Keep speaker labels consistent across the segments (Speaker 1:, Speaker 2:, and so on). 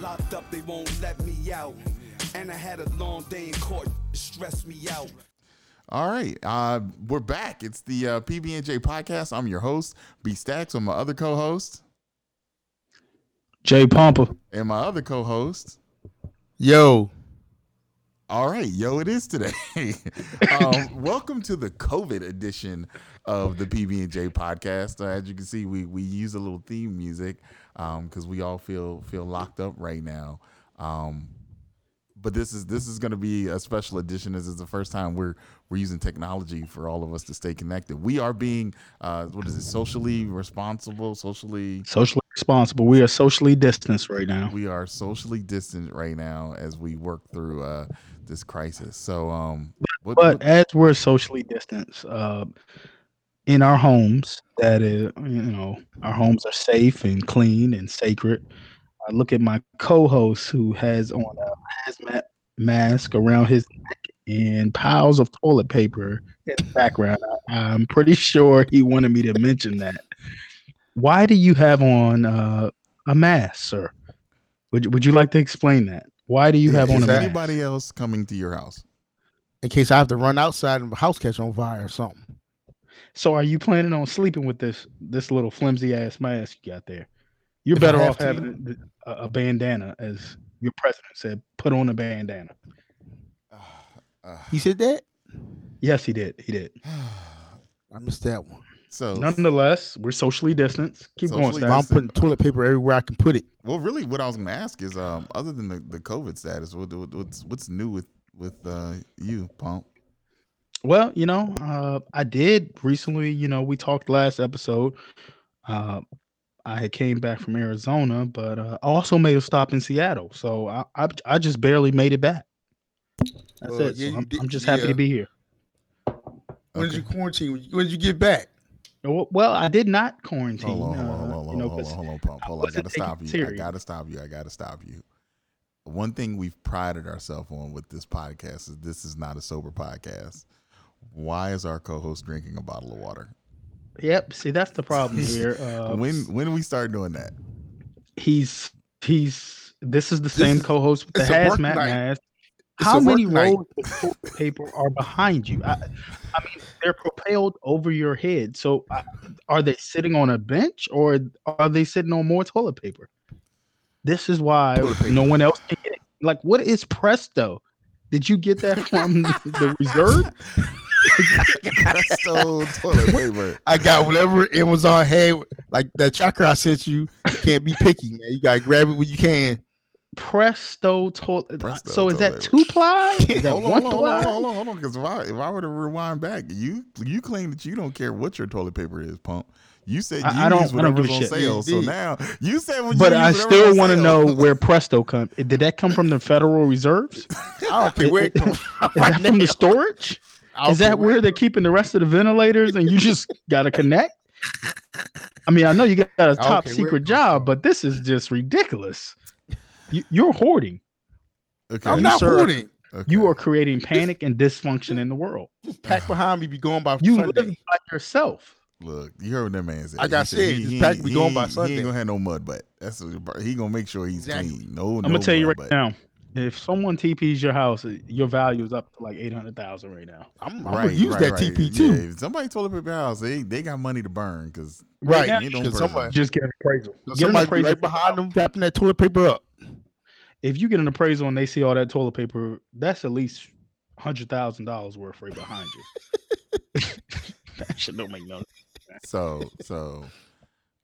Speaker 1: Locked up, they won't let me out. And I had a long day in court, stressed me out.
Speaker 2: All right, uh, we're back. It's the uh, PB&J podcast. I'm your host, B Stacks, with my other co-host
Speaker 3: Jay Pomper.
Speaker 2: and my other co-host.
Speaker 3: Yo.
Speaker 2: All right, yo, it is today. um, welcome to the COVID edition of the PB&J podcast. Uh, as you can see, we we use a little theme music because we all feel feel locked up right now. Um, but this is this is going to be a special edition. This is the first time we're we're using technology for all of us to stay connected. We are being uh, what is it? Socially responsible, socially
Speaker 3: Socially responsible. We are socially distanced right now.
Speaker 2: we are socially distant right now as we work through uh this crisis. So um what,
Speaker 3: But as we're socially distanced, uh, in our homes, that is, you know, our homes are safe and clean and sacred. I look at my co-host who has on a hazmat mask around his neck and piles of toilet paper in the background. I, I'm pretty sure he wanted me to mention that. Why do you have on uh, a mask, sir? Would you, would you like to explain that? Why do you have on
Speaker 2: is
Speaker 3: a mask?
Speaker 2: anybody else coming to your house?
Speaker 4: in case I have to run outside and the house catch on fire or something.
Speaker 3: So are you planning on sleeping with this this little flimsy ass mask you got there? You're
Speaker 4: If I
Speaker 3: better
Speaker 4: have
Speaker 3: off
Speaker 4: to.
Speaker 3: having th- a, a bandana, as your president said. Put on a bandana.
Speaker 2: Uh,
Speaker 4: He said that?
Speaker 3: Yes, he did. He did.
Speaker 4: I missed that one.
Speaker 2: so
Speaker 3: Nonetheless, we're socially distanced. Keep
Speaker 2: Socially
Speaker 3: going.
Speaker 4: Well,
Speaker 3: Stan.
Speaker 4: I'm
Speaker 2: That's it.
Speaker 4: putting toilet paper everywhere I can put it.
Speaker 2: well really what I was going to ask is um other than the, the COVID status what, what- what's what's new with with uh you pump?
Speaker 3: Well, you know, uh, I did recently. You know, we talked last episode. Uh, I had came back from Arizona, but uh, I also made a stop in Seattle. So I I, I just barely made it back. That's
Speaker 5: Well,
Speaker 3: it. So
Speaker 5: yeah, you
Speaker 3: I'm,
Speaker 5: did-
Speaker 3: I'm just happy
Speaker 5: yeah.
Speaker 3: to be here.
Speaker 5: When
Speaker 2: Okay.
Speaker 5: did you quarantine? When did you- when did you get back?
Speaker 3: No, Well, well, I did not quarantine.
Speaker 2: Hold on,
Speaker 3: uh,
Speaker 2: hold on, hold on,
Speaker 3: you know,
Speaker 2: hold on,
Speaker 3: 'cause-
Speaker 2: hold on, Pump. Hold on. I
Speaker 3: wasn't
Speaker 2: gotta
Speaker 3: taking
Speaker 2: stop you.
Speaker 3: it
Speaker 2: I
Speaker 3: serious.
Speaker 2: gotta stop you. I gotta stop you. One thing we've prided ourselves on with this podcast is this is not a sober podcast. Why is our co-host drinking a bottle of water?
Speaker 3: Yep. See, that's the problem here. Uh,
Speaker 2: when when we start doing that?
Speaker 3: he's he's this is the same
Speaker 5: is-
Speaker 3: co-host with the
Speaker 5: it's a work
Speaker 3: hazmat
Speaker 5: night.
Speaker 3: mask.
Speaker 5: It's
Speaker 3: How
Speaker 5: a
Speaker 3: many
Speaker 5: work night.
Speaker 3: rolls of toilet paper are behind you? I, I mean, they're propelled over your head. So, I, are they sitting on a bench or are they sitting on more toilet paper? This is why
Speaker 5: Toilet paper.
Speaker 3: no one else can get it. Like, what is Presto? Did you get that from the reserve?
Speaker 2: Presto toilet paper.
Speaker 4: I got whatever Amazon had, like that chakra I sent you. You can't be picky, man. You gotta grab it when you can.
Speaker 3: Presto toilet.
Speaker 2: Presto
Speaker 3: so is that
Speaker 2: toilet.
Speaker 3: two ply? Is that
Speaker 2: Hold on,
Speaker 3: one
Speaker 2: hold on,
Speaker 3: ply?
Speaker 2: hold on, hold on. Because if I if I were to rewind back, you you claim that you don't care what your toilet paper is, pump. You said you
Speaker 3: I- I don't-
Speaker 2: use
Speaker 3: I don't give
Speaker 2: whatever's
Speaker 3: a
Speaker 2: on
Speaker 3: shit.
Speaker 2: sale. So
Speaker 4: Indeed.
Speaker 2: now you said when
Speaker 3: But
Speaker 2: you
Speaker 3: I
Speaker 2: use whatever's
Speaker 3: still
Speaker 2: on
Speaker 3: want to
Speaker 2: sale.
Speaker 3: know where Presto come. Did that come from the Federal Reserves?
Speaker 4: I don't care where it comes from.
Speaker 3: Is that from the storage?
Speaker 4: I
Speaker 3: Is
Speaker 4: don't
Speaker 3: that
Speaker 4: care
Speaker 3: where they're keeping the rest of the ventilators and you just got to connect? I mean, I know you got a top
Speaker 4: care where it
Speaker 3: secret
Speaker 4: comes
Speaker 3: job, but this is just ridiculous. You, you're hoarding.
Speaker 2: Okay,
Speaker 4: I'm
Speaker 3: you,
Speaker 4: not
Speaker 3: sir.
Speaker 4: hoarding.
Speaker 2: okay.
Speaker 3: You are creating panic and dysfunction in the world.
Speaker 4: This pack behind me be going by
Speaker 3: You
Speaker 4: Sunday.
Speaker 3: live by yourself.
Speaker 2: Look, you heard what that man said.
Speaker 4: Like I
Speaker 2: He he
Speaker 4: said, this
Speaker 2: ain't-
Speaker 4: pack we
Speaker 2: he
Speaker 4: going by
Speaker 2: ain't- He
Speaker 4: Sunday.
Speaker 2: ain't gonna have no mud butt. That's what, he gonna make sure he's
Speaker 4: Exactly.
Speaker 2: clean. No, no
Speaker 3: I'm gonna tell you
Speaker 2: mud
Speaker 3: right
Speaker 2: butt.
Speaker 3: now. If someone TPs your house, your value is up to like eight hundred thousand right now.
Speaker 4: I'm, I'm gonna use that TP
Speaker 2: Yeah,
Speaker 4: too.
Speaker 2: if somebody told paper house, they they got money to burn because
Speaker 4: Right.
Speaker 2: ain't no
Speaker 4: 'Cause
Speaker 2: person.
Speaker 4: somebody,
Speaker 3: Just get an appraisal. Get an
Speaker 4: somebody be
Speaker 3: appraisal.
Speaker 4: right behind them wrapping that toilet paper up.
Speaker 3: if you get an appraisal and they see all that toilet paper, that's at least hundred thousand dollars worth right behind you. that shit don't make no.
Speaker 2: so so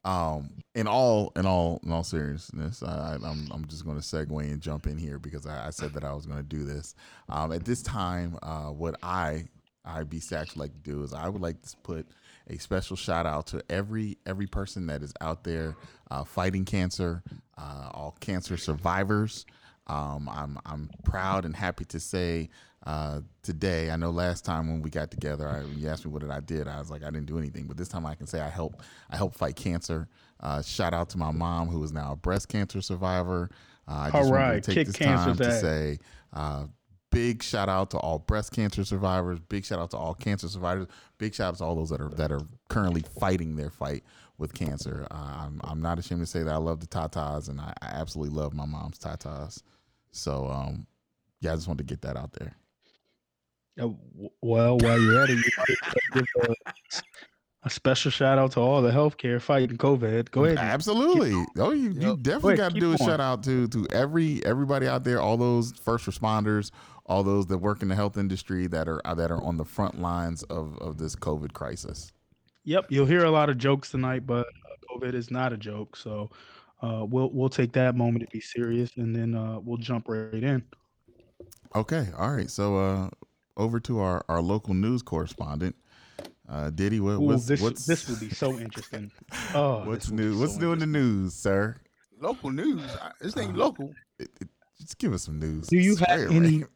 Speaker 2: um in all in all in all seriousness I, I- I'm, I'm just going to segue and jump in here because I, I said that I was going to do this um at this time uh what I IB Sachs would like to do is I would like to put a special shout out to every every person that is out there uh, fighting cancer uh, all cancer survivors um, I'm I'm proud and happy to say uh, today. I know last time when we got together, I, you asked me what did I did. I was like I didn't do anything, but this time I can say I helped. I helped fight cancer. Uh, shout out to my mom who is now a breast cancer survivor. Uh, I just
Speaker 3: All
Speaker 2: wanted
Speaker 3: right,
Speaker 2: to take
Speaker 3: kick
Speaker 2: this time
Speaker 3: cancer's
Speaker 2: to
Speaker 3: ass.
Speaker 2: say uh, big shout out to all breast cancer survivors. Big shout out to all cancer survivors. Big shout out to all those that are that are currently fighting their fight with cancer. Uh, I'm, I'm not ashamed to say that I love the tatas and I, I absolutely love my mom's tatas. So, um, yeah, I just wanted to get that out there.
Speaker 3: Uh, w- Well, while you're at it, you might give a, a special shout out to all the healthcare fighting COVID. Go ahead. and-
Speaker 2: Absolutely. Oh, you, you
Speaker 3: Yep.
Speaker 2: definitely
Speaker 3: Quick,
Speaker 2: got to
Speaker 3: keep
Speaker 2: do a
Speaker 3: going.
Speaker 2: shout out to to every everybody out there, all those first responders, all those that work in the health industry that are that are on the front lines of of this COVID crisis.
Speaker 3: Yep, you'll hear a lot of jokes tonight, but uh, COVID is not a joke. So uh, we'll we'll take that moment to be serious, and then uh, we'll jump right in.
Speaker 2: Okay. All right. So uh over to our our local news correspondent. Uh Diddy, what,
Speaker 3: Ooh,
Speaker 2: what's
Speaker 3: this
Speaker 2: what's
Speaker 3: this will be so interesting. Oh,
Speaker 2: what's
Speaker 3: this will be
Speaker 2: new?
Speaker 3: so
Speaker 2: What's new in the news, sir?
Speaker 5: Local news. I- This ain't
Speaker 4: Uh,
Speaker 5: local.
Speaker 2: It, it, just give us some news.
Speaker 3: Do you have
Speaker 2: Straight away.
Speaker 3: any-
Speaker 2: You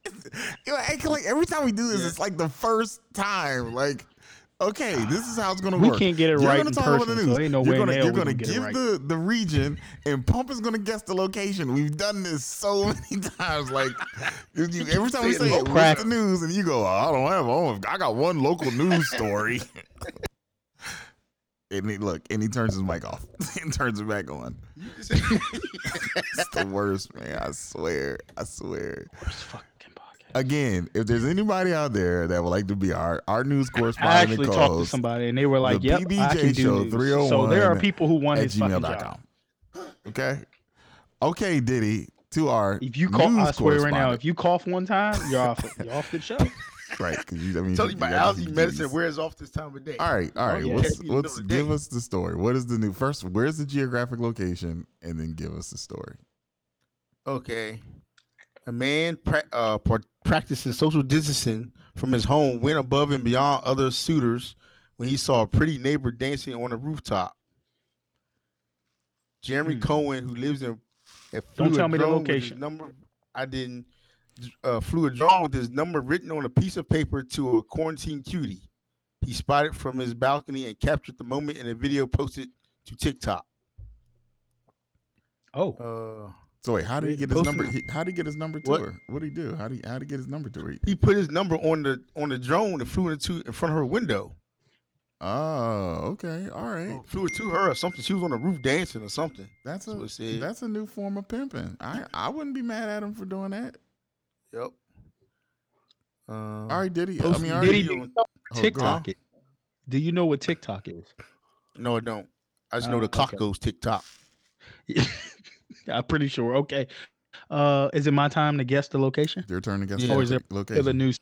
Speaker 2: know, act like every time we do this,
Speaker 5: Yeah.
Speaker 2: it's like the first time. Like, okay, this is how it's gonna
Speaker 3: We
Speaker 2: work.
Speaker 3: can't get it
Speaker 2: You're
Speaker 3: right
Speaker 2: gonna
Speaker 3: in
Speaker 2: talk
Speaker 3: person,
Speaker 2: about the
Speaker 3: so
Speaker 2: news.
Speaker 3: ain't no
Speaker 2: you're
Speaker 3: way in
Speaker 2: gonna,
Speaker 3: hell
Speaker 2: you're
Speaker 3: we
Speaker 2: gonna
Speaker 3: can get it
Speaker 2: give
Speaker 3: right.
Speaker 2: the, the region, and Pump is gonna guess the location. We've done this so many times. Like you- you- every time we
Speaker 5: Say it
Speaker 2: say
Speaker 5: low
Speaker 2: it, what's
Speaker 5: crack.
Speaker 2: the news, and you go, I don't have. one. I got one local news story. and he, look, and he turns his mic off and turns it back on. It's the worst, man. I swear. I swear.
Speaker 3: Worst fucking podcast.
Speaker 2: Again, if there's anybody out there that would like to be our our news
Speaker 3: I
Speaker 2: correspondent,
Speaker 3: actually
Speaker 2: and
Speaker 3: talked to
Speaker 2: co-host
Speaker 3: somebody, and they were like,
Speaker 2: the
Speaker 3: "Yep, I
Speaker 2: BBJ
Speaker 3: can do
Speaker 2: Show
Speaker 3: news."
Speaker 2: 301
Speaker 3: So there are people who want
Speaker 2: at
Speaker 3: his fucking job.
Speaker 2: gmail.com. Okay. Okay, Diddy. To our
Speaker 3: If you call, I
Speaker 2: news
Speaker 3: swear right now,
Speaker 2: correspondent.
Speaker 3: if you cough one time, you're off. You're off the show.
Speaker 2: right, 'cause you, I
Speaker 4: Mm-hmm.
Speaker 2: mean,
Speaker 5: Tell you
Speaker 2: you
Speaker 5: my
Speaker 2: got the
Speaker 5: allergy medicine
Speaker 2: heebie-jeebies.
Speaker 5: wears off this time of day.
Speaker 2: All right, all right.
Speaker 3: yeah.
Speaker 2: What's
Speaker 5: Yeah,
Speaker 2: what's
Speaker 5: middle of the
Speaker 2: give
Speaker 5: day.
Speaker 2: us the story? What is the new first? Where's the geographic location, and then give us the story.
Speaker 5: Okay.
Speaker 4: A man pra- uh, par- practicing social distancing from his home went above and beyond other suitors when he saw a pretty neighbor dancing on a rooftop. Jeremy
Speaker 3: Hmm.
Speaker 4: Cohen, who lives in, and
Speaker 3: Don't
Speaker 4: flew a
Speaker 3: tell me the
Speaker 4: drone with his
Speaker 3: location.
Speaker 4: Number I didn't uh, flew a drone with his number written on a piece of paper to a quarantine cutie. He spotted from his balcony and captured the moment in a video posted to TikTok.
Speaker 3: Oh,
Speaker 4: Uh,
Speaker 2: So wait, how did he
Speaker 4: Wait,
Speaker 2: get his
Speaker 4: post
Speaker 2: number?
Speaker 4: it.
Speaker 2: he- How did he get his number to
Speaker 4: What?
Speaker 2: her? What did he do? How did he, how did he get his number to her?
Speaker 4: he put his number on the on the drone and flew into in front of her window.
Speaker 2: Oh, okay, all right.
Speaker 4: Or flew it to her or something. She was on the roof dancing or something.
Speaker 2: That's
Speaker 4: That's what
Speaker 2: a
Speaker 4: it said.
Speaker 2: that's a new form of pimping. I I wouldn't be mad at him for doing that.
Speaker 4: Yep. Um,
Speaker 2: All right, did he? I
Speaker 4: Post-
Speaker 2: mean,
Speaker 3: Uh,
Speaker 2: all
Speaker 4: did
Speaker 2: right,
Speaker 4: he-
Speaker 2: you-
Speaker 4: on-
Speaker 2: oh,
Speaker 3: TikTok. it. Do you know what TikTok is?
Speaker 4: No, I don't. I just know
Speaker 3: Oh,
Speaker 4: the clock
Speaker 3: okay.
Speaker 4: goes tick tock.
Speaker 3: I'm pretty sure. Okay. Uh, is it my time to guess the location?
Speaker 2: Your turn to guess
Speaker 4: Yeah.
Speaker 2: the
Speaker 3: Or is there-
Speaker 2: location.
Speaker 3: Or the news.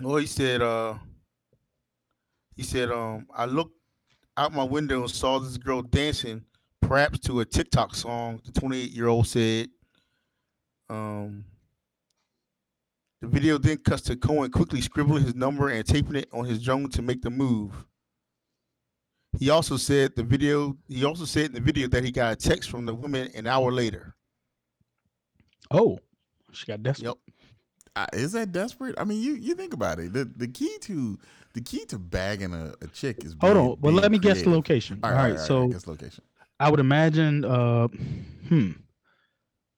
Speaker 4: Well, he said, uh, he said, um, I looked out my window and saw this girl dancing, perhaps to a TikTok song. The 28 year old said, um, the video then cuts to Cohen quickly scribbling his number and taping it on his drone to make the move. He also said the video. He also said in the video that he got a text from the woman an hour later.
Speaker 3: Oh, she got desperate.
Speaker 4: Yep.
Speaker 2: I, is that desperate? I mean, you you think about it. The the key to the key to bagging a, a chick is
Speaker 3: Hold
Speaker 2: being-
Speaker 3: on, but let
Speaker 2: being
Speaker 3: me guess the
Speaker 2: creative.
Speaker 3: location. All right, so
Speaker 2: guess location.
Speaker 3: I would imagine, uh, hmm,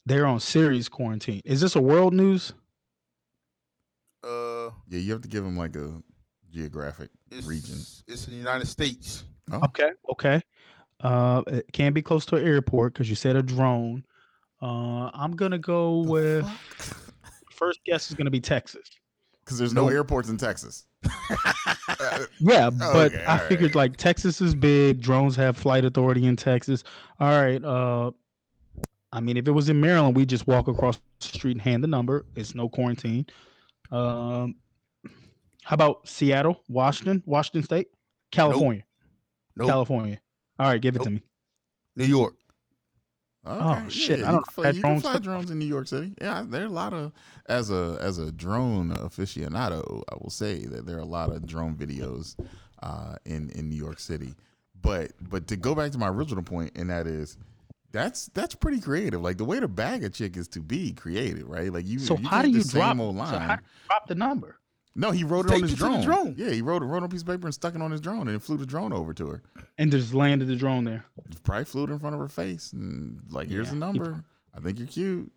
Speaker 3: they're on series quarantine. Is this a world news?
Speaker 4: Uh,
Speaker 2: Yeah, you have to give him like a geographic.
Speaker 4: it's,
Speaker 2: Region.
Speaker 4: It's in the United States.
Speaker 3: Okay, okay. Uh, it can be close to an airport because you said a drone. Uh, I'm gonna go with first guess is gonna be Texas.
Speaker 2: Because there's no
Speaker 4: Nope.
Speaker 2: airports in Texas. Uh,
Speaker 3: Yeah, but
Speaker 2: Okay,
Speaker 3: I
Speaker 2: all
Speaker 3: figured like Texas is big. Drones have flight authority in Texas. All right. Uh, I mean, if it was in Maryland, we just walk across the street and hand the number. It's no quarantine. Um, how about Seattle, Washington, Washington State, California,
Speaker 4: Nope.
Speaker 3: California? All right, give it to
Speaker 4: Nope.
Speaker 3: me.
Speaker 4: New York.
Speaker 2: Oh you
Speaker 3: shit, I don't
Speaker 2: can
Speaker 3: know
Speaker 2: fly,
Speaker 3: if
Speaker 2: you can
Speaker 3: that drone
Speaker 2: fly
Speaker 3: stuff-
Speaker 2: drones in New York City. Yeah, there are a lot of as a as a drone aficionado, I will say that there are a lot of drone videos uh, in in New York City. But but to go back to my original point, and that is. That's that's pretty creative. Like the way to bag a chick is to be creative, right? Like you.
Speaker 3: So
Speaker 2: if get
Speaker 3: how do you
Speaker 2: the same
Speaker 3: drop?
Speaker 2: old
Speaker 3: So
Speaker 2: line,
Speaker 3: how do you drop the number?
Speaker 2: No, he wrote it on
Speaker 4: Taped
Speaker 2: his
Speaker 4: it to the
Speaker 2: drone.
Speaker 4: drone.
Speaker 2: Yeah, he wrote it, wrote it on a piece of paper and stuck it on his drone, and it flew the drone over to her.
Speaker 3: And just landed the drone there.
Speaker 2: Probably flew it in front of her face, and like, here's
Speaker 3: Yeah,
Speaker 2: the
Speaker 3: he
Speaker 2: number. I think you're cute.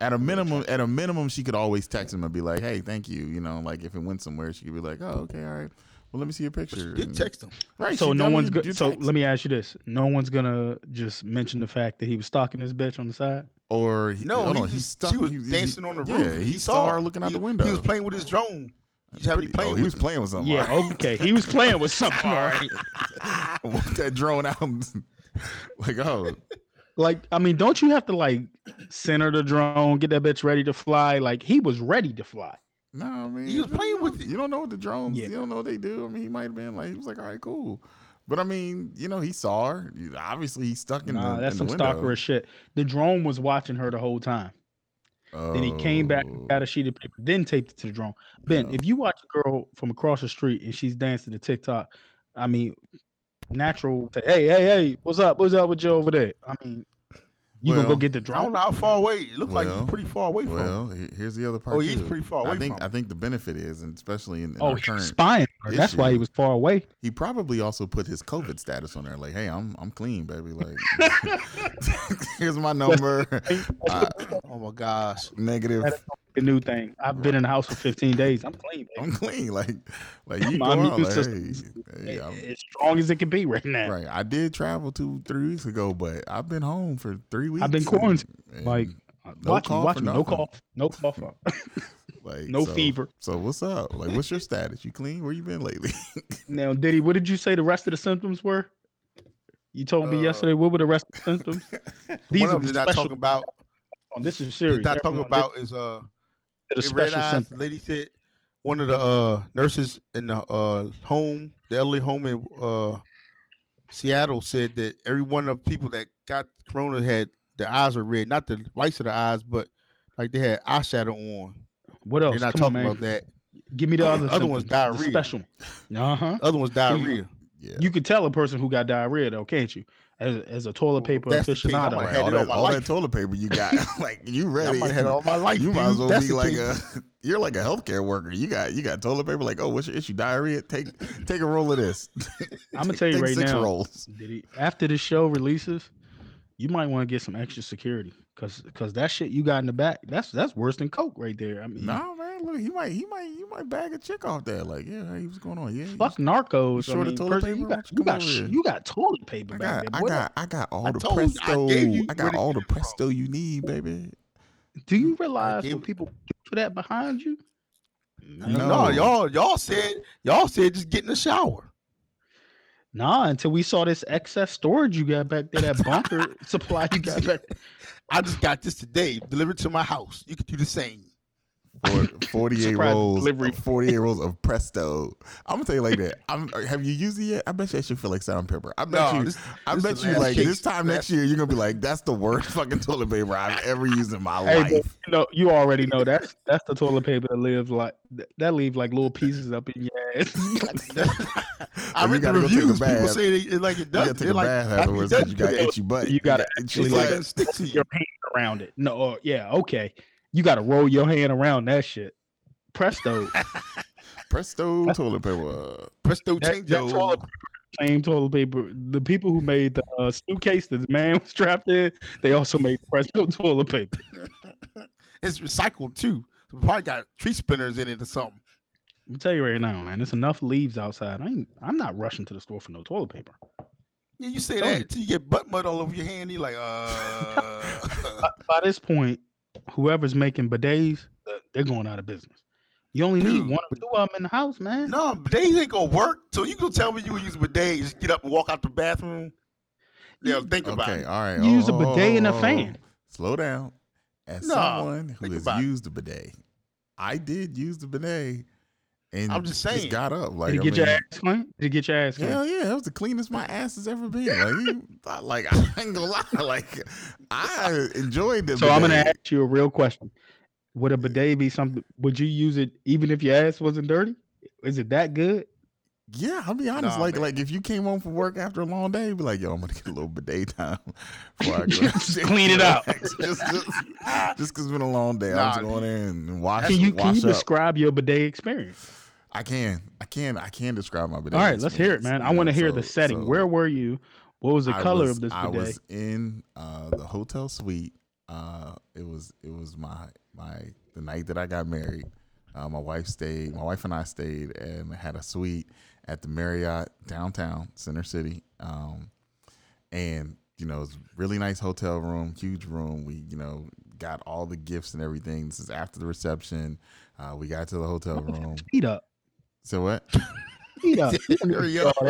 Speaker 2: At a minimum, at a minimum, she could always text him and be like, "Hey, thank you." You know, like if it went somewhere, she could be like, "Oh, okay, all right." Well, let me see your
Speaker 5: But she
Speaker 2: picture.
Speaker 5: did
Speaker 2: and-
Speaker 5: text him.
Speaker 2: Right.
Speaker 3: so
Speaker 2: she-
Speaker 3: no
Speaker 2: I mean,
Speaker 3: one's
Speaker 2: you
Speaker 3: good.
Speaker 2: did
Speaker 3: So
Speaker 2: text.
Speaker 3: let me ask you this: No one's gonna just mention the fact that he was stalking this bitch on the side.
Speaker 2: Or he,
Speaker 4: No,
Speaker 2: hold
Speaker 4: he
Speaker 2: on,
Speaker 4: just,
Speaker 2: he stuck.
Speaker 4: she was
Speaker 2: he- he-
Speaker 4: dancing on the
Speaker 2: yeah,
Speaker 4: roof.
Speaker 2: he saw her looking out
Speaker 4: He-
Speaker 2: the window.
Speaker 4: He was playing with his drone. He's
Speaker 2: Pretty-
Speaker 4: having playing
Speaker 2: oh,
Speaker 4: with
Speaker 2: he was playing with something.
Speaker 3: Yeah. Okay. He was playing with something. All right.
Speaker 2: Walk that drone out. and- like, oh,
Speaker 3: Like, I mean, don't you have to like center the drone, get that bitch ready to fly? Like, he was ready to fly.
Speaker 2: no, I mean,
Speaker 4: He was playing with it.
Speaker 2: You don't know what the drones.
Speaker 3: Yeah.
Speaker 2: You don't know what they do. I mean, he might have been like, he was like, all right, cool. But I mean, you know, he saw her. You- Obviously, he's stuck in
Speaker 3: Nah,
Speaker 2: the.
Speaker 3: that's
Speaker 2: in
Speaker 3: some
Speaker 2: the window.
Speaker 3: stalkerish shit. The drone was watching her the whole time. Then he came back,
Speaker 2: Oh.
Speaker 3: got a sheet of paper, then taped it to the drone. Ben,
Speaker 2: No.
Speaker 3: if you watch a girl from across the street and she's dancing to TikTok, I mean, natural. Say, hey, hey, hey, what's up? What's up with you over there? I mean, you gonna go
Speaker 2: Well,
Speaker 3: get the
Speaker 4: I
Speaker 3: drone?
Speaker 4: don't know how far away. It looked like
Speaker 2: Well,
Speaker 4: he's pretty far away from. her.
Speaker 2: Oh, Well, he- here's the other part.
Speaker 4: oh, he's
Speaker 2: too.
Speaker 4: pretty far away
Speaker 2: I think
Speaker 4: from.
Speaker 2: I think the benefit is, and especially in, in
Speaker 3: Oh,
Speaker 2: our
Speaker 3: he was
Speaker 2: current,
Speaker 3: spying. on her. That's why he
Speaker 2: issue.
Speaker 3: was far away.
Speaker 2: he probably also put his COVID status on there. Like, hey, I'm I'm clean, baby. Like, here's my number. Uh,
Speaker 4: her. oh my gosh.
Speaker 2: negative.
Speaker 3: The new thing. I've been in the house for 15 days. I'm clean. Baby.
Speaker 2: I'm clean. Like, like you go
Speaker 3: My
Speaker 2: out,
Speaker 3: immune
Speaker 2: like, hey,
Speaker 3: system-
Speaker 2: hey, I'm-
Speaker 3: As strong as it can be right now.
Speaker 2: right. I did travel two, three weeks ago, but I've been home for three weeks.
Speaker 3: I've been
Speaker 2: and-
Speaker 3: quarantined,
Speaker 2: and,
Speaker 3: Like,
Speaker 2: No
Speaker 3: watch me,
Speaker 2: cough
Speaker 3: watch
Speaker 2: or
Speaker 3: me. No
Speaker 2: nothing.
Speaker 3: cough, no cough.
Speaker 2: like,
Speaker 3: no
Speaker 2: so-
Speaker 3: fever.
Speaker 2: So what's up? Like, what's your status? You clean? Where you been lately?
Speaker 3: Now, Diddy, what did you say the rest of the symptoms were? You told me
Speaker 4: Uh,
Speaker 3: yesterday. What were the rest of the symptoms? These
Speaker 4: One
Speaker 3: are
Speaker 4: of
Speaker 3: the
Speaker 4: them that I
Speaker 3: special.
Speaker 4: talking about.
Speaker 3: this is serious.
Speaker 4: That I talking
Speaker 3: Everyone,
Speaker 4: about is
Speaker 3: these are
Speaker 4: uh.
Speaker 3: the
Speaker 4: Hey, red
Speaker 3: special
Speaker 4: eyes.
Speaker 3: symptoms.
Speaker 4: The lady said one of the uh, nurses in the uh, home, the elderly home in uh, Seattle, said that every one of the people that got corona had their eyes are red, not the whites of the eyes, but like they had eyeshadow on.
Speaker 3: What
Speaker 2: Oh,
Speaker 3: else?
Speaker 4: They're not
Speaker 3: Come
Speaker 4: talking
Speaker 3: on, man.
Speaker 4: about that.
Speaker 3: Give me the
Speaker 4: Oh,
Speaker 3: other.
Speaker 4: the other one's
Speaker 3: symptoms, the
Speaker 4: diarrhea.
Speaker 3: Special. Uh huh.
Speaker 4: The other one's diarrhea.
Speaker 2: yeah.
Speaker 3: You could tell a person who got diarrhea though, can't you? As, as a toilet paper
Speaker 4: that's the case. I
Speaker 3: aficionado.
Speaker 4: might
Speaker 2: Right,
Speaker 4: had
Speaker 2: all
Speaker 4: it all
Speaker 2: that,
Speaker 4: my
Speaker 2: all that
Speaker 4: life.
Speaker 2: toilet paper you got, like you
Speaker 4: I
Speaker 2: ready?
Speaker 4: might have had it all my life.
Speaker 2: You might as
Speaker 4: dude.
Speaker 2: well
Speaker 4: That's
Speaker 2: be
Speaker 4: the
Speaker 2: like
Speaker 4: case.
Speaker 2: a, you're like a healthcare worker. You got you got toilet paper. Like, oh, what's your issue? Diarrhea. Take take a roll of this.
Speaker 3: I'ma tell you
Speaker 2: Take
Speaker 3: right
Speaker 2: six
Speaker 3: now,
Speaker 2: Rolls.
Speaker 3: Did he, after the show releases, you might want to get some extra security because because that shit you got in the back that's that's worse than coke right there. I mean,
Speaker 2: No man, look, he might he might you might bag a chick off that. Like, yeah, hey, what's going on? Yeah, you-
Speaker 3: fuck narcos.
Speaker 2: short
Speaker 3: I
Speaker 2: of
Speaker 3: mean,
Speaker 2: toilet
Speaker 3: person-
Speaker 2: paper?
Speaker 3: you
Speaker 2: Why don't
Speaker 3: got
Speaker 2: you
Speaker 3: you
Speaker 2: come
Speaker 3: got,
Speaker 2: over
Speaker 3: sh-
Speaker 2: here?
Speaker 3: you got toilet paper
Speaker 2: I
Speaker 3: back
Speaker 2: got
Speaker 3: there.
Speaker 2: I
Speaker 3: What-
Speaker 2: got I got all
Speaker 4: I
Speaker 2: the
Speaker 4: told you, I
Speaker 2: presto.
Speaker 4: gave you
Speaker 2: I
Speaker 4: where
Speaker 2: got
Speaker 4: to
Speaker 2: all the
Speaker 4: get it from.
Speaker 2: presto you need, baby.
Speaker 3: do you realize
Speaker 4: gave
Speaker 3: what
Speaker 4: it-
Speaker 3: people do to that behind you?
Speaker 2: No.
Speaker 4: No, y'all, y'all said y'all said just get in the shower.
Speaker 3: Nah, until we saw this excess storage you got back there, that bunker supply you got back.
Speaker 4: I just got this today, delivered to my house. You could do the same.
Speaker 2: Forty eight
Speaker 3: Surprise
Speaker 2: rolls,
Speaker 3: delivery.
Speaker 2: forty eight rolls of presto. I'm gonna tell you like that. I'm, have you used it yet? I bet you that should feel like salt and pepper. I bet
Speaker 4: No,
Speaker 2: you.
Speaker 4: this-
Speaker 2: I
Speaker 4: this
Speaker 2: bet
Speaker 4: the
Speaker 2: you
Speaker 4: last
Speaker 2: like
Speaker 4: case.
Speaker 2: this time next year you're gonna be like, that's the worst fucking toilet paper I've ever used in my
Speaker 3: Hey,
Speaker 2: life.
Speaker 3: bro, you know, you already know that's that's the toilet paper that lives like that, that leave like little pieces up in your ass.
Speaker 4: I
Speaker 2: you
Speaker 4: read the
Speaker 2: gotta go take a
Speaker 4: reviews. People
Speaker 2: bath.
Speaker 4: say they, it- like it
Speaker 2: you
Speaker 4: does.
Speaker 2: gotta take
Speaker 4: it
Speaker 2: a
Speaker 4: like
Speaker 2: bath
Speaker 4: it
Speaker 2: afterwards
Speaker 4: does
Speaker 2: because you got
Speaker 4: do that.
Speaker 2: itchy butt.
Speaker 3: You gotta
Speaker 2: got itchy
Speaker 3: actually,
Speaker 4: It's
Speaker 3: like-
Speaker 4: like
Speaker 2: butt.
Speaker 4: it sticks to you.
Speaker 3: your hand around it. No, or- yeah, okay. You got to roll your hand around that shit. Presto,
Speaker 2: presto toilet paper.
Speaker 4: Presto
Speaker 3: that, that
Speaker 4: chango.
Speaker 3: toilet paper, same toilet paper. The people who made the uh, suitcase that the man was trapped in, they also made Presto toilet paper.
Speaker 4: It's recycled too. So probably got tree spinners in it or something.
Speaker 3: I'm tell you right now, man, there's enough leaves outside. I ain't, I'm not rushing to the store for no toilet paper.
Speaker 4: Yeah, you say
Speaker 2: Oh,
Speaker 3: Told
Speaker 4: that
Speaker 3: you.
Speaker 4: until you get butt mud all over your hand. You like, uh,
Speaker 3: By, by this point, whoever's making bidets, uh, they're going out of business. You only need
Speaker 4: Dude,
Speaker 3: one or two of them in the house, man.
Speaker 4: no, days ain't gonna work. So you gonna tell me you were using bidets? Just get up and walk out the bathroom. Yeah, think about
Speaker 2: Okay,
Speaker 4: it.
Speaker 2: all right. Oh.
Speaker 3: You use a bidet and a fan.
Speaker 2: Slow down. As
Speaker 4: No,
Speaker 2: someone who
Speaker 4: think
Speaker 2: has
Speaker 4: about it.
Speaker 2: used a bidet, I did use the bidet, and
Speaker 4: I'm just saying.
Speaker 2: got up. Oh, Like,
Speaker 3: Did you
Speaker 2: I
Speaker 3: get your
Speaker 2: mean,
Speaker 3: ass clean? Did you get your ass clean?
Speaker 2: Hell yeah, that was the cleanest my ass has ever been. Like, you, I- like I ain't gonna lie, like I enjoyed the.
Speaker 3: So I'm gonna
Speaker 2: bidet.
Speaker 3: ask you a real question. Would a bidet be something? Would you use it even if your ass wasn't dirty? Is it that good?
Speaker 2: Yeah, I'll be honest.
Speaker 4: Nah,
Speaker 2: like,
Speaker 4: man.
Speaker 2: like if you came home from work after a long day, be like, "Yo, I'm gonna get a little bidet time before I go."
Speaker 3: Just clean it out.
Speaker 2: just, just, just cause it's been a long day,
Speaker 4: Nah,
Speaker 2: I'm just going in and wash.
Speaker 3: Can you can
Speaker 2: wash
Speaker 3: you
Speaker 2: up.
Speaker 3: describe your bidet experience?
Speaker 2: I can, I can, I can describe my bidet.
Speaker 3: All right, let's hear it, man.
Speaker 2: experience,
Speaker 3: I
Speaker 2: you
Speaker 3: want to
Speaker 2: know,
Speaker 3: hear
Speaker 2: so-
Speaker 3: the setting.
Speaker 2: so
Speaker 3: Where were you? What was the
Speaker 2: I
Speaker 3: color
Speaker 2: was-
Speaker 3: of this
Speaker 2: I
Speaker 3: bidet?
Speaker 2: was in uh, the hotel suite. Uh, it was, it was my, my the night that I got married. Uh, my wife stayed. My wife and I stayed and had a suite at the Marriott downtown Center City. Um, and you know, it's really nice hotel room, huge room. We you know got all the gifts and everything. This is after the reception. Uh, we got to the hotel room.
Speaker 3: Speed up.
Speaker 2: So what?
Speaker 3: Speed up.
Speaker 4: Hurry up.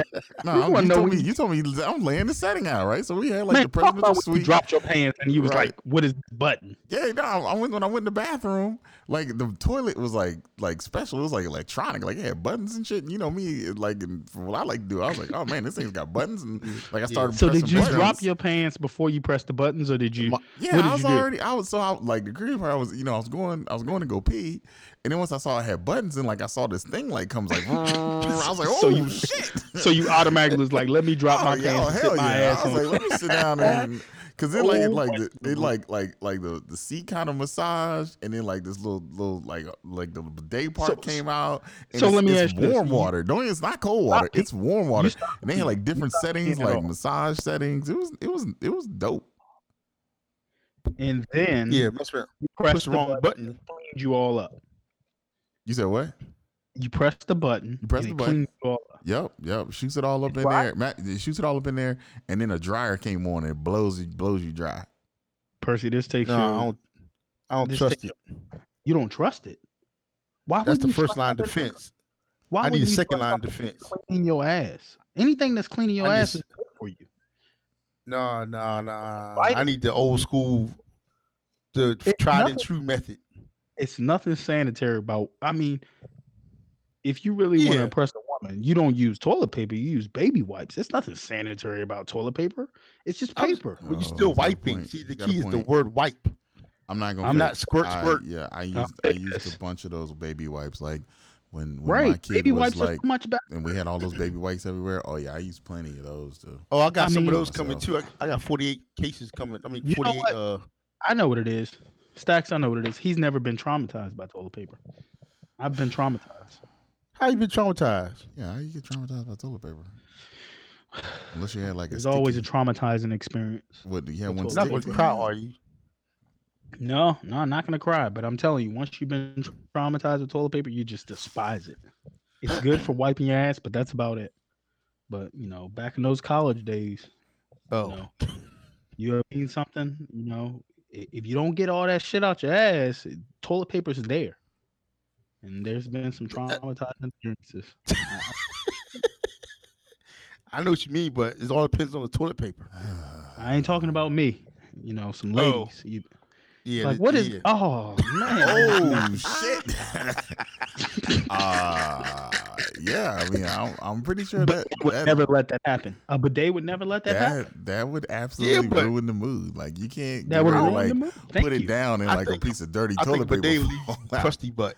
Speaker 2: No,
Speaker 3: You
Speaker 2: I'm-
Speaker 3: wanna
Speaker 2: you,
Speaker 3: know
Speaker 2: told
Speaker 3: when
Speaker 2: me, you told me I'm laying the setting out, right? So we had like
Speaker 3: Man,
Speaker 2: the
Speaker 3: talk about
Speaker 2: presidential
Speaker 3: when
Speaker 2: suite.
Speaker 3: you dropped your pants and you was
Speaker 2: Right.
Speaker 3: like, "What is this button?"
Speaker 2: Yeah, no, I went when I went in the bathroom, like the toilet was like like special. It was like electronic, like it had buttons and shit. And you know me, like and from what I like to do, I was like, oh man, this thing's got buttons, and like I started.
Speaker 3: So did
Speaker 2: pressing
Speaker 3: you
Speaker 2: buttons.
Speaker 3: drop your pants before you pressed the buttons, or did you?
Speaker 2: Yeah,
Speaker 3: what did
Speaker 2: I was
Speaker 3: you do?
Speaker 2: already. I was so I, like the crazy part. I was you know I was going I was going to go pee, and then once I saw it had buttons, and like I saw this thing like comes like I was like, oh
Speaker 3: So you-
Speaker 2: shit.
Speaker 3: So you automatically was like, "Let me drop
Speaker 2: Oh,
Speaker 3: my
Speaker 2: yeah,
Speaker 3: pants
Speaker 2: oh,
Speaker 3: and
Speaker 2: hell
Speaker 3: sit my
Speaker 2: yeah.
Speaker 3: ass
Speaker 2: I
Speaker 3: on."
Speaker 2: was like, let me sit down and because then like it
Speaker 3: Oh,
Speaker 2: like
Speaker 3: my
Speaker 2: the, it like like like the the seat kind of massage and then like this little little like like the day part
Speaker 3: So-
Speaker 2: came out. And
Speaker 3: so
Speaker 2: it's,
Speaker 3: let me
Speaker 2: it's
Speaker 3: ask you this.
Speaker 2: warm
Speaker 3: You-
Speaker 2: water. Don't it's not cold water.
Speaker 3: pe-
Speaker 2: It's warm water.
Speaker 3: stopped
Speaker 2: And they had
Speaker 3: peeing.
Speaker 2: like different settings,
Speaker 3: peeing at
Speaker 2: like
Speaker 3: all.
Speaker 2: massage settings. It was it was it was dope.
Speaker 3: and then
Speaker 4: Yeah, mess around.
Speaker 3: you
Speaker 4: Push
Speaker 3: pressed
Speaker 4: the
Speaker 3: the
Speaker 4: wrong
Speaker 3: button,
Speaker 4: button.
Speaker 3: cleaned you all up.
Speaker 2: You said what?
Speaker 3: You pressed the button.
Speaker 2: You pressed
Speaker 3: and
Speaker 2: the
Speaker 3: it cleaned you all up.
Speaker 2: Yep, yep. Shoots it all up in
Speaker 3: Dry?
Speaker 2: there. Matt, it shoots it all up in there, and then a dryer came on and it blows you blows you dry.
Speaker 3: Percy, this takes
Speaker 4: No, I
Speaker 3: you.
Speaker 4: don't. I don't
Speaker 3: This
Speaker 4: trust
Speaker 3: thing-
Speaker 4: it.
Speaker 3: You don't trust it. Why?
Speaker 4: That's
Speaker 3: would
Speaker 4: the
Speaker 3: you
Speaker 4: first
Speaker 3: trust
Speaker 4: line of
Speaker 3: something
Speaker 4: defense.
Speaker 3: Why
Speaker 4: I
Speaker 3: would
Speaker 4: need a
Speaker 3: you
Speaker 4: second
Speaker 3: trust
Speaker 4: line of
Speaker 3: something
Speaker 4: defense.
Speaker 3: that's Cleaning your ass. Anything that's cleaning your
Speaker 4: I need
Speaker 3: ass
Speaker 4: s-
Speaker 3: is good for you.
Speaker 4: No, no, no.
Speaker 3: Right?
Speaker 4: I need the old school, the
Speaker 3: It's
Speaker 4: tried
Speaker 3: nothing-
Speaker 4: and true method.
Speaker 3: It's nothing sanitary about. I mean, if you really want to
Speaker 4: Yeah.
Speaker 3: impress a woman, you don't use toilet paper. You use baby wipes. It's nothing sanitary about toilet paper. It's just
Speaker 4: I was-
Speaker 3: paper.
Speaker 4: When
Speaker 2: Oh,
Speaker 4: you're still
Speaker 2: you got a
Speaker 4: wiping,
Speaker 2: point.
Speaker 4: see
Speaker 2: You
Speaker 4: the
Speaker 2: got a
Speaker 4: key is the
Speaker 2: point.
Speaker 4: word wipe.
Speaker 2: I'm not gonna.
Speaker 4: I'm
Speaker 2: fake
Speaker 4: not squirt
Speaker 2: I-
Speaker 4: squirt.
Speaker 2: Yeah,
Speaker 3: Uh,
Speaker 2: I used I
Speaker 3: fake
Speaker 2: used
Speaker 3: this.
Speaker 2: a bunch of those baby wipes. Like when, when my
Speaker 3: right?
Speaker 2: kid
Speaker 3: Baby
Speaker 2: was
Speaker 3: wipes are
Speaker 2: like,
Speaker 3: so much better.
Speaker 2: and we had all those baby wipes everywhere. Oh yeah, I used plenty of those too.
Speaker 4: Oh, I got
Speaker 3: I
Speaker 4: some
Speaker 3: mean-
Speaker 4: of those coming too. I, I got 48 cases coming. I mean,
Speaker 3: You know
Speaker 4: 48.
Speaker 3: what?
Speaker 4: Uh,
Speaker 3: I know what it is. Stacks, I know what it is. He's never been traumatized by toilet paper. I've been traumatized.
Speaker 4: how you been traumatized?
Speaker 2: Yeah, how you get traumatized by toilet paper? Unless you had like a.
Speaker 3: There's always a
Speaker 2: sticky-
Speaker 3: traumatizing experience.
Speaker 2: What you had one
Speaker 3: toilet
Speaker 4: Not
Speaker 2: stick?
Speaker 3: paper.
Speaker 4: with
Speaker 2: with
Speaker 4: the
Speaker 2: you?
Speaker 4: crowd, are you?
Speaker 3: No, no, I'm not gonna cry, but I'm telling you, once you've been traumatized with toilet paper, you just despise it. It's good for wiping your ass, but that's about it. But you know, back in those college days,
Speaker 4: Oh,
Speaker 3: you know, you ever seen something? You know, i- if you don't get all that shit out your ass, toilet paper's there. And there's been some traumatizing experiences.
Speaker 4: I know what you mean, but it all depends on the toilet paper.
Speaker 3: I ain't talking about me. You know, some
Speaker 4: Oh.
Speaker 3: ladies. You,
Speaker 4: Yeah,
Speaker 3: like
Speaker 4: that-
Speaker 3: what is?
Speaker 4: yeah.
Speaker 3: Oh man!
Speaker 2: Oh shit! uh, yeah, I mean, I'm, I'm pretty sure that
Speaker 3: Bidet would
Speaker 2: that,
Speaker 3: never let that happen. A bidet would never let that, happen.
Speaker 2: that that would absolutely
Speaker 4: but-
Speaker 2: ruin the mood. Like you can't
Speaker 3: That
Speaker 2: get
Speaker 3: would
Speaker 2: rid of,
Speaker 3: ruin
Speaker 2: like
Speaker 3: the movie. Thank
Speaker 2: put
Speaker 3: you.
Speaker 2: it down in
Speaker 4: I
Speaker 2: like
Speaker 4: think-
Speaker 2: a piece of dirty
Speaker 4: I
Speaker 2: toilet
Speaker 4: think, but they
Speaker 2: paper.
Speaker 4: leave
Speaker 2: fall out.
Speaker 4: crusty butt.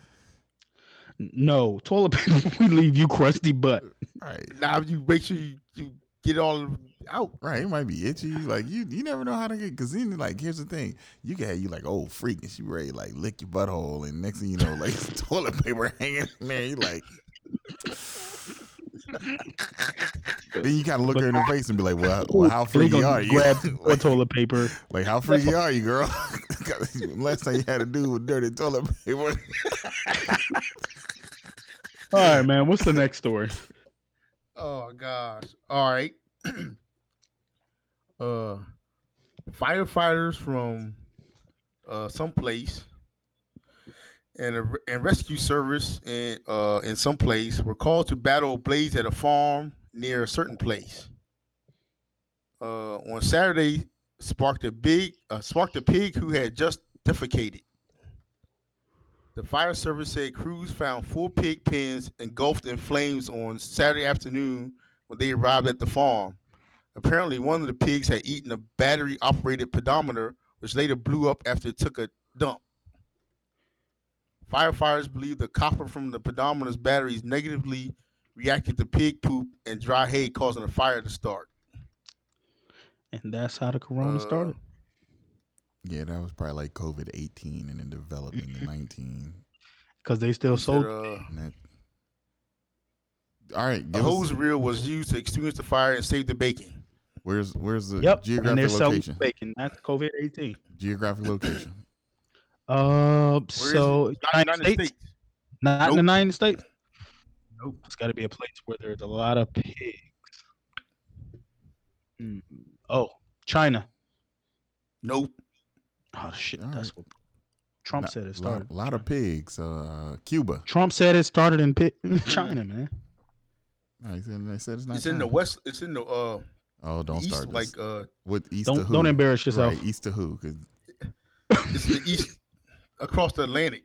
Speaker 3: No, toilet paper would leave you crusty butt.
Speaker 2: Right,
Speaker 4: Now you make sure you, you get all out.
Speaker 2: right. It might be itchy. Like you, you never know how to get. Because then, like, here's the thing: you can have you like, oh, freak, and she ready like lick your butthole, and next thing you know, like toilet paper hanging in there. You like. then you gotta look her in the face and be like, "Well, well how
Speaker 3: They
Speaker 2: freaky
Speaker 3: gonna
Speaker 2: are you?
Speaker 3: Grab
Speaker 2: like,
Speaker 3: toilet paper.
Speaker 2: like, how freaky are you, girl? 'Cause Last time you had to do with dirty toilet paper.
Speaker 3: All right, man. What's the next story?
Speaker 5: Oh gosh. All right.
Speaker 4: Uh, firefighters from uh some place and a, re- and rescue service in uh in some place were called to battle a blaze at a farm near a certain place. Uh, on Saturday, sparked a big uh, sparked a pig who had just defecated. The fire service said crews found four pig pens engulfed in flames on Saturday afternoon when they arrived at the farm. Apparently, one of the pigs had eaten a battery operated pedometer, which later blew up after it took a dump. Firefighters believe the copper from the pedometer's batteries negatively reacted to pig poop and dry hay, causing a fire to start.
Speaker 3: And that's how the corona
Speaker 4: Uh,
Speaker 3: started.
Speaker 2: Yeah, that was probably like COVID 18 and then developing the 19.
Speaker 3: Because they still
Speaker 4: Said,
Speaker 3: sold.
Speaker 4: uh,
Speaker 2: And that... All right,
Speaker 4: the
Speaker 2: give us,
Speaker 4: hose reel was used to extinguish the fire and save the bacon.
Speaker 2: where's where's the
Speaker 3: Yep. And they're
Speaker 2: geographic
Speaker 3: selling
Speaker 2: location?
Speaker 3: bacon. That's COVID 18.
Speaker 2: Geographic location.
Speaker 3: Uh,
Speaker 4: Where is
Speaker 3: so,
Speaker 4: it?
Speaker 3: United States. Not in
Speaker 4: Nope.
Speaker 3: the United States. Nope. It's got to be a place where there's a lot of pigs. Mm,
Speaker 2: Mm-hmm.
Speaker 3: Oh, China.
Speaker 4: Nope.
Speaker 3: Oh shit,
Speaker 2: All
Speaker 3: that's what Trump
Speaker 2: Not-
Speaker 3: said it
Speaker 2: A lot,
Speaker 3: started.
Speaker 2: lot of pigs. Uh, Cuba.
Speaker 3: Trump said it started in pi- China, man.
Speaker 2: I said, I said it's not.
Speaker 4: It's in the
Speaker 2: China.
Speaker 4: west. It's in the uh
Speaker 2: Oh, don't
Speaker 4: east,
Speaker 2: start.
Speaker 4: like
Speaker 2: Like
Speaker 4: uh,
Speaker 2: with East to
Speaker 3: Don't
Speaker 2: who?
Speaker 3: don't embarrass yourself.
Speaker 2: Right, East to who? 'Cause
Speaker 4: it's the east across the Atlantic.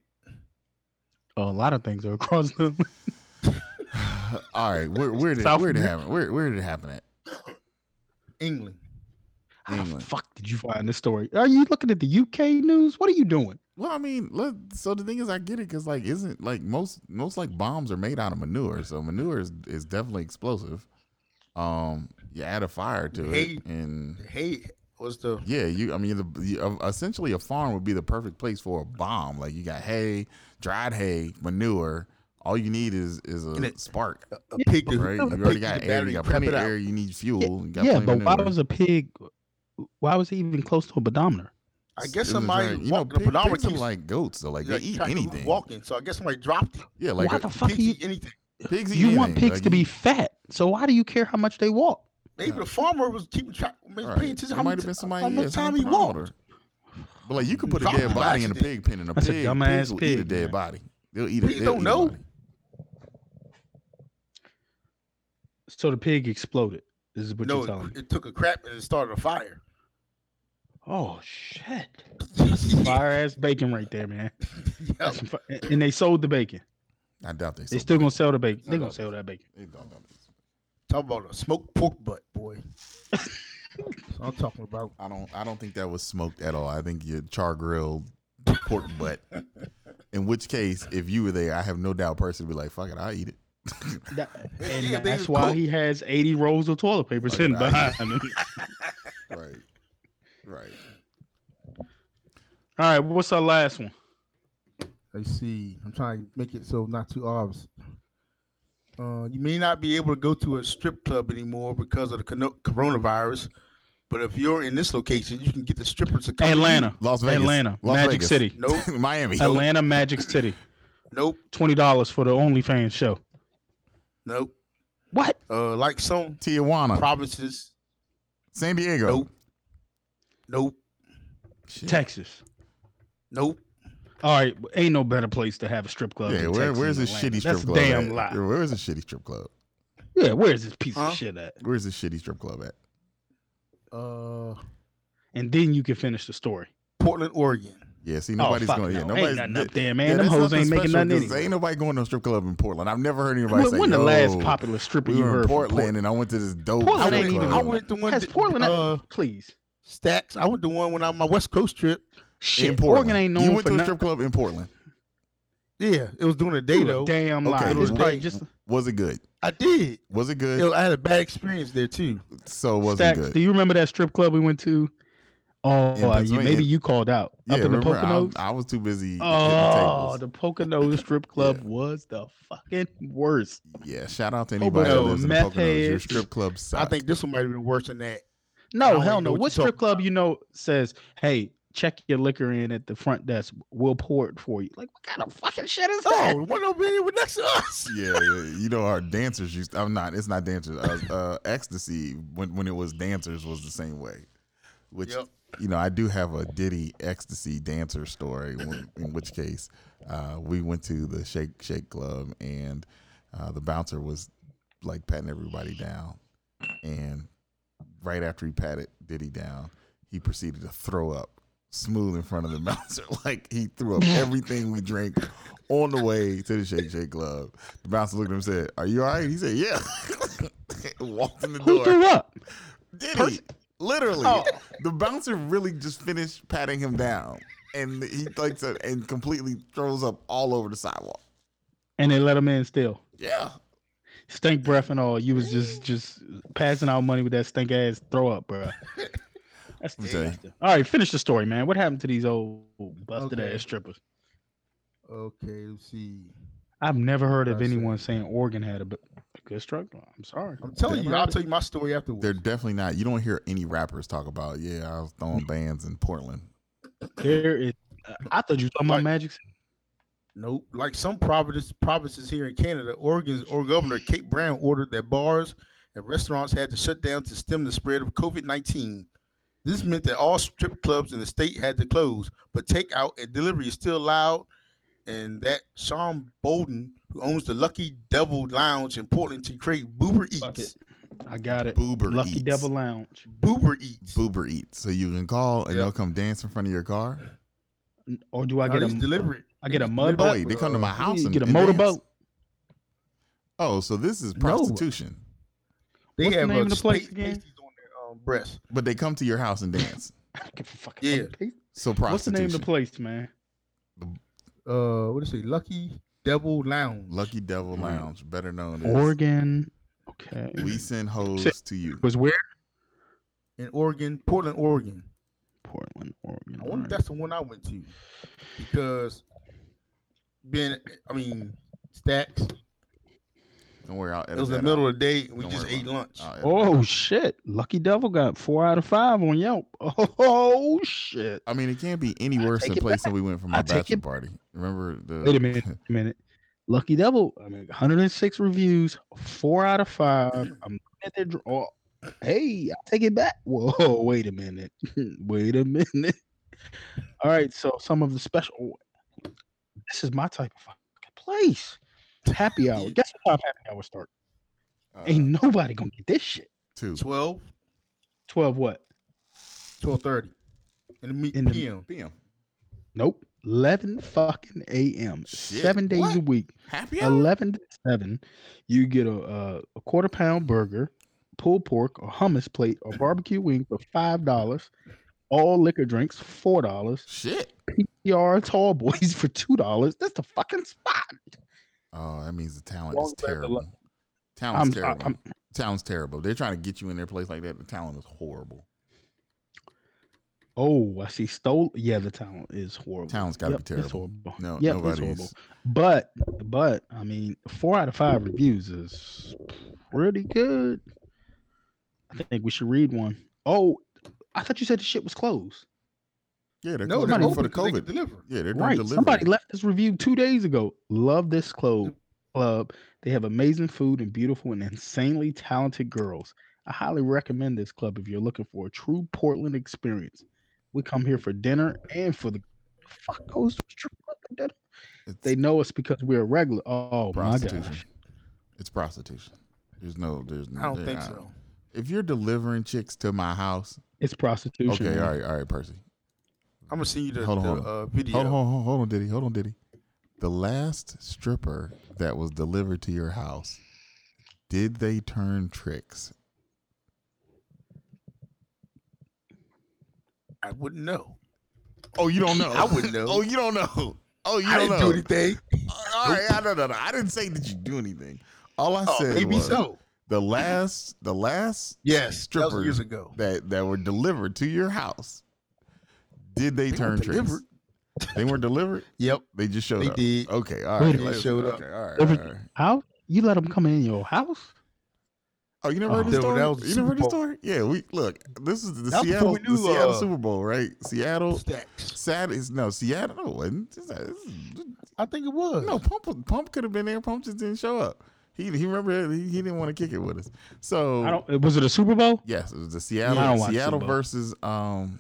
Speaker 3: Oh, a lot of things are across the
Speaker 2: All right, where where did
Speaker 3: South
Speaker 2: where did it
Speaker 3: America.
Speaker 2: happen? Where where did it happen at?
Speaker 4: England.
Speaker 3: How the
Speaker 2: England.
Speaker 3: fuck did you find this story? Are you looking at the UK news? What are you doing?
Speaker 2: Well, I mean, let, so the thing is, I get it because like, isn't like most most like bombs are made out of manure, so manure is, is definitely explosive. Um, you add a fire to
Speaker 4: Hay-
Speaker 2: it, and
Speaker 4: Hey, what's the
Speaker 2: yeah, you. I mean, the, you- uh, essentially, a farm would be the perfect place for a bomb. Like you got hay, dried hay, manure. All you need is is
Speaker 4: And
Speaker 2: a
Speaker 4: it-
Speaker 2: spark,
Speaker 4: a a pig? to-
Speaker 2: right? You
Speaker 4: a
Speaker 2: already
Speaker 4: pig to
Speaker 2: got air.
Speaker 4: the battery,
Speaker 2: You got
Speaker 4: prep
Speaker 2: plenty
Speaker 4: it
Speaker 2: of
Speaker 4: out.
Speaker 2: air. You need fuel. You got
Speaker 3: yeah,
Speaker 2: plenty
Speaker 3: but
Speaker 2: of
Speaker 3: why
Speaker 2: manure.
Speaker 3: was a pig? Why was he even close to a pedometer?
Speaker 2: It
Speaker 4: I
Speaker 2: was
Speaker 4: guess somebody
Speaker 2: very- you know,
Speaker 4: walked the
Speaker 2: pig,
Speaker 4: pedometer
Speaker 2: pigs are
Speaker 4: keeps-
Speaker 2: like goats, so like they
Speaker 4: like,
Speaker 2: eat
Speaker 4: tracking who's
Speaker 2: anything.
Speaker 4: Walking, so I guess somebody dropped it.
Speaker 2: Yeah, like
Speaker 3: why
Speaker 2: a-
Speaker 3: the fuck
Speaker 4: Pigs
Speaker 3: are you?
Speaker 4: eat anything.
Speaker 2: pigs eat
Speaker 3: You want
Speaker 2: anything.
Speaker 3: pigs
Speaker 2: Like,
Speaker 3: to
Speaker 2: you-
Speaker 3: be fat, so why do you care how much they walk?
Speaker 4: Maybe the farmer was keeping track. Maybe
Speaker 2: All
Speaker 4: paying
Speaker 2: right.
Speaker 4: attention
Speaker 2: It
Speaker 4: how
Speaker 2: might
Speaker 4: much
Speaker 2: have been somebody.
Speaker 4: how
Speaker 2: yeah,
Speaker 4: much
Speaker 2: some
Speaker 4: time he
Speaker 2: promoter.
Speaker 4: walked.
Speaker 2: But like you could put a
Speaker 4: Dropped
Speaker 2: dead
Speaker 4: by
Speaker 2: body in a pig
Speaker 4: accident.
Speaker 2: pen, and a
Speaker 3: That's a
Speaker 2: pig,
Speaker 3: dumbass
Speaker 2: pigs will eat a
Speaker 3: pig,
Speaker 2: dead
Speaker 3: man.
Speaker 2: body. They'll eat.
Speaker 4: Pigs
Speaker 2: they'll
Speaker 4: don't
Speaker 2: eat a
Speaker 4: know.
Speaker 2: body.
Speaker 3: So the pig exploded. This is what
Speaker 4: No,
Speaker 3: you're telling
Speaker 4: it,
Speaker 3: me.
Speaker 4: it took a crap and it started a fire.
Speaker 3: Oh shit!
Speaker 4: yeah,
Speaker 3: Fire ass bacon right there, man.
Speaker 4: yeah.
Speaker 3: That's some fi- and they sold the bacon.
Speaker 2: I doubt they.
Speaker 3: They
Speaker 2: sold
Speaker 3: still
Speaker 2: pigs.
Speaker 3: gonna sell the bacon.
Speaker 4: I
Speaker 3: They gonna
Speaker 4: love
Speaker 3: sell that bacon.
Speaker 2: They don't know pigs.
Speaker 4: Talk about a smoked pork butt, boy. That's what I'm talking about.
Speaker 2: I don't. I don't think that was smoked at all. I think you char grilled pork butt. In which case, if you were there, I have no doubt. Person would be like, "Fuck it, I'll eat it."
Speaker 3: That- and
Speaker 4: Yeah, they
Speaker 3: that's
Speaker 4: was
Speaker 3: why
Speaker 4: cooked.
Speaker 3: he has eighty rolls of toilet paper
Speaker 2: Like,
Speaker 3: sitting
Speaker 2: I-
Speaker 3: behind him.
Speaker 2: right. Right.
Speaker 3: All right, what's our last one?
Speaker 5: Let's see. I'm trying to make it so not too obvious.
Speaker 4: Uh, you may not be able to go to a strip club anymore because of the cono- coronavirus, but if you're in this location, you can get the strippers to come. to you.
Speaker 3: Atlanta,
Speaker 2: Las Vegas.
Speaker 3: Atlanta,
Speaker 2: Las
Speaker 3: Magic
Speaker 2: Vegas.
Speaker 3: City,
Speaker 4: Nope,
Speaker 2: Miami.
Speaker 3: Atlanta, Magic City.
Speaker 4: nope,
Speaker 3: Twenty dollars for the OnlyFans show.
Speaker 4: nope.
Speaker 3: What?
Speaker 4: Uh, like some
Speaker 2: Tijuana.
Speaker 4: provinces,
Speaker 2: San Diego.
Speaker 4: nope, nope,
Speaker 2: Shit.
Speaker 3: Texas.
Speaker 4: nope.
Speaker 3: All right, ain't no better place to have a strip club.
Speaker 2: Yeah,
Speaker 3: than
Speaker 2: where,
Speaker 3: Texas
Speaker 2: where's
Speaker 3: and
Speaker 2: this
Speaker 3: Atlanta.
Speaker 2: shitty strip
Speaker 3: That's
Speaker 2: club?
Speaker 3: a damn
Speaker 2: at?
Speaker 3: lie.
Speaker 2: Yeah, Where's this shitty strip club?
Speaker 3: Yeah, where's this piece
Speaker 4: Huh?
Speaker 3: of shit at?
Speaker 2: Where's this shitty strip club at?
Speaker 4: Uh,
Speaker 3: And then you can finish the story.
Speaker 4: Portland, Oregon.
Speaker 2: Yeah, see,
Speaker 3: oh,
Speaker 2: nobody's
Speaker 3: fuck
Speaker 2: going. Yeah,
Speaker 3: no.
Speaker 2: nobody's.
Speaker 3: ain't nothing
Speaker 2: th-
Speaker 3: up there,
Speaker 2: yeah,
Speaker 3: man. Them
Speaker 2: that's
Speaker 3: hoes
Speaker 2: nothing
Speaker 3: ain't making
Speaker 2: special
Speaker 3: nothing
Speaker 2: 'cause
Speaker 3: anyway.
Speaker 2: Ain't nobody going to a strip club in Portland. I've never heard anybody
Speaker 3: When,
Speaker 2: say.
Speaker 3: when the last
Speaker 2: "Yo,
Speaker 3: popular stripper
Speaker 2: we
Speaker 3: you
Speaker 2: were in
Speaker 3: heard?
Speaker 2: Portland,
Speaker 3: Portland.
Speaker 2: and I went to this dope.
Speaker 3: Portland
Speaker 2: strip
Speaker 3: ain't even-
Speaker 2: club.
Speaker 4: I went to one.
Speaker 3: Has
Speaker 4: that-
Speaker 3: Portland?
Speaker 4: uh,
Speaker 3: please.
Speaker 4: Stacks. I went to one when I on my West Coast trip.
Speaker 2: in
Speaker 3: Shit,
Speaker 2: Portland.
Speaker 3: Oregon ain't
Speaker 2: You
Speaker 3: known
Speaker 2: went
Speaker 3: for
Speaker 2: to a
Speaker 3: nothing.
Speaker 2: strip club in Portland.
Speaker 4: Yeah, it was during the day
Speaker 3: You a
Speaker 4: though.
Speaker 3: Damn lie.
Speaker 2: Okay,
Speaker 3: It was
Speaker 2: well,
Speaker 3: probably just
Speaker 2: Was it good?
Speaker 4: I did.
Speaker 2: Was it good?
Speaker 4: Yo, I had a bad experience there too.
Speaker 2: so was
Speaker 3: Stacks,
Speaker 2: it
Speaker 3: Do
Speaker 2: good?
Speaker 3: you remember that strip club we went to? Oh,
Speaker 2: In
Speaker 3: uh, you,
Speaker 2: Pennsylvania.
Speaker 3: maybe you called out
Speaker 2: Yeah,
Speaker 3: up in the
Speaker 2: remember, I,
Speaker 3: Poconos.
Speaker 2: I was too busy.
Speaker 3: Oh,
Speaker 2: hitting
Speaker 3: the Poconos strip club was the fucking worst.
Speaker 2: tables. yeah. Shout out to anybody
Speaker 4: no,
Speaker 2: who lives in the
Speaker 3: Oh, meth
Speaker 2: Poconos. Your
Speaker 3: heads.
Speaker 2: strip club
Speaker 4: I
Speaker 2: sucks.
Speaker 4: think this one might have been worse than that.
Speaker 3: No,
Speaker 4: don't
Speaker 3: hell
Speaker 4: even know
Speaker 3: no.
Speaker 4: what
Speaker 3: What
Speaker 4: you're
Speaker 3: strip
Speaker 4: talking
Speaker 3: club you know says, "Hey, check your liquor in at the front desk. We'll pour it for you." Like, what kind of fucking shit is that?
Speaker 4: Oh, the one over here was next to us.
Speaker 2: yeah, yeah, you know our dancers used. I'm not. It's not dancers. Uh, uh, ecstasy when when it was dancers was the same way. Which
Speaker 4: Yep.
Speaker 2: you know I do have a Diddy ecstasy dancer story. when- in which case, uh, we went to the Shake Shake Club and uh, the bouncer was like patting everybody down, and right after he patted Diddy down, he proceeded to throw up smooth in front of the bouncer. Like he threw up everything we drank on the way to the Shake Shake Club. The bouncer looked at him and said, Are you all right? He said, Yeah. Walked in the
Speaker 3: Who
Speaker 2: door.
Speaker 3: threw up?
Speaker 2: Did he?
Speaker 3: Pers-
Speaker 2: Literally.
Speaker 3: Oh.
Speaker 2: The bouncer really just finished patting him down. And he like said, and completely throws up all over the sidewalk.
Speaker 3: And they let him in still.
Speaker 2: Yeah.
Speaker 3: Stink breath and all. You was just just passing out money with that stink ass throw up, bro. That's
Speaker 2: I'm telling you.
Speaker 3: disgusting. All right, finish the story, man. What happened to these old busted
Speaker 5: Okay.
Speaker 3: ass strippers?
Speaker 5: Okay, let's see.
Speaker 3: I've never heard of
Speaker 5: I see.
Speaker 3: anyone saying Oregon had a, bu- a good strike. line. I'm sorry.
Speaker 4: I'm telling you, I'll tell you my story afterwards.
Speaker 2: They're definitely not. You don't hear any rappers talk about, yeah, I was
Speaker 3: Mm.
Speaker 2: throwing bands in Portland.
Speaker 3: There is. I thought you were talking about
Speaker 4: Like-
Speaker 3: Magic. City.
Speaker 4: Nope. Like some provinces, provinces here in Canada, Oregon's or Governor Kate Brown ordered that bars and restaurants had to shut down to stem the spread of COVID 19. This meant that all strip clubs in the state had to close, but takeout and delivery is still allowed. And that Sean Bolden, who owns the Lucky Devil Lounge in Portland, to create Boober
Speaker 3: Fuck
Speaker 4: Eats.
Speaker 3: I got it.
Speaker 2: Boober
Speaker 3: Lucky
Speaker 2: Eats.
Speaker 3: Devil Lounge.
Speaker 4: Boober Eats.
Speaker 2: Boober Eats. So you can call and
Speaker 4: Yeah.
Speaker 2: they'll come dance in front of your car.
Speaker 3: N- Or do I
Speaker 4: Now,
Speaker 3: get
Speaker 4: these
Speaker 3: a
Speaker 4: delivery.
Speaker 3: I get a
Speaker 4: these
Speaker 3: mud
Speaker 4: delivery-
Speaker 2: Oh, wait, they come to my
Speaker 4: uh,
Speaker 2: house
Speaker 3: you
Speaker 2: and
Speaker 3: get a
Speaker 2: and dance?
Speaker 3: motorboat?
Speaker 2: Oh, so this is
Speaker 5: No.
Speaker 2: prostitution.
Speaker 4: They
Speaker 3: What's the
Speaker 4: have
Speaker 3: name
Speaker 4: uh,
Speaker 3: of the place
Speaker 4: steak
Speaker 3: again?
Speaker 4: pasties on their um, breast.
Speaker 2: But they come to your house and dance.
Speaker 3: I don't give a fuck.
Speaker 4: Yeah.
Speaker 2: So
Speaker 3: What's the
Speaker 2: prostitution.
Speaker 3: name of the place, man?
Speaker 5: Uh,
Speaker 4: Uh, what is it? Lucky Devil Lounge.
Speaker 2: Lucky Devil Lounge, better known as
Speaker 3: Mm. Oregon. Okay.
Speaker 2: We Send Hoes to You.
Speaker 3: Was where?
Speaker 4: in Oregon, Portland, Oregon.
Speaker 3: Portland, Oregon.
Speaker 4: I wonder if
Speaker 3: alright.
Speaker 4: that's the one I went to because being, I mean, stacks.
Speaker 2: Don't worry, I'll edit
Speaker 4: It was in the
Speaker 2: that
Speaker 4: middle
Speaker 2: out.
Speaker 4: of the day. and We
Speaker 2: Don't
Speaker 4: just
Speaker 2: worry
Speaker 4: ate
Speaker 2: about it. Uh,
Speaker 4: lunch.
Speaker 2: I'll edit that out.
Speaker 3: Oh shit! Lucky Devil got four out of five on Yelp. Oh shit!
Speaker 2: I mean, it can't be any worse
Speaker 3: take
Speaker 2: than
Speaker 3: it
Speaker 2: place
Speaker 3: back.
Speaker 2: that we went for my
Speaker 3: I take
Speaker 2: bachelor
Speaker 3: it-
Speaker 2: party. Remember the
Speaker 3: Wait a minute. Wait a minute. Lucky Devil. I mean, 106 reviews, four out of five. I'm looking at their draw. Hey, I take it back. Whoa! Wait a minute. wait a minute. All right. So some of the special. oh, This is my type of fucking place. Happy hour. Guess what time happy hour start?
Speaker 2: uh,
Speaker 3: Ain't nobody gonna get this shit.
Speaker 2: two
Speaker 4: 12,
Speaker 3: 12 what?
Speaker 4: 12.30 in the, me-
Speaker 3: In the-
Speaker 4: p.m.
Speaker 2: p.m.
Speaker 3: Nope. 11 fucking a.m.
Speaker 2: Shit,
Speaker 3: Seven days a
Speaker 2: what?
Speaker 3: week.
Speaker 2: Happy hour.
Speaker 3: 11 to 7, you get a, uh, a quarter pound burger, pulled pork, or hummus plate, or barbecue wing for $5. All liquor drinks, $4.
Speaker 2: Shit.
Speaker 3: PR tall boys for $2. That's the fucking spot.
Speaker 2: Oh, that means the talent
Speaker 3: Long
Speaker 2: is
Speaker 3: way to
Speaker 2: terrible.
Speaker 3: look.
Speaker 2: Talent's
Speaker 3: I'm,
Speaker 2: terrible.
Speaker 3: I'm,
Speaker 2: Talent's terrible. They're trying to get you in their place like that. The talent is horrible.
Speaker 3: oh, I see. Stole. Yeah, the town is horrible.
Speaker 2: Talent's got to
Speaker 3: Yep,
Speaker 2: be terrible.
Speaker 3: It's horrible.
Speaker 2: No,
Speaker 3: Yep, it's horrible.
Speaker 2: nobody's.
Speaker 3: But but I mean, four out of five reviews is pretty good. I think we should read one. Oh, I thought you said the shit was closed.
Speaker 2: Yeah, they're
Speaker 4: No,
Speaker 2: no,
Speaker 4: they're
Speaker 2: doing for
Speaker 4: open
Speaker 2: the
Speaker 4: so they can
Speaker 2: COVID.
Speaker 4: deliver.
Speaker 2: Yeah, they're doing
Speaker 3: right.
Speaker 2: delivery.
Speaker 3: Somebody left this review two days ago. Love this club. Club. They have amazing food and beautiful and insanely talented girls. I highly recommend this club if you're looking for a true Portland experience. We come here for dinner and for the fuck goes to strip club for dinner?
Speaker 2: It's
Speaker 3: They know us because we're a regular. Oh my
Speaker 2: prostitution.
Speaker 3: gosh.
Speaker 2: It's prostitution. There's no. There's. no-
Speaker 4: I don't
Speaker 2: there-
Speaker 4: think so.
Speaker 2: If you're delivering chicks to my house,
Speaker 3: It's prostitution.
Speaker 2: okay,
Speaker 3: man.
Speaker 2: all right, all right, Percy.
Speaker 4: I'm going to send you the,
Speaker 2: Hold on,
Speaker 4: the,
Speaker 2: hold on.
Speaker 4: uh, video.
Speaker 2: Hold on, hold on, hold on, Diddy. Hold on, Diddy. The last stripper that was delivered to your house, did they turn tricks?
Speaker 4: I wouldn't know.
Speaker 2: Oh, you don't know.
Speaker 4: I wouldn't know.
Speaker 2: Oh, you don't know. Oh, you
Speaker 4: I
Speaker 2: don't
Speaker 4: didn't
Speaker 2: know.
Speaker 4: do anything.
Speaker 2: All right, I don't know. I didn't say that you do anything. All I
Speaker 4: Oh,
Speaker 2: said
Speaker 4: maybe
Speaker 2: was
Speaker 4: so.
Speaker 2: the last, the last
Speaker 4: Yes, that was
Speaker 2: Strippers.
Speaker 4: years ago.
Speaker 2: that that were delivered to your house, did they,
Speaker 4: They
Speaker 2: turn
Speaker 4: weren't
Speaker 2: tricks?
Speaker 4: delivered.
Speaker 2: They weren't delivered.
Speaker 4: Yep,
Speaker 2: They just showed
Speaker 4: they
Speaker 2: up.
Speaker 4: did.
Speaker 2: Okay, all
Speaker 3: They
Speaker 2: right.
Speaker 3: did.
Speaker 2: listen,
Speaker 4: Showed up.
Speaker 2: okay, all right, all right,
Speaker 3: Delivered-
Speaker 2: all right.
Speaker 3: How you let them come in your house?
Speaker 2: Oh, you
Speaker 3: Uh-huh.
Speaker 2: never heard the
Speaker 4: Oh.
Speaker 2: story?
Speaker 4: That was the
Speaker 2: you never heard the
Speaker 4: Super Bowl.
Speaker 2: story? Yeah, we look. This is the
Speaker 4: That was
Speaker 2: Seattle,
Speaker 4: before we
Speaker 2: the
Speaker 4: knew,
Speaker 2: Seattle
Speaker 4: uh,
Speaker 2: Super Bowl, right? Seattle.
Speaker 4: Stacks.
Speaker 2: Sad is no Seattle. No, it wasn't. It's- it's-
Speaker 4: I think it was.
Speaker 2: no, Pump. Pump could have been there. Pump just didn't show up. He he remember he, he didn't want to kick it with us. So
Speaker 3: I
Speaker 2: Oh.
Speaker 3: don't. Was it a Super Bowl?
Speaker 2: yes, it was the
Speaker 3: I don't
Speaker 2: Seattle
Speaker 3: watch
Speaker 2: Seattle
Speaker 3: Super Bowl.
Speaker 2: versus um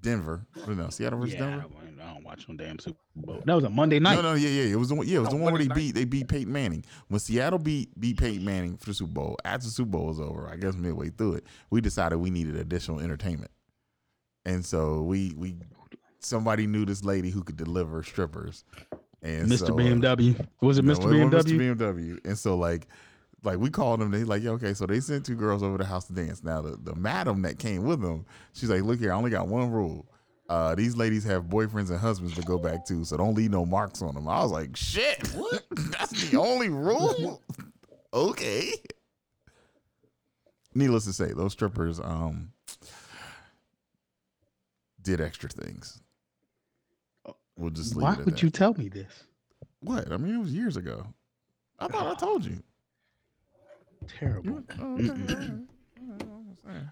Speaker 2: Denver. Or no, Seattle versus
Speaker 3: Yeah, I
Speaker 2: Denver.
Speaker 3: don't, I don't watch no damn Super Bowl. That was a Monday night.
Speaker 2: No, no, yeah, yeah. It was the one. Yeah, it was
Speaker 4: No,
Speaker 2: the one where
Speaker 4: Monday
Speaker 2: they
Speaker 4: night.
Speaker 2: beat they beat Peyton Manning. When Seattle beat beat Peyton Manning for the Super Bowl, after the Super Bowl was over, I guess midway through it, we decided we needed additional entertainment, and so we we somebody knew this lady who could deliver strippers, and
Speaker 3: Mr.
Speaker 2: so, uh,
Speaker 3: BMW. Was it
Speaker 2: no,
Speaker 3: Mr.
Speaker 2: it wasn't Mr.
Speaker 3: BMW?
Speaker 2: BMW. And so like like we called them, they like, yeah, okay. So they sent two girls over to the house to dance. Now the, the madam that came with them, she's like, look here, I only got one rule. Uh, these ladies have boyfriends and husbands to go back to, so don't leave no marks on them. I was like, shit, what? That's the only rule? okay. Needless to say, those strippers um did extra things. We'll just leave
Speaker 3: Why
Speaker 2: it at
Speaker 3: would
Speaker 2: that.
Speaker 3: you tell me this?
Speaker 2: What? I mean, it was years ago. I thought I told you.
Speaker 3: Terrible.
Speaker 2: Mm. You- oh, okay, all right.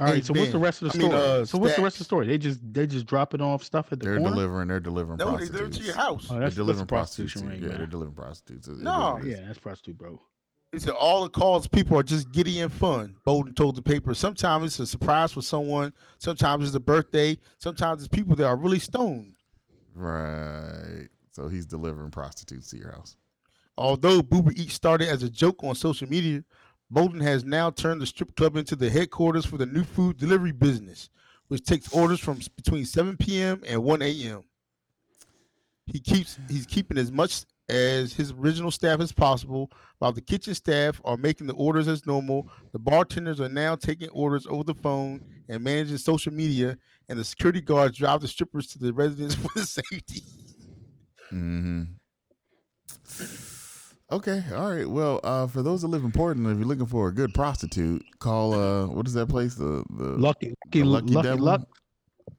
Speaker 2: All right, I'm just saying.
Speaker 3: All
Speaker 4: Hey,
Speaker 3: right. So what's the
Speaker 4: Ben,
Speaker 3: rest of the
Speaker 4: I mean,
Speaker 3: story?
Speaker 4: uh,
Speaker 3: so what's the rest
Speaker 4: Stacks.
Speaker 3: of the story? They just they just dropping off stuff at the
Speaker 2: They're
Speaker 3: corner.
Speaker 2: delivering. They're delivering
Speaker 4: No, they deliver
Speaker 2: prostitutes.
Speaker 4: to your house.
Speaker 3: Oh,
Speaker 2: They're
Speaker 3: that's, that's a
Speaker 2: delivering
Speaker 3: prostitution
Speaker 2: prostitutes.
Speaker 3: ring.
Speaker 2: yeah,
Speaker 3: man.
Speaker 2: they're delivering prostitutes. It- it
Speaker 4: No.
Speaker 2: is-
Speaker 4: delivering-
Speaker 3: yeah, that's prostitute, bro.
Speaker 4: He said all the calls people are just giddy and fun. Bowden told the paper. Sometimes it's a surprise for someone. Sometimes it's a birthday. Sometimes it's people that are really stoned.
Speaker 2: Right. So he's delivering prostitutes to your house.
Speaker 4: Although Boober Eats started as a joke on social media, Bowden has now turned the strip club into the headquarters for the new food delivery business, which takes orders from s- between 7 p.m. and 1 a.m. He keeps he's keeping as much as his original staff as possible, while the kitchen staff are making the orders as normal. The bartenders are now taking orders over the phone and managing social media, and the security guards drive the strippers to the residents for the safety.
Speaker 2: hmm Okay. All right. Well, uh, for those that live in Portland, if you're looking for a good prostitute, call uh, what is that place? The the
Speaker 3: Lucky,
Speaker 2: the
Speaker 3: lucky, lucky,
Speaker 2: Devil?
Speaker 3: luck.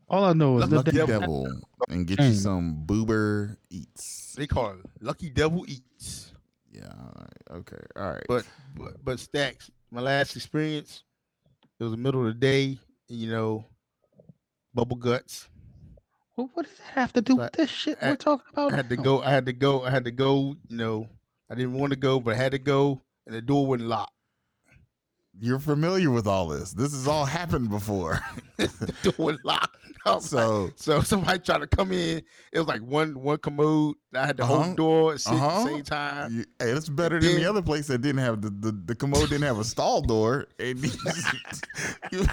Speaker 3: All I know is
Speaker 2: Lucky
Speaker 3: that
Speaker 2: Devil,
Speaker 3: they-
Speaker 2: and get you
Speaker 3: Mm.
Speaker 2: some boober eats.
Speaker 4: They call it Lucky Devil Eats.
Speaker 2: Yeah. All right. Okay. All right.
Speaker 4: But but, but stacks. My last experience, it was the middle of the day. You know, bubble guts.
Speaker 3: Well, what does that have to do
Speaker 4: So I-
Speaker 3: with this shit
Speaker 4: I-
Speaker 3: we're talking about?
Speaker 4: I had to
Speaker 3: now?
Speaker 4: go. I had to go. I had to go. You know, I didn't want to go, but I had to go, and the door wouldn't lock.
Speaker 2: You're familiar with all this. This has all happened before.
Speaker 3: Oh
Speaker 4: the door wouldn't lock. I was like-
Speaker 2: so
Speaker 4: so somebody tried to come in. It was like one one commode. and I had to hold
Speaker 2: Uh-huh.
Speaker 4: the door at the
Speaker 2: Uh-huh.
Speaker 4: same time.
Speaker 2: you, hey, that's better than the
Speaker 4: Then-
Speaker 2: other place that didn't have the, the, the commode didn't have a stall door. And you-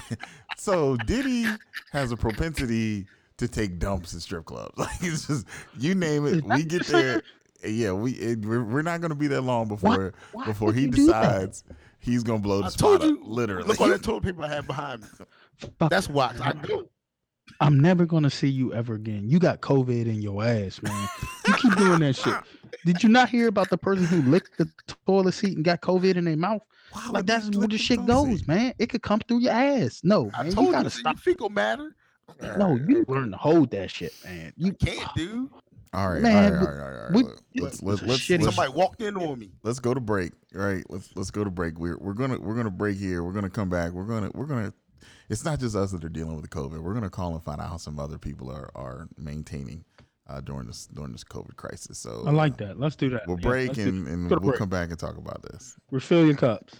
Speaker 2: so Diddy has a propensity to take dumps in strip clubs. Like it's just you name
Speaker 3: Is
Speaker 2: it,
Speaker 3: that
Speaker 2: we get
Speaker 3: this nigga?
Speaker 2: there. Yeah, we it, we're, we're not gonna be there long before
Speaker 3: Why
Speaker 2: before
Speaker 3: would
Speaker 2: he
Speaker 3: you do that?
Speaker 2: decides he's gonna blow the
Speaker 4: I
Speaker 2: spot
Speaker 4: told
Speaker 2: up,
Speaker 4: you.
Speaker 2: Literally,
Speaker 4: Look all that toilet paper I had behind me.
Speaker 3: Fuck,
Speaker 4: That's why I go.
Speaker 3: I'm never gonna see you ever again. You got COVID in your ass, man. You keep doing that shit. Did you not hear about the person who licked the toilet seat and got COVID in their mouth?
Speaker 2: Why
Speaker 3: Like
Speaker 2: would they
Speaker 3: that's where
Speaker 2: let
Speaker 3: the
Speaker 2: them
Speaker 3: shit
Speaker 2: dumps
Speaker 3: goes,
Speaker 2: it?
Speaker 3: man. It could come through your ass. No,
Speaker 4: I
Speaker 3: man,
Speaker 4: told
Speaker 3: you gotta
Speaker 4: you,
Speaker 3: stop.
Speaker 4: Your fecal matter.
Speaker 3: No, you learn to hold that shit, man. You
Speaker 4: You can't, dude.
Speaker 2: All right, all
Speaker 3: Man,
Speaker 2: right,
Speaker 3: but
Speaker 2: all right, all right, all
Speaker 3: what-
Speaker 2: right. Let's
Speaker 3: it's
Speaker 2: let's
Speaker 3: a
Speaker 2: let's,
Speaker 3: shitty-
Speaker 2: let's,
Speaker 4: Somebody walked in on me.
Speaker 2: let's go to break. All right, let's let's go to break. We're we're gonna we're gonna break here. We're gonna come back. We're gonna we're gonna. It's not just us that are dealing with the COVID. We're gonna call and find out how some other people are are maintaining uh, during this during this COVID crisis. So
Speaker 3: I like that. Let's do that.
Speaker 2: We'll
Speaker 3: Yeah,
Speaker 2: break
Speaker 3: let's do-
Speaker 2: and, and
Speaker 3: Go
Speaker 2: we'll
Speaker 3: to break.
Speaker 2: come back and talk about this.
Speaker 3: refill your cups.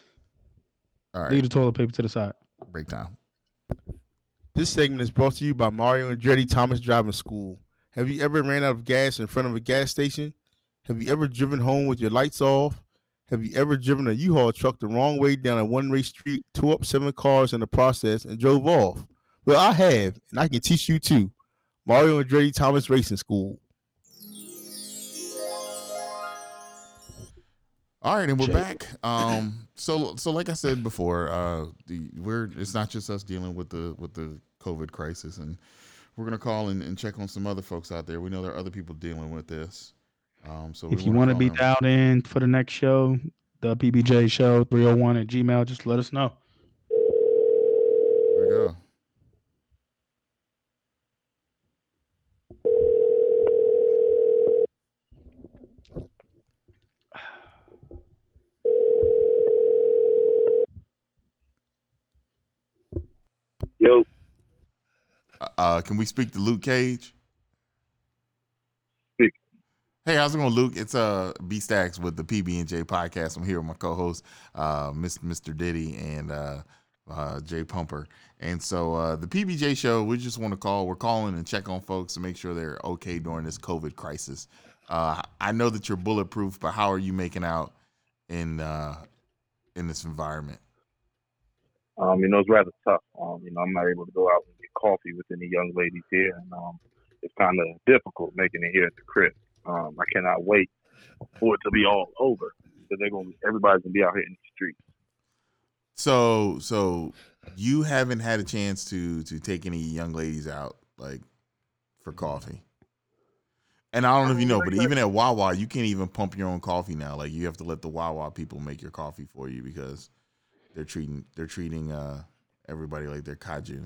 Speaker 2: All
Speaker 3: Leave
Speaker 2: right,
Speaker 3: the toilet paper to the side.
Speaker 2: break time.
Speaker 4: This segment is brought to you by Mario Andretti Thomas Driving School. Have you ever ran out of gas in front of a gas station? Have you ever driven home with your lights off? Have you ever driven a U-Haul truck the wrong way down a one-way street, tore up seven cars in the process, and drove off? Well, I have, and I can teach you too. Mario Andretti Thomas Racing School.
Speaker 2: All right, and we're
Speaker 3: Jake.
Speaker 2: back. Um, so so like I said before, uh, the, we're it's not just us dealing with the with the COVID crisis, and we're gonna call and, and check on some other folks out there. We know there are other people dealing with this. Um, so we
Speaker 3: If you want
Speaker 2: wanna
Speaker 3: to be
Speaker 2: call
Speaker 3: dialed in for the next show, the PBJ show 301 at Gmail, just let us know.
Speaker 2: them. There we go.
Speaker 6: Yo,
Speaker 2: Uh, can we speak to Luke Cage?
Speaker 6: Speak.
Speaker 2: Hey, how's it going, Luke? It's uh B Stacks with the PB and J podcast. I'm here with my co-host, uh, Miss- Mr. Diddy and uh, uh, Jay Pumper. And so uh, the PBJ show, we just want to call. We're calling and check on folks to make sure they're okay during this COVID crisis. Uh, I know that you're bulletproof, but how are you making out in uh, in this environment?
Speaker 6: um, you know it's rather tough. Um, you know I'm not able to go out and get coffee with any young ladies here, and um, it's kind of difficult making it here at the crib. Um, I cannot wait for it to be all over because they're gonna everybody's gonna be out here in the street.
Speaker 2: So so you haven't had a chance to to take any young ladies out like for coffee. And I don't know if you know, but even at Wawa, you can't even pump your own coffee now. Like you have to let the Wawa people make your coffee for you because they're treating they're treating uh everybody like they're kaiju.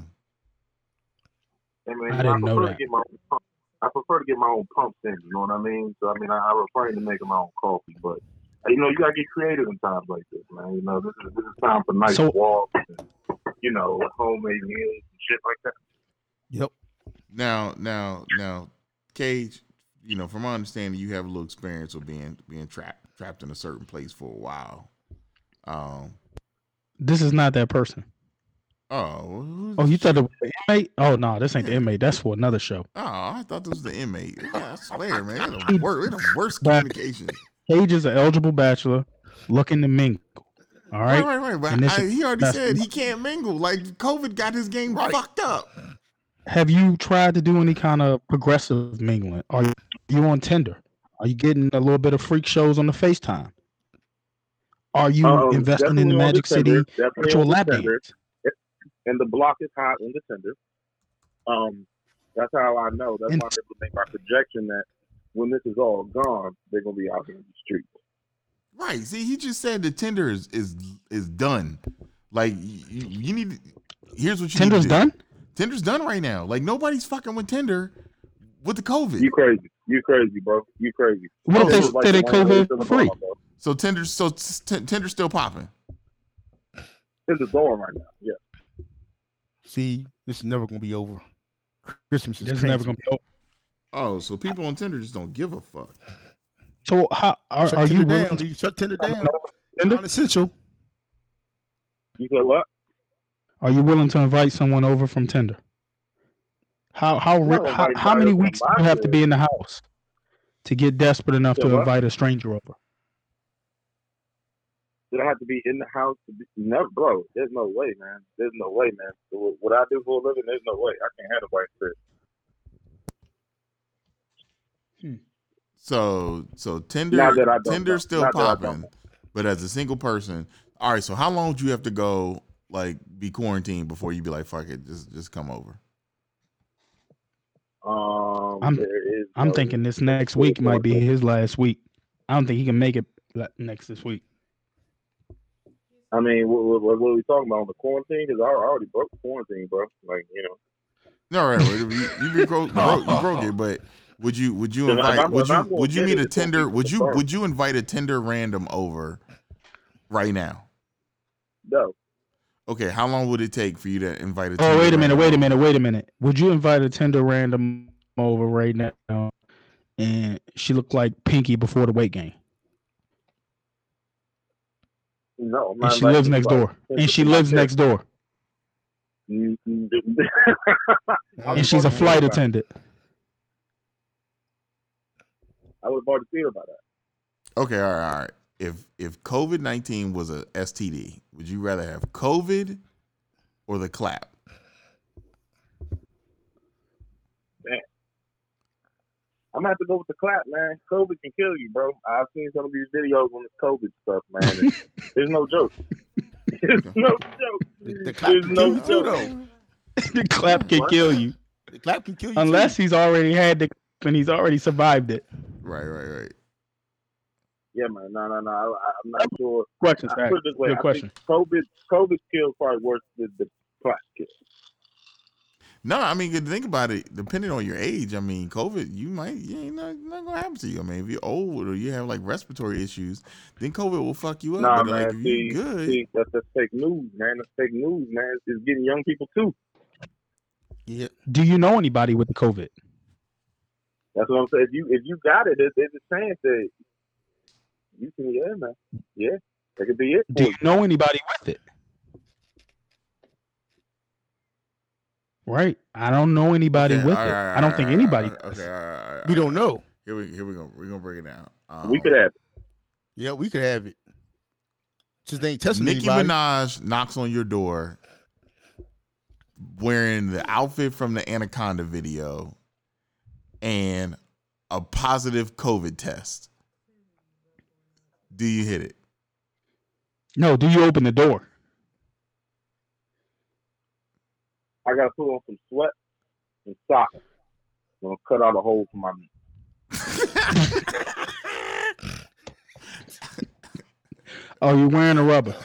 Speaker 6: I, mean,
Speaker 3: I didn't know
Speaker 6: prefer to
Speaker 3: that.
Speaker 6: get my own pump- I prefer to get my own pumps in. You know what I mean? So I mean I, I refrain to making my own coffee, but uh, you know you gotta get creative in times like this, man. You know this is this is time for nice
Speaker 3: So-
Speaker 6: walks. And, you know, homemade meals and shit like that.
Speaker 5: Yep.
Speaker 2: Now, now, now, Cage, you know, from my understanding, you have a little experience of being being trapped trapped in a certain place for a while. Um.
Speaker 3: This is not that person.
Speaker 2: Oh. well, who's
Speaker 3: Oh,
Speaker 2: this
Speaker 3: you thought
Speaker 2: chick?
Speaker 3: it was the inmate? Oh no, this ain't the inmate. That's for another show.
Speaker 2: Oh, I thought this was the inmate. Yeah, I swear, man, it's the worst, the worst
Speaker 3: Right.
Speaker 2: communication.
Speaker 3: Cage is an eligible bachelor looking to mingle. All
Speaker 2: Right,
Speaker 3: right.
Speaker 2: right, right. But
Speaker 3: And this
Speaker 2: I,
Speaker 3: is-
Speaker 2: he already
Speaker 3: that's-
Speaker 2: said he can't mingle. Like COVID got his game fucked up.
Speaker 3: Have you tried to do any kind of progressive mingling? Are you on Tinder? Are you getting a little bit of freak shows on the FaceTime? Are you
Speaker 6: Uh-oh,
Speaker 3: investing in the
Speaker 6: Um, definitely on
Speaker 3: Magic City
Speaker 6: Tinder, definitely
Speaker 3: virtual
Speaker 6: on
Speaker 3: lap
Speaker 6: Tinder,
Speaker 3: dance?
Speaker 6: And the block is hot on the Tinder. Um, that's how I know. That's
Speaker 3: And-
Speaker 6: why I'm able to make my projection that when this is all gone, they're gonna be out here in the street.
Speaker 2: Right. See, he just said the Tinder is is is done. Like you, you need. to- Here's what you need
Speaker 3: Tinder's
Speaker 2: to do.
Speaker 3: done?
Speaker 2: Tinder's done right now. Like nobody's fucking with Tinder with the COVID.
Speaker 6: You crazy? You crazy, bro? You crazy?
Speaker 3: What if
Speaker 6: This
Speaker 3: they
Speaker 6: is Oh, like
Speaker 3: say
Speaker 6: the
Speaker 3: they
Speaker 6: Wayne Wade to the
Speaker 3: COVID free?
Speaker 6: ball, bro.
Speaker 2: So Tinder's so t- Tinder's still popping.
Speaker 6: This is going right now. Yeah.
Speaker 5: See, this is never gonna be over. Christmas is
Speaker 3: This is never gonna be over.
Speaker 2: Oh, so people on Tinder just don't give a fuck.
Speaker 3: So how are,
Speaker 5: Shut
Speaker 3: are you
Speaker 5: Tinder
Speaker 3: willing
Speaker 5: down.
Speaker 3: to
Speaker 5: Lee. Shut Tinder down.
Speaker 3: Tinder?
Speaker 5: essential.
Speaker 6: You said what?
Speaker 3: Are you willing to invite someone over from Tinder? How how
Speaker 6: No,
Speaker 3: re- how,
Speaker 6: invite
Speaker 3: how many
Speaker 6: somebody
Speaker 3: weeks do
Speaker 6: from
Speaker 3: you
Speaker 6: my
Speaker 3: have to be in the house to get desperate enough
Speaker 6: Say
Speaker 3: to
Speaker 6: what?
Speaker 3: invite a stranger over?
Speaker 6: Did I have to be in the house? To be, never, bro. There's no way, man. There's no way, man. What what I do for a living, there's no way. I can't handle white shit.
Speaker 2: So so Tinder
Speaker 6: Not that I don't know.
Speaker 2: Tinder's still
Speaker 6: Not that I don't
Speaker 2: popping, but as a single person, all right. So how long do you have to go like be quarantined before you be like fuck it, just just come over?
Speaker 6: Um,
Speaker 3: I'm-
Speaker 6: there is
Speaker 3: I'm
Speaker 6: no-
Speaker 3: thinking this next week might be his last week. I don't think he can make it la- next this week.
Speaker 6: I mean, what, what, what are we talking about on the quarantine? Because I already broke the quarantine, bro. Like, you know,
Speaker 2: No, right, right. You, you be broke, broke, you broke it, but would you would you
Speaker 6: If I- if
Speaker 2: invite
Speaker 6: I'm-
Speaker 2: would
Speaker 6: if
Speaker 2: you
Speaker 6: I'm gonna
Speaker 2: would you
Speaker 6: get
Speaker 2: meet
Speaker 6: it,
Speaker 2: a
Speaker 6: it's gonna be
Speaker 2: Tinder
Speaker 6: with
Speaker 2: would
Speaker 6: the
Speaker 2: you
Speaker 6: firm.
Speaker 2: would you invite a Tinder random over right now?
Speaker 6: no,
Speaker 2: Okay, how long would it take for you to invite a?
Speaker 3: Oh
Speaker 2: Tinder
Speaker 3: wait a minute,
Speaker 2: random
Speaker 3: wait a
Speaker 2: over?
Speaker 3: minute, wait a minute. Would you invite a Tinder random over right now? And she looked like Pinky before the weight gain,
Speaker 6: no. I'm
Speaker 3: and
Speaker 6: not
Speaker 3: she lives
Speaker 6: inviting
Speaker 3: next
Speaker 6: nobody.
Speaker 3: door, and she lives next door,
Speaker 6: Mm, mm, mm. I was
Speaker 3: and she's a
Speaker 6: already
Speaker 3: flight
Speaker 6: thinking about it.
Speaker 3: attendant.
Speaker 6: I was already thinking about that.
Speaker 2: Okay, all right, all right. If if COVID nineteen was a STD, would you rather have COVID or the clap?
Speaker 6: I'm gonna have to go with the clap, man. COVID can kill you, bro. I've seen some of these videos on this COVID stuff, man. and There's no joke. There's no joke.
Speaker 5: The, the clap
Speaker 6: There's
Speaker 5: can kill
Speaker 6: no
Speaker 5: you too,
Speaker 6: joke.
Speaker 5: though.
Speaker 3: the clap can
Speaker 6: What?
Speaker 3: kill you,
Speaker 5: The clap can kill you
Speaker 3: unless
Speaker 5: too.
Speaker 3: he's already had the and he's already survived it.
Speaker 2: Right, right, right.
Speaker 6: Yeah, man. No, no, no. I, I- I'm not sure.
Speaker 3: Questions,
Speaker 6: I put it this way.
Speaker 3: Good
Speaker 6: I
Speaker 3: question.
Speaker 6: think COVID, COVID kills probably worse than the clap kills.
Speaker 2: No, I mean, good to think about it. Depending on your age, I mean, COVID, you might, you ain't not, not gonna happen to you. I mean, if you're old or you have like respiratory issues, then COVID will fuck you up.
Speaker 6: Nah,
Speaker 2: but
Speaker 6: man.
Speaker 2: like, if
Speaker 6: see,
Speaker 2: you good,
Speaker 6: see, that's, that's fake news, man. That's fake news, man. It's, it's getting young people too.
Speaker 5: Yeah.
Speaker 3: Do you know anybody with COVID?
Speaker 6: That's what I'm saying. If you if you got it, there's, there's a chance that you can. Yeah, man. Yeah, that could be it.
Speaker 3: Do
Speaker 6: For
Speaker 3: you know anybody with it? Right. I don't know anybody
Speaker 2: Okay,
Speaker 3: with
Speaker 2: all
Speaker 3: it.
Speaker 2: right,
Speaker 3: I don't
Speaker 2: all
Speaker 3: think
Speaker 2: right,
Speaker 3: anybody.
Speaker 2: all right,
Speaker 3: does.
Speaker 2: okay, all right, all right,
Speaker 5: We don't know.
Speaker 2: Here we here we go. We're gonna break it down.
Speaker 6: you.
Speaker 2: Um,
Speaker 6: we could have. it.
Speaker 5: Yeah, we could have it. Since they ain't testing
Speaker 2: Nicki
Speaker 5: anybody.
Speaker 2: Minaj knocks on your door wearing the outfit from the Anaconda video and a positive COVID test. Do you hit it?
Speaker 3: No. Do you open the door?
Speaker 6: I gotta put on some sweat and socks. I'm gonna cut out a hole for my meat.
Speaker 3: Oh, you're wearing a rubber.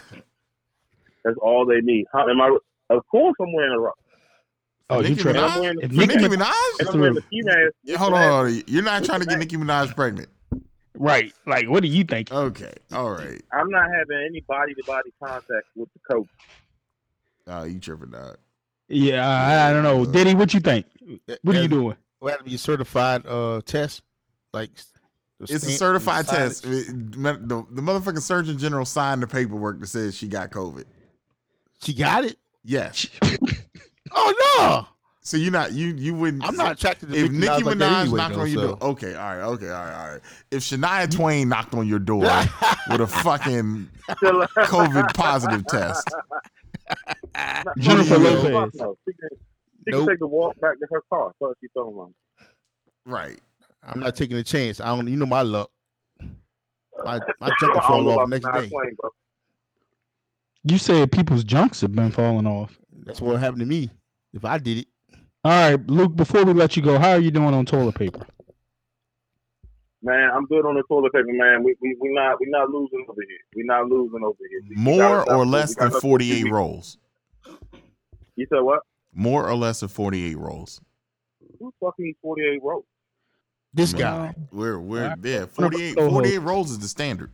Speaker 6: That's all they need. How am I? Of course, I'm wearing a rock.
Speaker 3: Oh, you
Speaker 2: Nicki
Speaker 3: tripping?
Speaker 6: I'm
Speaker 2: Minaj?
Speaker 6: wearing,
Speaker 3: If
Speaker 2: For Nicki
Speaker 3: Nicki Min-
Speaker 6: and
Speaker 2: Minaj?
Speaker 6: I'm wearing a ski mask.
Speaker 2: Yeah, hold on, hold on. You're not trying to get Nicki Minaj pregnant.
Speaker 3: Right. Like, what do you think?
Speaker 2: Okay. All right.
Speaker 6: I'm not having any body to body contact with the coach.
Speaker 2: Uh, you tripping, dog?
Speaker 3: Yeah, I, I don't know.
Speaker 2: Uh,
Speaker 3: Diddy, what you think? What are you doing?
Speaker 4: Well, have to be certified uh test, like the
Speaker 2: It's a
Speaker 4: stamp
Speaker 2: certified
Speaker 4: inside it.
Speaker 2: test. It- The, the motherfucking surgeon general signed the paperwork that says she got COVID.
Speaker 4: She got it.
Speaker 2: Yes.
Speaker 4: Oh
Speaker 2: So you're not you you wouldn't.
Speaker 4: no, I'm not attracted to
Speaker 2: If
Speaker 4: Nicki
Speaker 2: Nicki
Speaker 4: Minaj, like that
Speaker 2: Minaj
Speaker 4: anyway,
Speaker 2: knocked
Speaker 4: though,
Speaker 2: on your
Speaker 4: so.
Speaker 2: door, okay, all right, okay, all right, all right. If Shania Twain knocked on your door with a fucking
Speaker 6: Still-
Speaker 2: COVID positive test,
Speaker 3: Jennifer
Speaker 2: you-
Speaker 3: Lopez.
Speaker 6: Fuck no. She can, she
Speaker 4: Nope.
Speaker 6: can take a walk back to her car. Fuck you talking about.
Speaker 2: right?
Speaker 4: I'm not taking a chance. I don't. You know my luck. My my
Speaker 6: I
Speaker 4: jumper
Speaker 6: don't
Speaker 4: fall
Speaker 6: know
Speaker 4: off
Speaker 6: about
Speaker 4: next
Speaker 6: Nas
Speaker 4: day.
Speaker 6: Wayne, bro.
Speaker 3: You said people's junks have been falling off.
Speaker 4: That's what happened to me. If I did it,
Speaker 3: All right, Luke. Before we let you go, how are you doing on toilet paper?
Speaker 6: Man, I'm good on the toilet paper, man. We we we not we not losing over here. We not losing over here. We got
Speaker 2: More
Speaker 6: enough-
Speaker 2: or
Speaker 6: we
Speaker 2: less
Speaker 6: got
Speaker 2: than
Speaker 6: enough-
Speaker 2: 48 rolls.
Speaker 6: You said what?
Speaker 2: More or less than 48 rolls.
Speaker 6: Who fucking 48 rope?
Speaker 4: this
Speaker 2: Man.
Speaker 4: guy.
Speaker 2: We're we're yeah,
Speaker 3: my
Speaker 2: 48
Speaker 3: co-hosts.
Speaker 2: 48 rolls is the standard.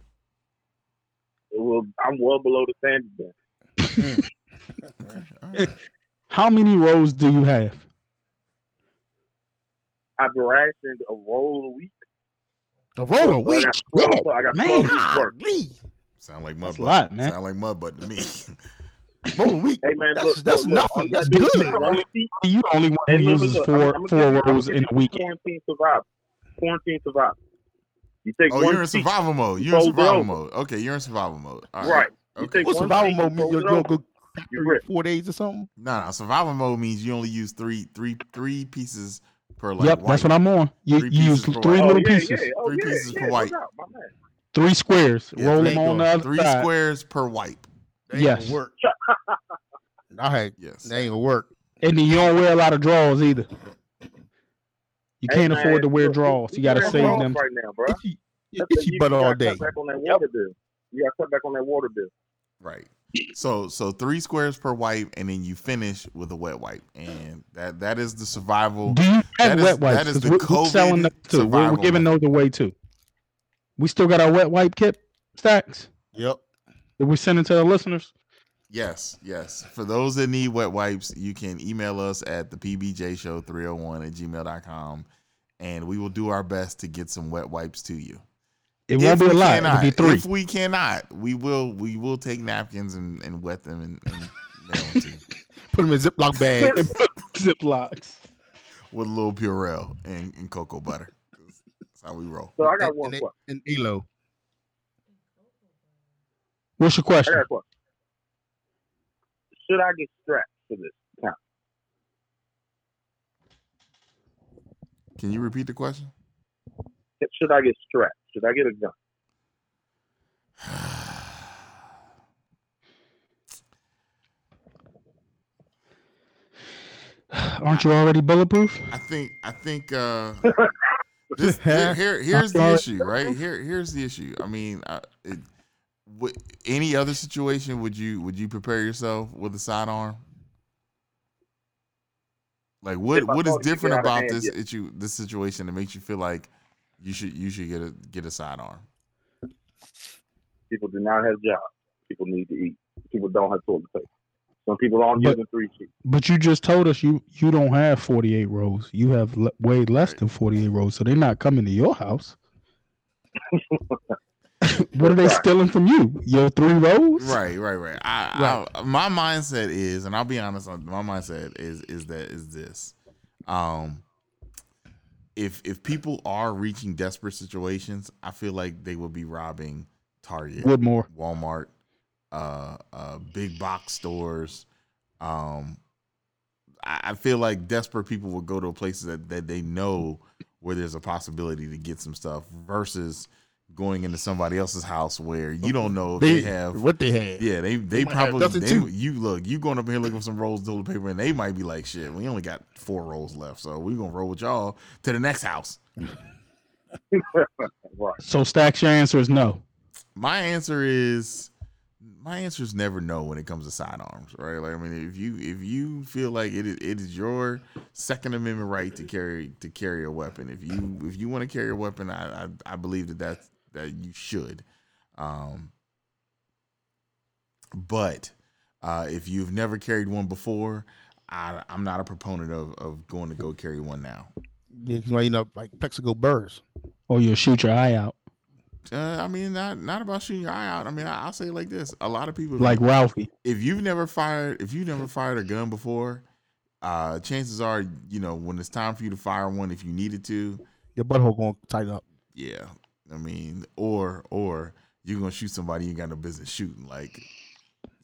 Speaker 6: It will, I'm well below the standard. Then.
Speaker 2: Okay, all right.
Speaker 3: How many rows do you have?
Speaker 6: I've been rationed a roll a week.
Speaker 4: The roller
Speaker 6: So I
Speaker 4: week.
Speaker 6: got 12
Speaker 3: Oh,
Speaker 6: so I got 12 weeks work.
Speaker 2: Sound like mud
Speaker 3: That's a lot, man.
Speaker 2: Sound like mud butt to me.
Speaker 4: Roller week.
Speaker 6: Hey man,
Speaker 4: That's-
Speaker 6: look,
Speaker 4: that's
Speaker 6: look, look,
Speaker 4: nothing.
Speaker 6: I'm-
Speaker 4: That's
Speaker 6: I'm
Speaker 4: good.
Speaker 6: the only team-
Speaker 3: You the only one who
Speaker 6: Hey, look,
Speaker 3: uses
Speaker 6: look,
Speaker 3: 4
Speaker 6: I'm- I'm
Speaker 3: four
Speaker 6: gonna give you-
Speaker 3: rows
Speaker 6: I'm
Speaker 3: in a
Speaker 6: gonna give you
Speaker 3: weekend.
Speaker 6: Quarantine survivor. Quarantine survivor. You take
Speaker 2: Oh,
Speaker 6: one
Speaker 2: you're in
Speaker 6: seat,
Speaker 2: survival mode. You're in
Speaker 6: Fold it
Speaker 2: survival
Speaker 6: over.
Speaker 2: mode. Okay, you're in survival mode. All right.
Speaker 6: Right. You
Speaker 2: Okay.
Speaker 6: take
Speaker 4: What's
Speaker 6: one
Speaker 4: survival
Speaker 6: seat,
Speaker 4: mode?
Speaker 6: fold
Speaker 4: mean? You
Speaker 6: it
Speaker 4: don't
Speaker 6: over.
Speaker 4: go
Speaker 6: You rip.
Speaker 4: four days or something.
Speaker 2: No, no. Survival mode means you only use three, three, three pieces per like.
Speaker 3: yep, that's what I'm on. You,
Speaker 2: Three
Speaker 3: you use
Speaker 2: pieces for
Speaker 3: three
Speaker 2: white.
Speaker 6: Oh,
Speaker 3: little
Speaker 6: yeah,
Speaker 3: pieces,
Speaker 6: yeah. Oh,
Speaker 2: Three
Speaker 6: yeah,
Speaker 2: pieces for
Speaker 6: yeah, no
Speaker 2: white.
Speaker 6: doubt, my man.
Speaker 3: three squares.
Speaker 2: Yeah,
Speaker 3: roll
Speaker 2: there
Speaker 3: them
Speaker 4: you
Speaker 3: on
Speaker 4: go.
Speaker 3: the other
Speaker 2: Three
Speaker 3: side.
Speaker 2: squares per wipe.
Speaker 4: That ain't gonna
Speaker 3: Yes.
Speaker 4: Work. All right.
Speaker 2: Yes.
Speaker 4: That ain't gonna work.
Speaker 3: And then you don't wear a lot of draws either. You
Speaker 6: Hey,
Speaker 3: can't
Speaker 6: man,
Speaker 3: afford to wear
Speaker 6: look,
Speaker 3: draws.
Speaker 6: we-
Speaker 3: You
Speaker 6: we
Speaker 3: gotta
Speaker 6: wearing
Speaker 3: save
Speaker 6: drawers
Speaker 3: them.
Speaker 6: right now, bro.
Speaker 4: Itchy, itchy butt
Speaker 6: you
Speaker 4: all
Speaker 6: gotta
Speaker 4: day.
Speaker 6: Cut back on that water bill. You got to cut back on that water bill.
Speaker 2: Right. So so three squares per wipe, and then you finish with a wet wipe, and that that is the survival.
Speaker 3: Do you
Speaker 2: That
Speaker 3: have
Speaker 2: is-
Speaker 3: wet wipes?
Speaker 2: that is
Speaker 3: 'Cause
Speaker 2: the
Speaker 3: we're, we're selling
Speaker 2: COVID
Speaker 3: them too. We're, we're
Speaker 2: survival
Speaker 3: giving those away too. We still got our wet wipe kit stacks
Speaker 4: Yep.
Speaker 3: that we're sending to the listeners.
Speaker 2: Yes, yes. For those that need wet wipes, you can email us at the PBJ Show 301 at gmail.com and we will do our best to get some wet wipes to you.
Speaker 3: It won't be a
Speaker 2: we
Speaker 3: lot. It'll be
Speaker 2: cannot-
Speaker 3: three.
Speaker 2: If we cannot, we will we will take napkins and, and wet them and, and mail them to you
Speaker 4: Put them in Ziploc bags.
Speaker 3: Ziplocs.
Speaker 2: with a little Purell and, and cocoa butter. That's how we roll.
Speaker 6: So I got
Speaker 4: And-
Speaker 6: one
Speaker 4: and-
Speaker 6: question.
Speaker 4: And Elo.
Speaker 3: What's your
Speaker 6: I
Speaker 3: question?
Speaker 6: got a question. Should I get strapped for this time?
Speaker 2: Can you repeat the question?
Speaker 6: Should I get strapped? Should I get a gun?
Speaker 3: Aren't you already bulletproof?
Speaker 2: I think I think uh this, here, here here's the issue, right? Here here's the issue. I mean, I, it, w- any other situation would you would you prepare yourself with a sidearm? Like what
Speaker 6: If I
Speaker 2: what is
Speaker 6: thought it could
Speaker 2: different
Speaker 6: get out of
Speaker 2: about
Speaker 6: hand,
Speaker 2: this
Speaker 6: yeah.
Speaker 2: issue this situation that makes you feel like you should you should get a get a sidearm?
Speaker 6: People do not have jobs. People need to eat. People don't have toilet paper. Some people aren't
Speaker 3: But-
Speaker 6: using three sheets.
Speaker 3: But you just told us you you don't have 48 rows. You have le- way less than 48 rows, so they're not coming to your house. what are they
Speaker 6: Right.
Speaker 3: stealing from you? Your three rows?
Speaker 2: Right, right, right. I, I my mindset is, and I'll be honest, uh, my mindset is is that is this. Um if if people are reaching desperate situations, I feel like they will be robbing Target,
Speaker 3: Woodmore.
Speaker 2: Walmart, uh uh big box stores. Um I, I feel like desperate people will go to places that, that they know where there's a possibility to get some stuff versus going into somebody else's house where you don't know if they, have
Speaker 4: what they had.
Speaker 2: yeah, they they
Speaker 4: might have
Speaker 2: probably
Speaker 4: nothing
Speaker 2: they,
Speaker 4: too.
Speaker 2: you look you going up here looking for some rolls of toilet paper and they might be like shit. We only got four rolls left, so we gonna roll with y'all to the next house.
Speaker 6: Right.
Speaker 3: So Stacks, your answer is no.
Speaker 2: My answer is my answer is never no when it comes to sidearms, right? Like I mean, if you if you feel like it is it is your Second Amendment right to carry to carry a weapon, if you if you want to carry a weapon, I, I I believe that that's that you should. Um, but Uh, if you've never carried one before, I, I'm not a proponent of, of going to go carry one now.
Speaker 5: You can lighten up like Plexico burrs.
Speaker 3: or you'll shoot your eye out
Speaker 2: Uh, I mean, not not about shooting your eye out. I mean, I, I'll say it like this: a lot of people
Speaker 3: like Ralphie.
Speaker 2: if you've never fired if you've never fired a gun before, uh, chances are you know when it's time for you to fire one if you needed to,
Speaker 5: Your butthole gonna tighten up.
Speaker 2: yeah. I mean, or or you're gonna shoot somebody you ain't got no business shooting. Like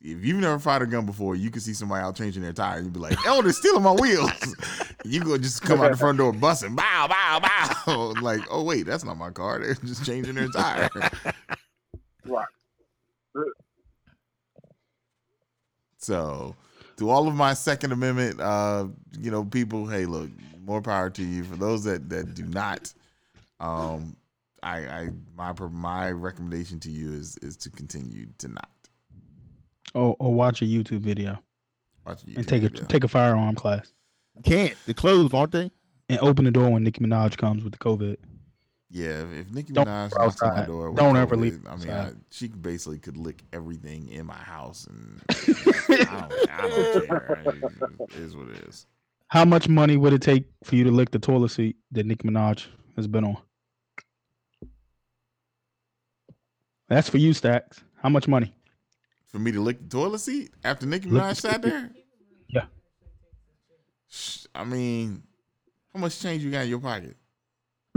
Speaker 2: if you've never fired a gun before, you can see somebody out changing their tire, and you'd be like, "Oh, they're stealing my wheels." you gonna just come out the front door busting, bow, bow, bow. like, oh wait, that's not my car. They're just changing their tire.
Speaker 6: Right.
Speaker 2: So, to all of my Second Amendment, uh, you know, people, hey, look, more power to you. For those that that do not, um, I, I my my recommendation to you is is to continue to not
Speaker 3: Or, or watch a YouTube video
Speaker 2: watch YouTube
Speaker 3: and take a
Speaker 2: video.
Speaker 3: take a firearm class
Speaker 5: You can't. They're closed, aren't they?
Speaker 3: and open the door when Nicki Minaj comes with the COVID.
Speaker 2: Yeah, if, if Nicki
Speaker 3: Don't
Speaker 2: Minaj
Speaker 3: go
Speaker 2: knocks on my
Speaker 3: outside.
Speaker 2: door, with
Speaker 3: Don't ever
Speaker 2: COVID,
Speaker 3: leave
Speaker 2: I mean, I,
Speaker 3: outside.
Speaker 2: she basically could lick everything in my house, and I don't, I don't care. It is what it is.
Speaker 3: How much money would it take for you to lick the toilet seat that Nicki Minaj has been on? That's for you, Stacks. How much money?
Speaker 2: For me to lick the toilet seat after Nicki
Speaker 3: Lick
Speaker 2: Minaj
Speaker 3: the
Speaker 2: sat
Speaker 3: toilet.
Speaker 2: there.
Speaker 3: Yeah.
Speaker 2: Sh- I mean, how much change you got in your pocket?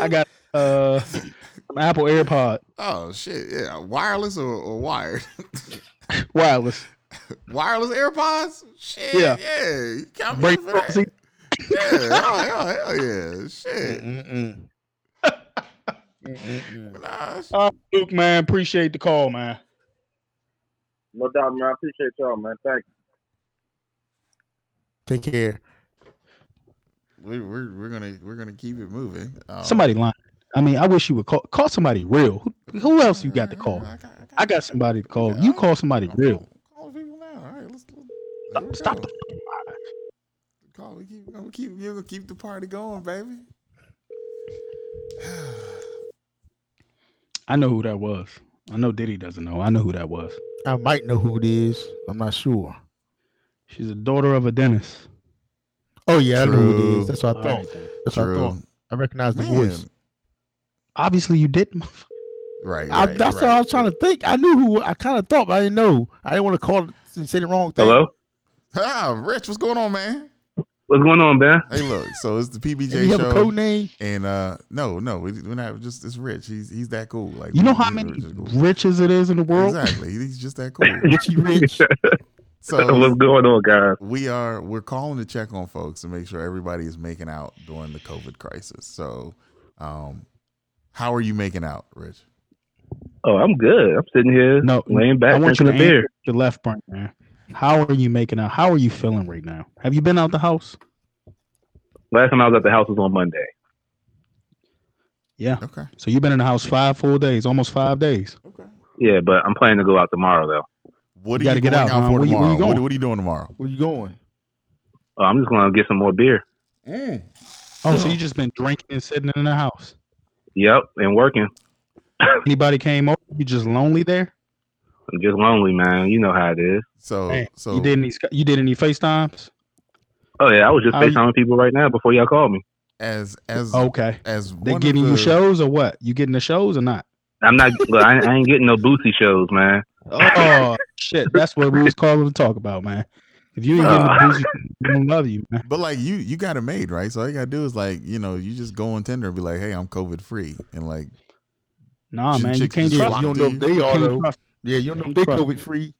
Speaker 3: I got uh an Apple AirPod
Speaker 2: Oh shit! Yeah, wireless or, or wired?
Speaker 3: wireless.
Speaker 2: wireless AirPods? Shit! Yeah,
Speaker 3: Yeah.
Speaker 2: you count me
Speaker 3: Break
Speaker 2: in
Speaker 3: the
Speaker 2: for
Speaker 3: toilet
Speaker 2: that.
Speaker 3: seat.
Speaker 2: Yeah, hell, hell, hell yeah! Shit!
Speaker 4: Mm-mm. Mm-mm.
Speaker 2: Minaj.
Speaker 3: All right, Luke, Oh, man, appreciate the call, man.
Speaker 6: No doubt, man. I appreciate y'all, man. Thank you.
Speaker 5: Take care.
Speaker 2: We, we're we're gonna we're gonna keep it moving. Um,
Speaker 3: Somebody lying. I mean, I wish you would call call somebody real. Who, who else you got to
Speaker 2: I-
Speaker 3: call?
Speaker 2: I got,
Speaker 3: I got somebody to call. You call somebody
Speaker 2: I'm
Speaker 3: real.
Speaker 2: calling- calling people now. All right, let's, let's here we
Speaker 3: Stop, stop
Speaker 2: go.
Speaker 3: the
Speaker 2: Call. We keep, we keep, we gonna keep the party going, baby.
Speaker 3: I know who that was. I know Diddy doesn't know. I know who that was.
Speaker 5: I might know who it is. I'm not sure.
Speaker 3: She's a daughter of a dentist.
Speaker 5: Oh yeah, I know who it
Speaker 2: True.
Speaker 5: is. That's what I thought. That's what I thought. I recognize the
Speaker 2: Man,
Speaker 5: voice.
Speaker 3: Obviously, you didn't.
Speaker 2: Right.
Speaker 5: I,
Speaker 2: right,
Speaker 5: that's
Speaker 2: right.
Speaker 5: what I was trying to think. I knew who. I kind of thought, but I didn't know. I didn't want to call it and say the wrong thing.
Speaker 6: Hello.
Speaker 2: Ah, Rich, what's going on, man?
Speaker 6: What's going on, Ben?
Speaker 2: Hey, look. So it's the PBJ
Speaker 5: Do you have
Speaker 2: show,
Speaker 5: a code name?
Speaker 2: and uh, no, no, we, we're not. Just it's Rich. He's he's that cool. Like
Speaker 3: You know
Speaker 2: we-
Speaker 3: how
Speaker 2: we-
Speaker 3: many
Speaker 2: Rich is cool.
Speaker 3: riches it is in the world?
Speaker 2: Exactly. He's just that cool.
Speaker 5: Richie Rich.
Speaker 3: um,
Speaker 2: So
Speaker 6: going on, guys?
Speaker 2: we are we're calling to check on folks to make sure everybody is making out during the COVID crisis. So, um, how are you making out, Rich?
Speaker 6: Oh, I'm good. I'm sitting here
Speaker 3: No,
Speaker 6: laying back,
Speaker 3: I want you
Speaker 6: drinking
Speaker 3: to
Speaker 6: a beer.
Speaker 3: answer your left brain, man. How are you making out? How are you feeling right now? Have you been out the house?
Speaker 6: Last time I was at the house was on Monday.
Speaker 3: Yeah.
Speaker 2: Okay.
Speaker 3: So you've been in the house five full days, almost five days.
Speaker 2: Okay.
Speaker 6: Yeah, but I'm planning to go out tomorrow though.
Speaker 2: What are
Speaker 3: You
Speaker 2: you,
Speaker 3: gotta get
Speaker 2: going
Speaker 3: out,
Speaker 2: out,
Speaker 3: man.
Speaker 2: for
Speaker 3: Where you- where
Speaker 2: tomorrow?
Speaker 3: you
Speaker 2: what,
Speaker 3: going?
Speaker 2: what are you doing tomorrow?
Speaker 5: Where you going?
Speaker 6: Uh, I'm just going to get some more beer.
Speaker 3: Oh, so you just been drinking and sitting in the house.
Speaker 6: Yep, and working.
Speaker 3: Anybody came over? You just lonely there?
Speaker 6: I'm just lonely, man. You know how it is.
Speaker 2: So
Speaker 3: Man,
Speaker 2: so
Speaker 3: you did any? Sky- You did any Facetimes?
Speaker 6: Oh yeah, I was just
Speaker 3: How you-
Speaker 6: FaceTiming people right now before y'all called me.
Speaker 2: as as
Speaker 3: Okay.
Speaker 2: as one
Speaker 3: Oh, They
Speaker 2: of
Speaker 3: giving
Speaker 2: the-
Speaker 3: you shows or what? You getting the shows or not?
Speaker 6: I'm not. look, I, I ain't getting no boozy shows, man.
Speaker 3: Oh shit! That's what we was calling to talk about, man. If you ain't getting the boozy, we don't love you, man.
Speaker 2: But like you, you got it made, right? So all you gotta do is like, you know, you just go on Tinder and be like, "Hey, I'm COVID free," and like,
Speaker 3: Nah,
Speaker 2: Ch-
Speaker 3: man, you
Speaker 2: chicks
Speaker 3: can't
Speaker 2: just
Speaker 3: trust.
Speaker 2: flock
Speaker 5: You
Speaker 3: You
Speaker 5: don't know if they are
Speaker 3: can't,
Speaker 5: though.
Speaker 3: trust
Speaker 5: Yeah, you don't know if
Speaker 3: Can't
Speaker 5: they
Speaker 3: trust.
Speaker 5: COVID free.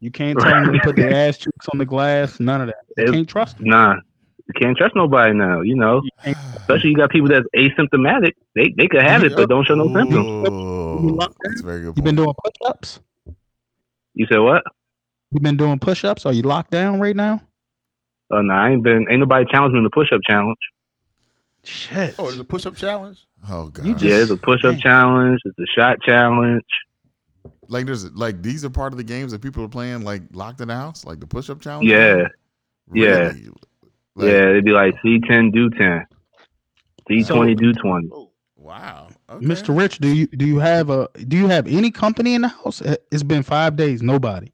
Speaker 3: you can't tell them to put their ass cheeks on the glass. None of that. You
Speaker 6: It-
Speaker 3: can't trust. Them.
Speaker 6: Nah, you can't trust nobody now. You know,
Speaker 3: You can't-
Speaker 6: especially you got people that's asymptomatic. They they could have it, but don't show no
Speaker 2: Mm-hmm.
Speaker 6: symptoms.
Speaker 2: Ooh, that's a very good.
Speaker 3: You been
Speaker 2: point.
Speaker 3: doing push-ups?
Speaker 6: You said what?
Speaker 3: You been doing push-ups? Are you locked down right now?
Speaker 6: Oh no, I ain't been. Ain't nobody challenging the push up challenge.
Speaker 3: Shit.
Speaker 5: Oh, there's a push-up challenge.
Speaker 2: Oh god,
Speaker 3: You just-
Speaker 6: Yeah, it's a push up
Speaker 3: Dang.
Speaker 6: challenge. It's a shot challenge.
Speaker 2: like there's like these are part of the games that people are playing, like locked in the house, like the push up challenge.
Speaker 6: Yeah, yeah.
Speaker 2: Really? Like,
Speaker 6: yeah. It'd be like C ten do ten, C twenty do twenty.
Speaker 2: Wow. Okay.
Speaker 3: Mr. Rich, do you do you have a do you have any company in the house? Uh, It's been five days, nobody.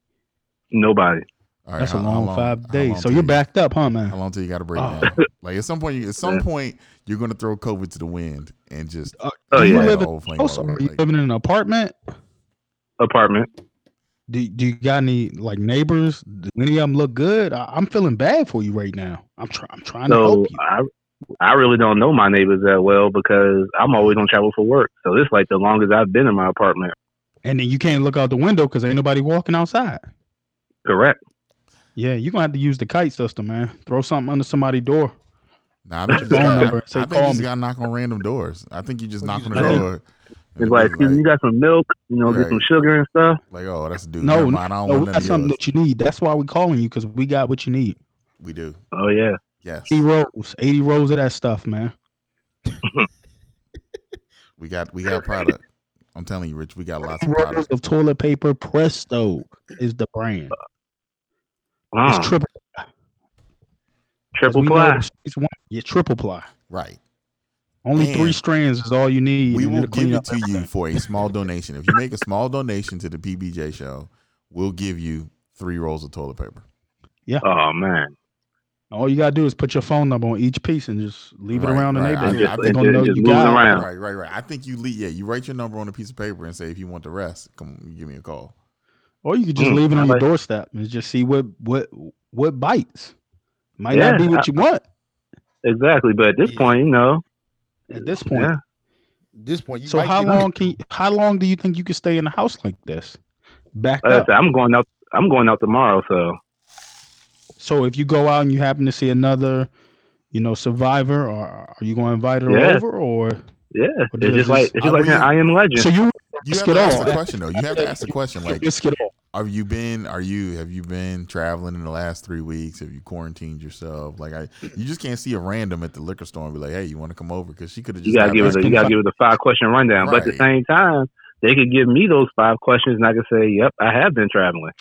Speaker 6: Nobody.
Speaker 2: All right,
Speaker 3: That's
Speaker 2: how-
Speaker 3: a
Speaker 2: how
Speaker 3: long,
Speaker 2: how
Speaker 3: five days.
Speaker 2: long
Speaker 3: So
Speaker 2: till
Speaker 3: you're
Speaker 2: you-
Speaker 3: backed up, huh,
Speaker 2: How
Speaker 3: man?
Speaker 2: long till you got to break
Speaker 6: Uh,
Speaker 3: Oh.
Speaker 2: down? Like at some point, you, at some point, you're gonna throw COVID to the wind and just
Speaker 3: Uh,
Speaker 6: Oh,
Speaker 3: do you
Speaker 6: yeah.
Speaker 2: let
Speaker 3: live
Speaker 2: the
Speaker 3: in
Speaker 2: whole thing
Speaker 3: house
Speaker 2: go.
Speaker 3: or are you
Speaker 2: Like,
Speaker 3: living in an apartment?
Speaker 6: Apartment.
Speaker 3: Do, do you got any like neighbors? Do any of them look good? I, I'm feeling bad for you right now. I'm trying. I'm trying to
Speaker 6: So
Speaker 3: help you.
Speaker 6: I, I really don't know my neighbors that well because I'm always on travel for work. So it's like the longest I've been in my apartment.
Speaker 3: And then you can't look out the window because ain't nobody walking outside.
Speaker 6: Correct.
Speaker 3: Yeah, you're gonna have to use the kite system, man. Throw something under somebody's door.
Speaker 2: nah, I think,
Speaker 3: your
Speaker 2: you-
Speaker 3: phone
Speaker 2: I-
Speaker 3: number and say,
Speaker 2: I think you
Speaker 3: "Call
Speaker 2: just
Speaker 3: me."
Speaker 2: gotta knock on random doors. I think you just
Speaker 4: Well,
Speaker 2: knock
Speaker 4: you
Speaker 2: on
Speaker 4: just
Speaker 2: the
Speaker 6: knock.
Speaker 2: door.
Speaker 6: It's like, excuse me, you got some milk, you know, get some
Speaker 2: Right.
Speaker 6: sugar and stuff.
Speaker 2: like, oh, that's a dude.
Speaker 3: No,
Speaker 2: Never
Speaker 3: no,
Speaker 2: mind, I don't
Speaker 3: no,
Speaker 2: want
Speaker 3: we
Speaker 2: none
Speaker 3: got
Speaker 2: of
Speaker 3: something
Speaker 2: yours.
Speaker 3: that you need. That's why we're calling you because we got what you need.
Speaker 2: We do.
Speaker 6: Oh yeah.
Speaker 2: Yes,
Speaker 3: 80 rolls, 80 rolls of that stuff, man.
Speaker 2: we got we got product. I'm telling you, Rich, we got lots
Speaker 3: 80
Speaker 2: of
Speaker 3: rolls
Speaker 2: product.
Speaker 3: of toilet paper, Presto is the brand. It's
Speaker 6: Wow.
Speaker 3: triple.
Speaker 6: Uh-huh. triple
Speaker 3: we know
Speaker 6: ply.
Speaker 3: the streets want- yeah, triple ply.
Speaker 2: Right.
Speaker 3: Only
Speaker 2: Man.
Speaker 3: three strands is all you need.
Speaker 2: We
Speaker 3: and
Speaker 2: will
Speaker 3: it'll clean
Speaker 2: give it
Speaker 3: up
Speaker 2: to you
Speaker 3: everything.
Speaker 2: for a small donation. If you make a small donation to the PBJ show, we'll give you three rolls of toilet paper.
Speaker 6: Oh man.
Speaker 3: All you gotta do is put your phone number on each piece and just leave
Speaker 2: Right,
Speaker 3: it around the
Speaker 2: right. I-
Speaker 3: neighborhood.
Speaker 6: Just,
Speaker 2: I
Speaker 6: it
Speaker 2: think
Speaker 3: They're
Speaker 6: just,
Speaker 3: gonna know
Speaker 6: just
Speaker 3: you
Speaker 6: moving
Speaker 3: got it.
Speaker 6: around.
Speaker 2: Right, right, right. I think you le- yeah, you write your number on a piece of paper and say if you want the rest, come give me a call.
Speaker 3: Or you could just
Speaker 6: Mm,
Speaker 3: leave it
Speaker 6: I
Speaker 3: on your
Speaker 6: like-
Speaker 3: doorstep and just see what what what bites. Might
Speaker 6: Yeah,
Speaker 3: not be what you want
Speaker 6: Exactly. But at this
Speaker 4: Yeah.
Speaker 6: point, you know.
Speaker 3: at this point.
Speaker 6: Yeah.
Speaker 4: this point, you
Speaker 3: so
Speaker 4: might
Speaker 3: how
Speaker 4: get
Speaker 3: long can you, how long do you think you can stay in a house like this?
Speaker 4: Uh,
Speaker 3: Back
Speaker 6: Like I
Speaker 3: up.
Speaker 6: said, I'm going out I'm going out tomorrow, so
Speaker 3: So if you go out and you happen to see another, you know, survivor, or are you going to invite her
Speaker 6: Yeah.
Speaker 3: over? Or
Speaker 6: yeah.
Speaker 3: Well,
Speaker 6: It's
Speaker 3: this
Speaker 6: just like
Speaker 3: is-
Speaker 6: it's just
Speaker 2: I
Speaker 6: like an
Speaker 2: really-
Speaker 6: I am legend.
Speaker 3: so you
Speaker 2: You
Speaker 3: Risk
Speaker 2: have to
Speaker 3: it
Speaker 2: ask
Speaker 3: all.
Speaker 2: the question though. You have to ask the question like,
Speaker 3: risk it all.
Speaker 2: have you been? Are you? Have you been traveling in the last three weeks? Have you quarantined yourself? Like I, you just can't see a random at the liquor store and be like, hey, you want to come over? Because she could have just
Speaker 6: you gotta
Speaker 2: got
Speaker 6: give
Speaker 2: back
Speaker 6: it a, you
Speaker 2: from-
Speaker 6: gotta give it a five question rundown. But at the same time, they could give me those five questions, and I could say, "Yep, I have been traveling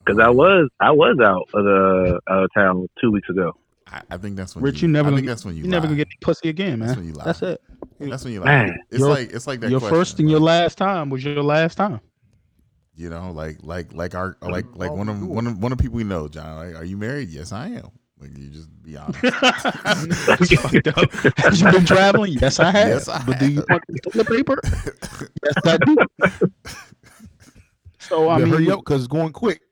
Speaker 6: because
Speaker 2: Mm-hmm.
Speaker 6: I was I was out of the out of town two weeks ago."
Speaker 2: I, I think that's when
Speaker 3: Rich, you never
Speaker 2: I
Speaker 3: gonna
Speaker 2: think
Speaker 3: get-
Speaker 2: that's when you.
Speaker 3: You never gonna
Speaker 2: lie.
Speaker 3: get any pussy again,
Speaker 2: That's
Speaker 3: man.
Speaker 2: when you lie.
Speaker 3: That's it.
Speaker 2: That's when you lie.
Speaker 6: Man.
Speaker 2: It's
Speaker 3: Your-
Speaker 2: like it's like that.
Speaker 3: Your
Speaker 2: question,
Speaker 3: first and your
Speaker 2: like,
Speaker 3: last time was your last time.
Speaker 2: You know, like like like our like like
Speaker 4: Oh,
Speaker 2: one of
Speaker 4: cool.
Speaker 2: one of one of the people we know, John. Like, are you married? Yes, I am. Like you just be honest.
Speaker 3: It's fucked up. Have you been traveling? Yes, I have.
Speaker 2: Yes, I
Speaker 3: but do you
Speaker 2: have.
Speaker 3: want toilet paper? yes, I do. So I
Speaker 4: Better
Speaker 3: mean,
Speaker 4: hurry up because it's going quick.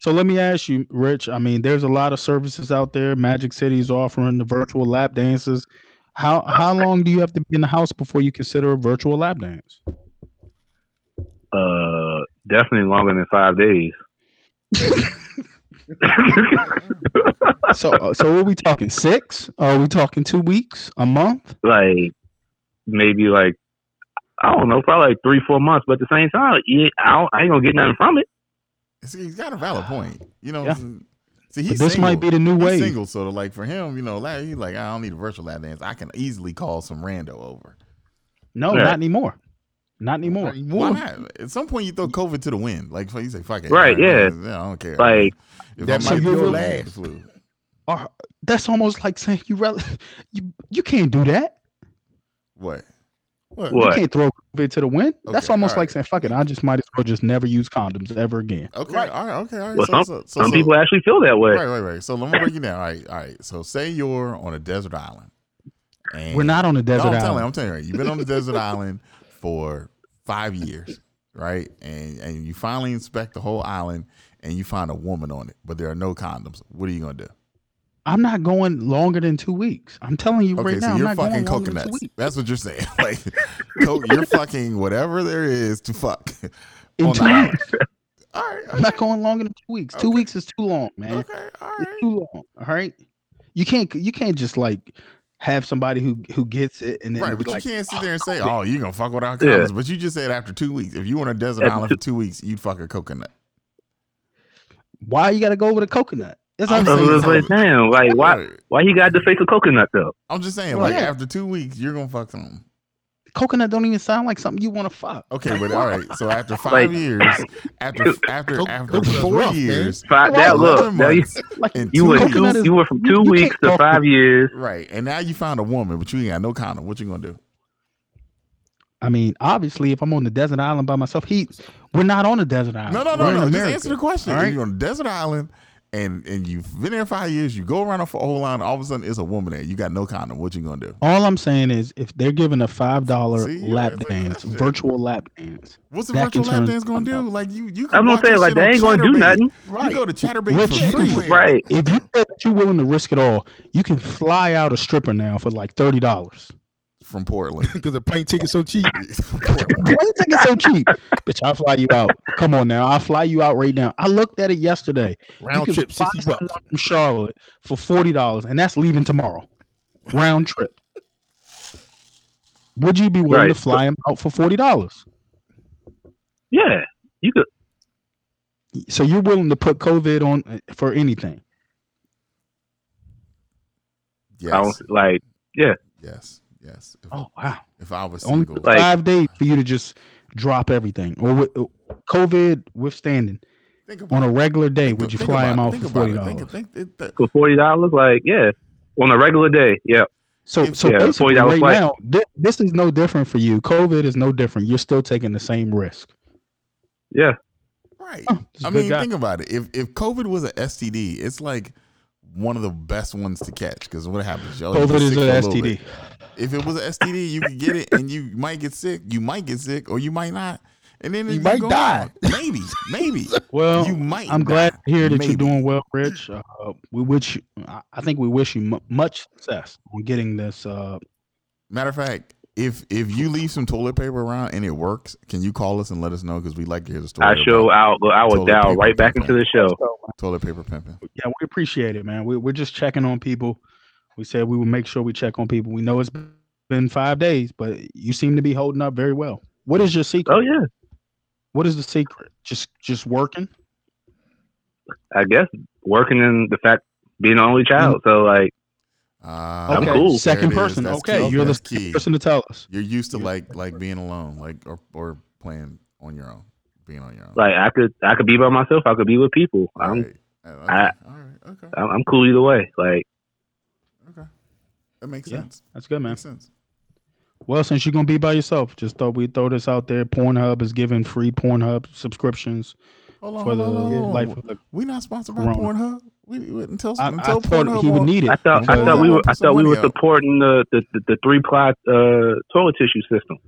Speaker 3: So let me ask you, Rich. I mean, there's a lot of services out there. Magic City is offering the virtual lap dances. How how long do you have to be in the house before you consider a virtual lap dance?
Speaker 6: Uh, definitely longer than five days.
Speaker 3: So uh, so what are we talking? Six? Are we talking two weeks? A month?
Speaker 6: like maybe like I don't know, probably like three four months. But at the same time, yeah, I, don't, I ain't gonna get nothing from it.
Speaker 2: See, he's got a valid point. You know,
Speaker 3: Yeah.
Speaker 2: see,
Speaker 3: But
Speaker 2: he's
Speaker 3: this
Speaker 2: single.
Speaker 3: might be the new
Speaker 2: He's
Speaker 3: way.
Speaker 2: single, so like for him, you know, like, he's like, I don't need a virtual lap dance. I can easily call some rando over.
Speaker 3: No,
Speaker 6: Yeah.
Speaker 3: not anymore. Not anymore.
Speaker 2: Why
Speaker 4: Anymore.
Speaker 2: not? At some point, you throw COVID to the wind. Like you say, fuck it.
Speaker 6: Right, yeah.
Speaker 2: I don't care.
Speaker 6: Like,
Speaker 2: if
Speaker 4: that
Speaker 2: I'm
Speaker 3: might
Speaker 2: like,
Speaker 3: be your
Speaker 2: I'm
Speaker 4: last.
Speaker 2: the flu.
Speaker 3: Or- that's almost like saying you rel- you you can't do that.
Speaker 2: What? What?
Speaker 6: What?
Speaker 3: You can't throw COVID to the wind. that's
Speaker 2: Okay,
Speaker 3: almost
Speaker 2: all right.
Speaker 3: like saying, "Fuck it, I just might as well just never use condoms ever again."
Speaker 2: Okay.
Speaker 4: Right.
Speaker 2: All right. Okay. All right.
Speaker 6: Well,
Speaker 2: so, so, so,
Speaker 6: Some
Speaker 2: so-
Speaker 6: people actually feel that way.
Speaker 2: Right. Right. Right. So let me break you down. All right. All right. So say you're on a desert island. And
Speaker 3: We're not on a desert
Speaker 2: no, I'm Telling,
Speaker 3: island.
Speaker 2: I'm telling you, right, you've been on the desert island for five years, right? And and you finally inspect the whole island and you find a woman on it, but there are no condoms. What are you gonna do?
Speaker 3: I'm not going longer than two weeks. I'm telling you
Speaker 2: Okay,
Speaker 3: right
Speaker 2: so
Speaker 3: now, I'm
Speaker 2: you're
Speaker 3: not
Speaker 2: fucking
Speaker 3: going longer than two
Speaker 2: coconuts.
Speaker 3: weeks.
Speaker 2: That's what you're saying. Like co- you're fucking whatever there is to fuck.
Speaker 3: In
Speaker 2: on
Speaker 3: two
Speaker 2: the island.
Speaker 3: weeks.
Speaker 2: All right,
Speaker 3: I'm not going longer than two weeks. Two
Speaker 2: Okay.
Speaker 3: weeks is too long, man.
Speaker 2: okay, all
Speaker 3: It's
Speaker 2: right.
Speaker 3: too long. All right. You can't you can't just like have somebody who who gets it and then
Speaker 2: Right,
Speaker 3: be
Speaker 2: but
Speaker 3: like,
Speaker 2: you can't sit there and say, "Oh, you gonna fuck without
Speaker 6: Yeah.
Speaker 2: condoms." But you just said after two weeks, if you were on a desert
Speaker 6: After
Speaker 2: island for two weeks, you'd fuck a coconut.
Speaker 3: why you gotta go with a coconut? That's what I'm
Speaker 6: So
Speaker 2: I'm
Speaker 3: saying.
Speaker 6: it's like, damn, like why
Speaker 2: Right.
Speaker 6: why you got to face a coconut though?
Speaker 2: I'm just saying,
Speaker 3: Right.
Speaker 2: like after two weeks, you're gonna fuck something.
Speaker 3: Coconut don't even sound like something you want to fuck.
Speaker 2: Okay, but all right. So after five
Speaker 6: Like-
Speaker 2: years, after after
Speaker 4: Go-
Speaker 2: after
Speaker 4: go for the
Speaker 2: four
Speaker 4: rough, man.
Speaker 2: years,
Speaker 6: Five,
Speaker 3: Right.
Speaker 6: now look,
Speaker 2: 11
Speaker 6: now you,
Speaker 2: months,
Speaker 3: Like
Speaker 2: and
Speaker 6: you
Speaker 2: two
Speaker 6: were
Speaker 2: coconuts.
Speaker 6: two, you were from two
Speaker 3: you
Speaker 6: weeks
Speaker 3: can't
Speaker 6: to
Speaker 3: talk to-
Speaker 6: five years.
Speaker 2: right, and now you found a woman, but you ain't got no condom. What you gonna do?
Speaker 3: I mean, obviously, if I'm on the desert island by myself, he we're not on a desert island.
Speaker 2: No, no,
Speaker 3: We're
Speaker 2: no,
Speaker 3: in
Speaker 2: no. Just
Speaker 3: America,
Speaker 2: answer the question.
Speaker 3: all right?
Speaker 2: You're on a desert island, and and you've been there five years. You go around off a whole line. All of a sudden, it's a woman there. You got no condom. What you gonna do?
Speaker 3: All I'm saying is, if they're giving a five dollar
Speaker 2: See, you
Speaker 3: lap
Speaker 2: answered the
Speaker 3: dance,
Speaker 2: question.
Speaker 3: virtual lap dance,
Speaker 2: What's the
Speaker 3: That
Speaker 2: virtual
Speaker 3: can
Speaker 2: lap
Speaker 3: turn-
Speaker 2: dance gonna do? Like you, you.
Speaker 6: That's
Speaker 2: can
Speaker 6: what I'm
Speaker 2: watch
Speaker 6: saying.
Speaker 2: this
Speaker 6: Like
Speaker 2: shit on
Speaker 6: they ain't gonna do
Speaker 2: Chatterbait.
Speaker 6: nothing.
Speaker 2: You go to
Speaker 3: With
Speaker 2: Chatterbait for
Speaker 3: you.
Speaker 2: free.
Speaker 6: Right.
Speaker 3: if you said that you're willing to risk it all, you can fly out a stripper now for like thirty dollars.
Speaker 2: from Portland.
Speaker 5: because the plane ticket's so cheap.
Speaker 2: Portland.
Speaker 3: Why you think it's so cheap? Bitch, I'll fly you out. Come on now, I'll fly you out right now. I looked at it yesterday.
Speaker 5: Round
Speaker 3: can
Speaker 5: trip,
Speaker 3: fly
Speaker 5: sixty bucks.
Speaker 3: someone from Charlotte for forty dollars, and that's leaving tomorrow. Round trip. Would you be willing
Speaker 6: Right.
Speaker 3: to fly him out for forty dollars?
Speaker 6: Yeah. You could.
Speaker 3: So you're willing to put COVID on uh, for anything?
Speaker 6: I don't
Speaker 2: Yes,
Speaker 6: like.
Speaker 2: yes, yes. If,
Speaker 3: Oh wow!
Speaker 2: if I was
Speaker 3: Only
Speaker 2: single,
Speaker 6: Like-
Speaker 3: Five days for you to just drop everything, or with, uh, COVID withstanding
Speaker 2: think
Speaker 3: on a regular day,
Speaker 2: think-
Speaker 3: would you
Speaker 2: think
Speaker 3: fly
Speaker 2: about
Speaker 3: him
Speaker 2: it,
Speaker 3: out
Speaker 2: think
Speaker 3: for
Speaker 2: about
Speaker 3: forty
Speaker 2: it, think-
Speaker 3: dollars?
Speaker 2: think- it- th-
Speaker 6: for forty dollars. Like, yeah, on a regular day, yeah.
Speaker 3: So,
Speaker 2: If-
Speaker 3: so
Speaker 6: yeah,
Speaker 3: basically,
Speaker 6: $40
Speaker 3: right
Speaker 6: flight.
Speaker 3: now, thi- this is no different for you. COVID is no different. You're still taking the same risk.
Speaker 2: Right.
Speaker 3: Huh, this is
Speaker 2: I
Speaker 3: a good
Speaker 2: mean,
Speaker 3: guy.
Speaker 2: think about it. If if COVID was an STD, it's like one of the best ones to catch because what happens? Y'all get
Speaker 3: COVID
Speaker 2: sick
Speaker 3: is an
Speaker 2: for a little
Speaker 3: STD.
Speaker 2: bit. If it was an STD, you could get it and you might get sick. You might get sick or you might not. And then
Speaker 5: You
Speaker 2: it
Speaker 5: might
Speaker 2: go
Speaker 5: die.
Speaker 2: on. Maybe, maybe.
Speaker 3: Well,
Speaker 2: you might.
Speaker 3: I'm glad
Speaker 2: die.
Speaker 3: to hear that
Speaker 2: Maybe.
Speaker 3: you're doing well, Rich. Uh, we wish you, I I think we wish you mu much success on getting this. Uh,
Speaker 2: Matter of fact, if if you leave some toilet paper around and it works, can you call us and let us know because we like to hear the story.
Speaker 6: I show
Speaker 2: about
Speaker 6: out, but I will
Speaker 2: Toilet
Speaker 6: dial
Speaker 2: paper
Speaker 6: right back
Speaker 2: campaign.
Speaker 6: into the show.
Speaker 2: toilet paper pimping.
Speaker 3: yeah, we appreciate it, man. We, we're just checking on people. We said we will make sure we check on people. We know it's been five days, but you seem to be holding up very well. What is your secret?
Speaker 6: Oh yeah,
Speaker 3: What is the secret? Just just working.
Speaker 6: I guess working in the fact being an only child.
Speaker 2: Mm-hmm.
Speaker 6: So like,
Speaker 2: Uh,
Speaker 6: I'm cool.
Speaker 3: Second person. okay, you're the
Speaker 2: key.
Speaker 3: second person to tell us.
Speaker 2: You're used to like like being alone, like or or playing on your own, being on your own.
Speaker 6: like I could I could be by myself. I could be with people. I'm
Speaker 2: Right. Uh, Okay.
Speaker 6: Um, I-
Speaker 2: All right. Okay.
Speaker 6: I'm, I'm cool either way. Like
Speaker 2: Okay. That makes
Speaker 3: Yeah,
Speaker 2: sense.
Speaker 3: That's good, man.
Speaker 2: Makes sense.
Speaker 3: Well, since you're gonna be by yourself, just thought we'd throw this out there. Pornhub is giving free Pornhub subscriptions
Speaker 2: Hold on.
Speaker 3: for
Speaker 2: Hold
Speaker 3: the
Speaker 2: on, hold on.
Speaker 3: life of the.
Speaker 2: we not sponsored by
Speaker 3: Corona.
Speaker 2: Pornhub. We, we until
Speaker 3: I, I
Speaker 2: until
Speaker 3: thought
Speaker 2: Pornhub
Speaker 3: he would
Speaker 2: won't-
Speaker 3: need it.
Speaker 6: I thought I
Speaker 2: Okay.
Speaker 6: thought we were I
Speaker 2: Put some
Speaker 6: thought we were
Speaker 2: money up.
Speaker 6: supporting the the, the, the three ply uh, toilet tissue system.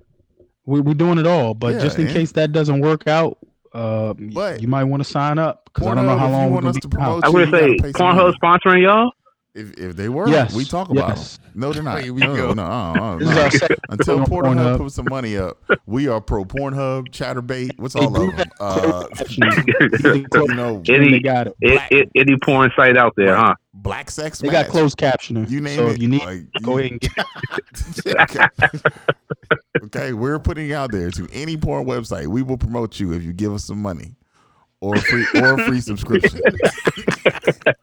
Speaker 3: we, we're doing it all, but
Speaker 2: Yeah,
Speaker 3: just in
Speaker 2: and-
Speaker 3: case that doesn't work out, uh, y-
Speaker 2: But-
Speaker 3: you might want to sign up because I don't know
Speaker 2: Pornhub,
Speaker 3: how
Speaker 2: if you
Speaker 3: long
Speaker 2: want
Speaker 3: we're
Speaker 2: us
Speaker 3: gonna
Speaker 2: to
Speaker 3: be out.
Speaker 2: promote
Speaker 6: I would
Speaker 2: you
Speaker 6: say
Speaker 2: gotta pay some
Speaker 6: Pornhub
Speaker 2: money.
Speaker 6: sponsoring y'all.
Speaker 2: If if they were,
Speaker 3: Yes,
Speaker 2: we talk about them.
Speaker 3: yes.
Speaker 2: No, they're not.
Speaker 5: Here we
Speaker 2: no,
Speaker 5: go.
Speaker 2: no, uh-uh,
Speaker 3: This is
Speaker 2: no.
Speaker 3: our second
Speaker 2: Until
Speaker 3: thing on
Speaker 2: Pornhub
Speaker 3: Pornhub.
Speaker 2: puts some money up, we are pro Pornhub, Chatterbait. What's
Speaker 3: They
Speaker 2: all
Speaker 3: do
Speaker 2: of them? Uh, you know,
Speaker 3: And they
Speaker 6: any,
Speaker 3: got it.
Speaker 2: black-
Speaker 6: any any porn site out there,
Speaker 2: Right.
Speaker 6: huh?
Speaker 2: black sex.
Speaker 3: They got
Speaker 2: Match.
Speaker 3: closed captioning.
Speaker 2: You name
Speaker 3: so
Speaker 2: it.
Speaker 3: if you need,
Speaker 2: like,
Speaker 3: go
Speaker 2: you-
Speaker 3: ahead and get
Speaker 2: okay. Okay, we're putting it out there to any porn website. We will promote you if you give us some money or a free or a free subscription.
Speaker 3: it.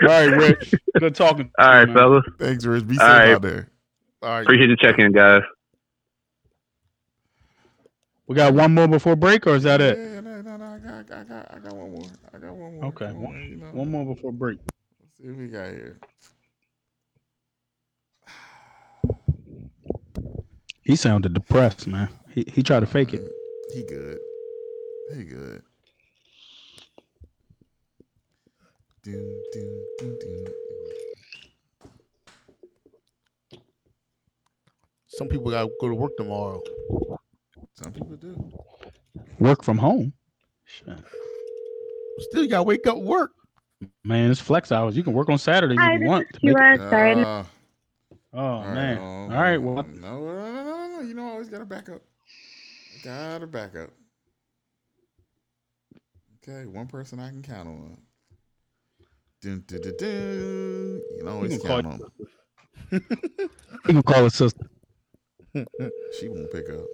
Speaker 3: All right, Rich. Good talking. to
Speaker 6: All
Speaker 3: you,
Speaker 6: right,
Speaker 3: man.
Speaker 6: fellas.
Speaker 2: Thanks, Rich. Be safe
Speaker 6: All right.
Speaker 2: out there.
Speaker 5: All right.
Speaker 6: Appreciate the check in, guys.
Speaker 3: We got one more before break, or is that it?
Speaker 2: Yeah, no, no, no, I got, I got, I got one more. I got one more.
Speaker 3: Okay,
Speaker 2: Come on,
Speaker 3: one-
Speaker 2: you know.
Speaker 3: One more before break.
Speaker 2: Let's see what we got here.
Speaker 3: He sounded depressed, man. He he tried to fake it.
Speaker 2: He good. He good. Dun, dun, dun, dun.
Speaker 5: Some people got to go to work tomorrow.
Speaker 2: Some people do.
Speaker 3: Work from home. Shit.
Speaker 5: Still got to wake up work.
Speaker 3: Man, it's flex hours. You can work on Saturdays if
Speaker 7: Hi,
Speaker 3: you
Speaker 7: this
Speaker 3: want.
Speaker 7: is
Speaker 3: to make-
Speaker 7: Kira. Sorry.
Speaker 2: Uh,
Speaker 7: no-
Speaker 3: Oh
Speaker 2: all right,
Speaker 3: man.
Speaker 2: no,
Speaker 3: All right.
Speaker 2: no,
Speaker 3: Well,
Speaker 2: no, no, no, no, no. You know, I always got to back up. Got to back up. Okay, one person I can count on. Dun, dun, dun, dun. You can always
Speaker 3: can
Speaker 2: count on.
Speaker 3: you can call it sister.
Speaker 2: She won't pick up.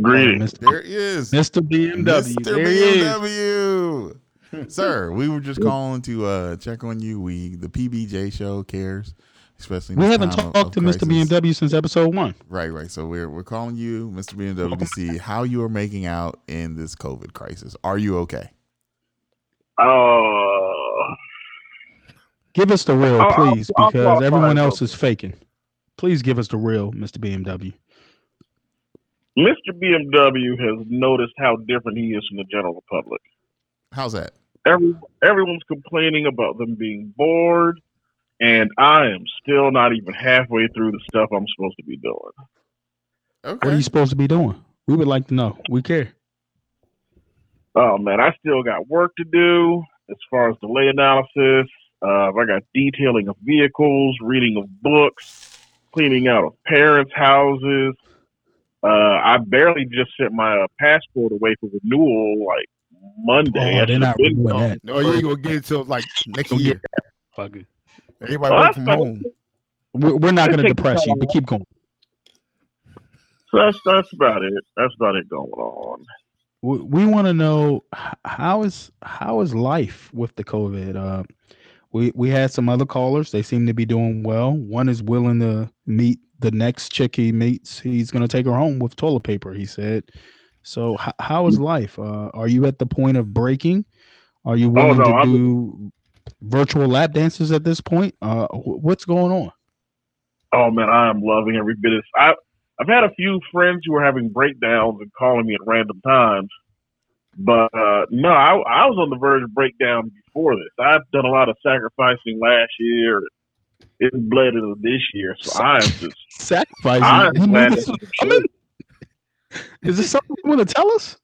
Speaker 6: Greetings.
Speaker 3: Mr.
Speaker 2: There it is.
Speaker 3: Mr. BMW.
Speaker 2: Mr.
Speaker 3: There he is.
Speaker 2: BMW. Sir, we were just calling to uh, check on you. We the PBJ show cares, especially. in
Speaker 3: We
Speaker 2: this
Speaker 3: haven't
Speaker 2: time of-
Speaker 3: talked to
Speaker 2: of
Speaker 3: Mr.
Speaker 2: crisis.
Speaker 3: BMW since episode one.
Speaker 2: Right, right. So we're we're calling you, Mr. BMW, to see how you are making out in this COVID crisis. Are you okay?
Speaker 6: Oh,
Speaker 3: Give us the real,
Speaker 7: Oh,
Speaker 5: I'll- I'll-
Speaker 3: please,
Speaker 5: I'll- I'll
Speaker 3: because everyone
Speaker 5: find
Speaker 3: else
Speaker 5: out.
Speaker 3: is faking. Please give us the real, Mr. BMW.
Speaker 5: Mr. BMW has noticed how different he is from the general public.
Speaker 2: How's that?
Speaker 5: Every, everyone's complaining about them being bored, and I am still not even halfway through the stuff I'm supposed to be doing.
Speaker 2: Okay.
Speaker 3: What are you supposed to be doing? We would like to know. We care.
Speaker 5: Oh man, I still got work to do as far as delay analysis. Uh, I got detailing of vehicles, reading of books, cleaning out of parents' houses. Uh, I barely just sent my uh, passport away for renewal like Monday.
Speaker 3: Oh, they're not
Speaker 5: Been-
Speaker 3: renewing
Speaker 4: Oh,
Speaker 3: that.
Speaker 4: no, you ain't gonna get it till like next
Speaker 5: Yeah.
Speaker 4: year.
Speaker 3: Fucker.
Speaker 4: Everybody
Speaker 5: Oh,
Speaker 4: work
Speaker 5: that's
Speaker 4: from
Speaker 5: not-
Speaker 4: home.
Speaker 3: We're, we're not
Speaker 5: It
Speaker 3: going to
Speaker 5: takes
Speaker 3: depress you,
Speaker 5: time.
Speaker 3: but keep going.
Speaker 5: So that's that's about it. That's about it going on.
Speaker 3: we, we want to know h- how is how is life with the COVID. Uh, we we had some other callers. They seem to be doing well. One is willing to meet the next chick he meets. He's going to take her home with toilet paper. He said. So h- how is life? Uh, are you at the point of breaking? Are you willing
Speaker 5: Oh, no,
Speaker 3: to
Speaker 5: I'm-
Speaker 3: do virtual lap dances at this point? Uh, wh- what's going on?
Speaker 5: Oh man, I am loving every bit of. I I've had a few friends who are having breakdowns and calling me at random times, but uh, no, I, I was on the verge of breakdown before this. I've done a lot of sacrificing last year. It bled into this year, so I am just.
Speaker 3: Sacrificing.
Speaker 5: I am
Speaker 3: You knew
Speaker 5: glad
Speaker 3: this
Speaker 5: that-
Speaker 3: was coming? Is this something you want to tell us?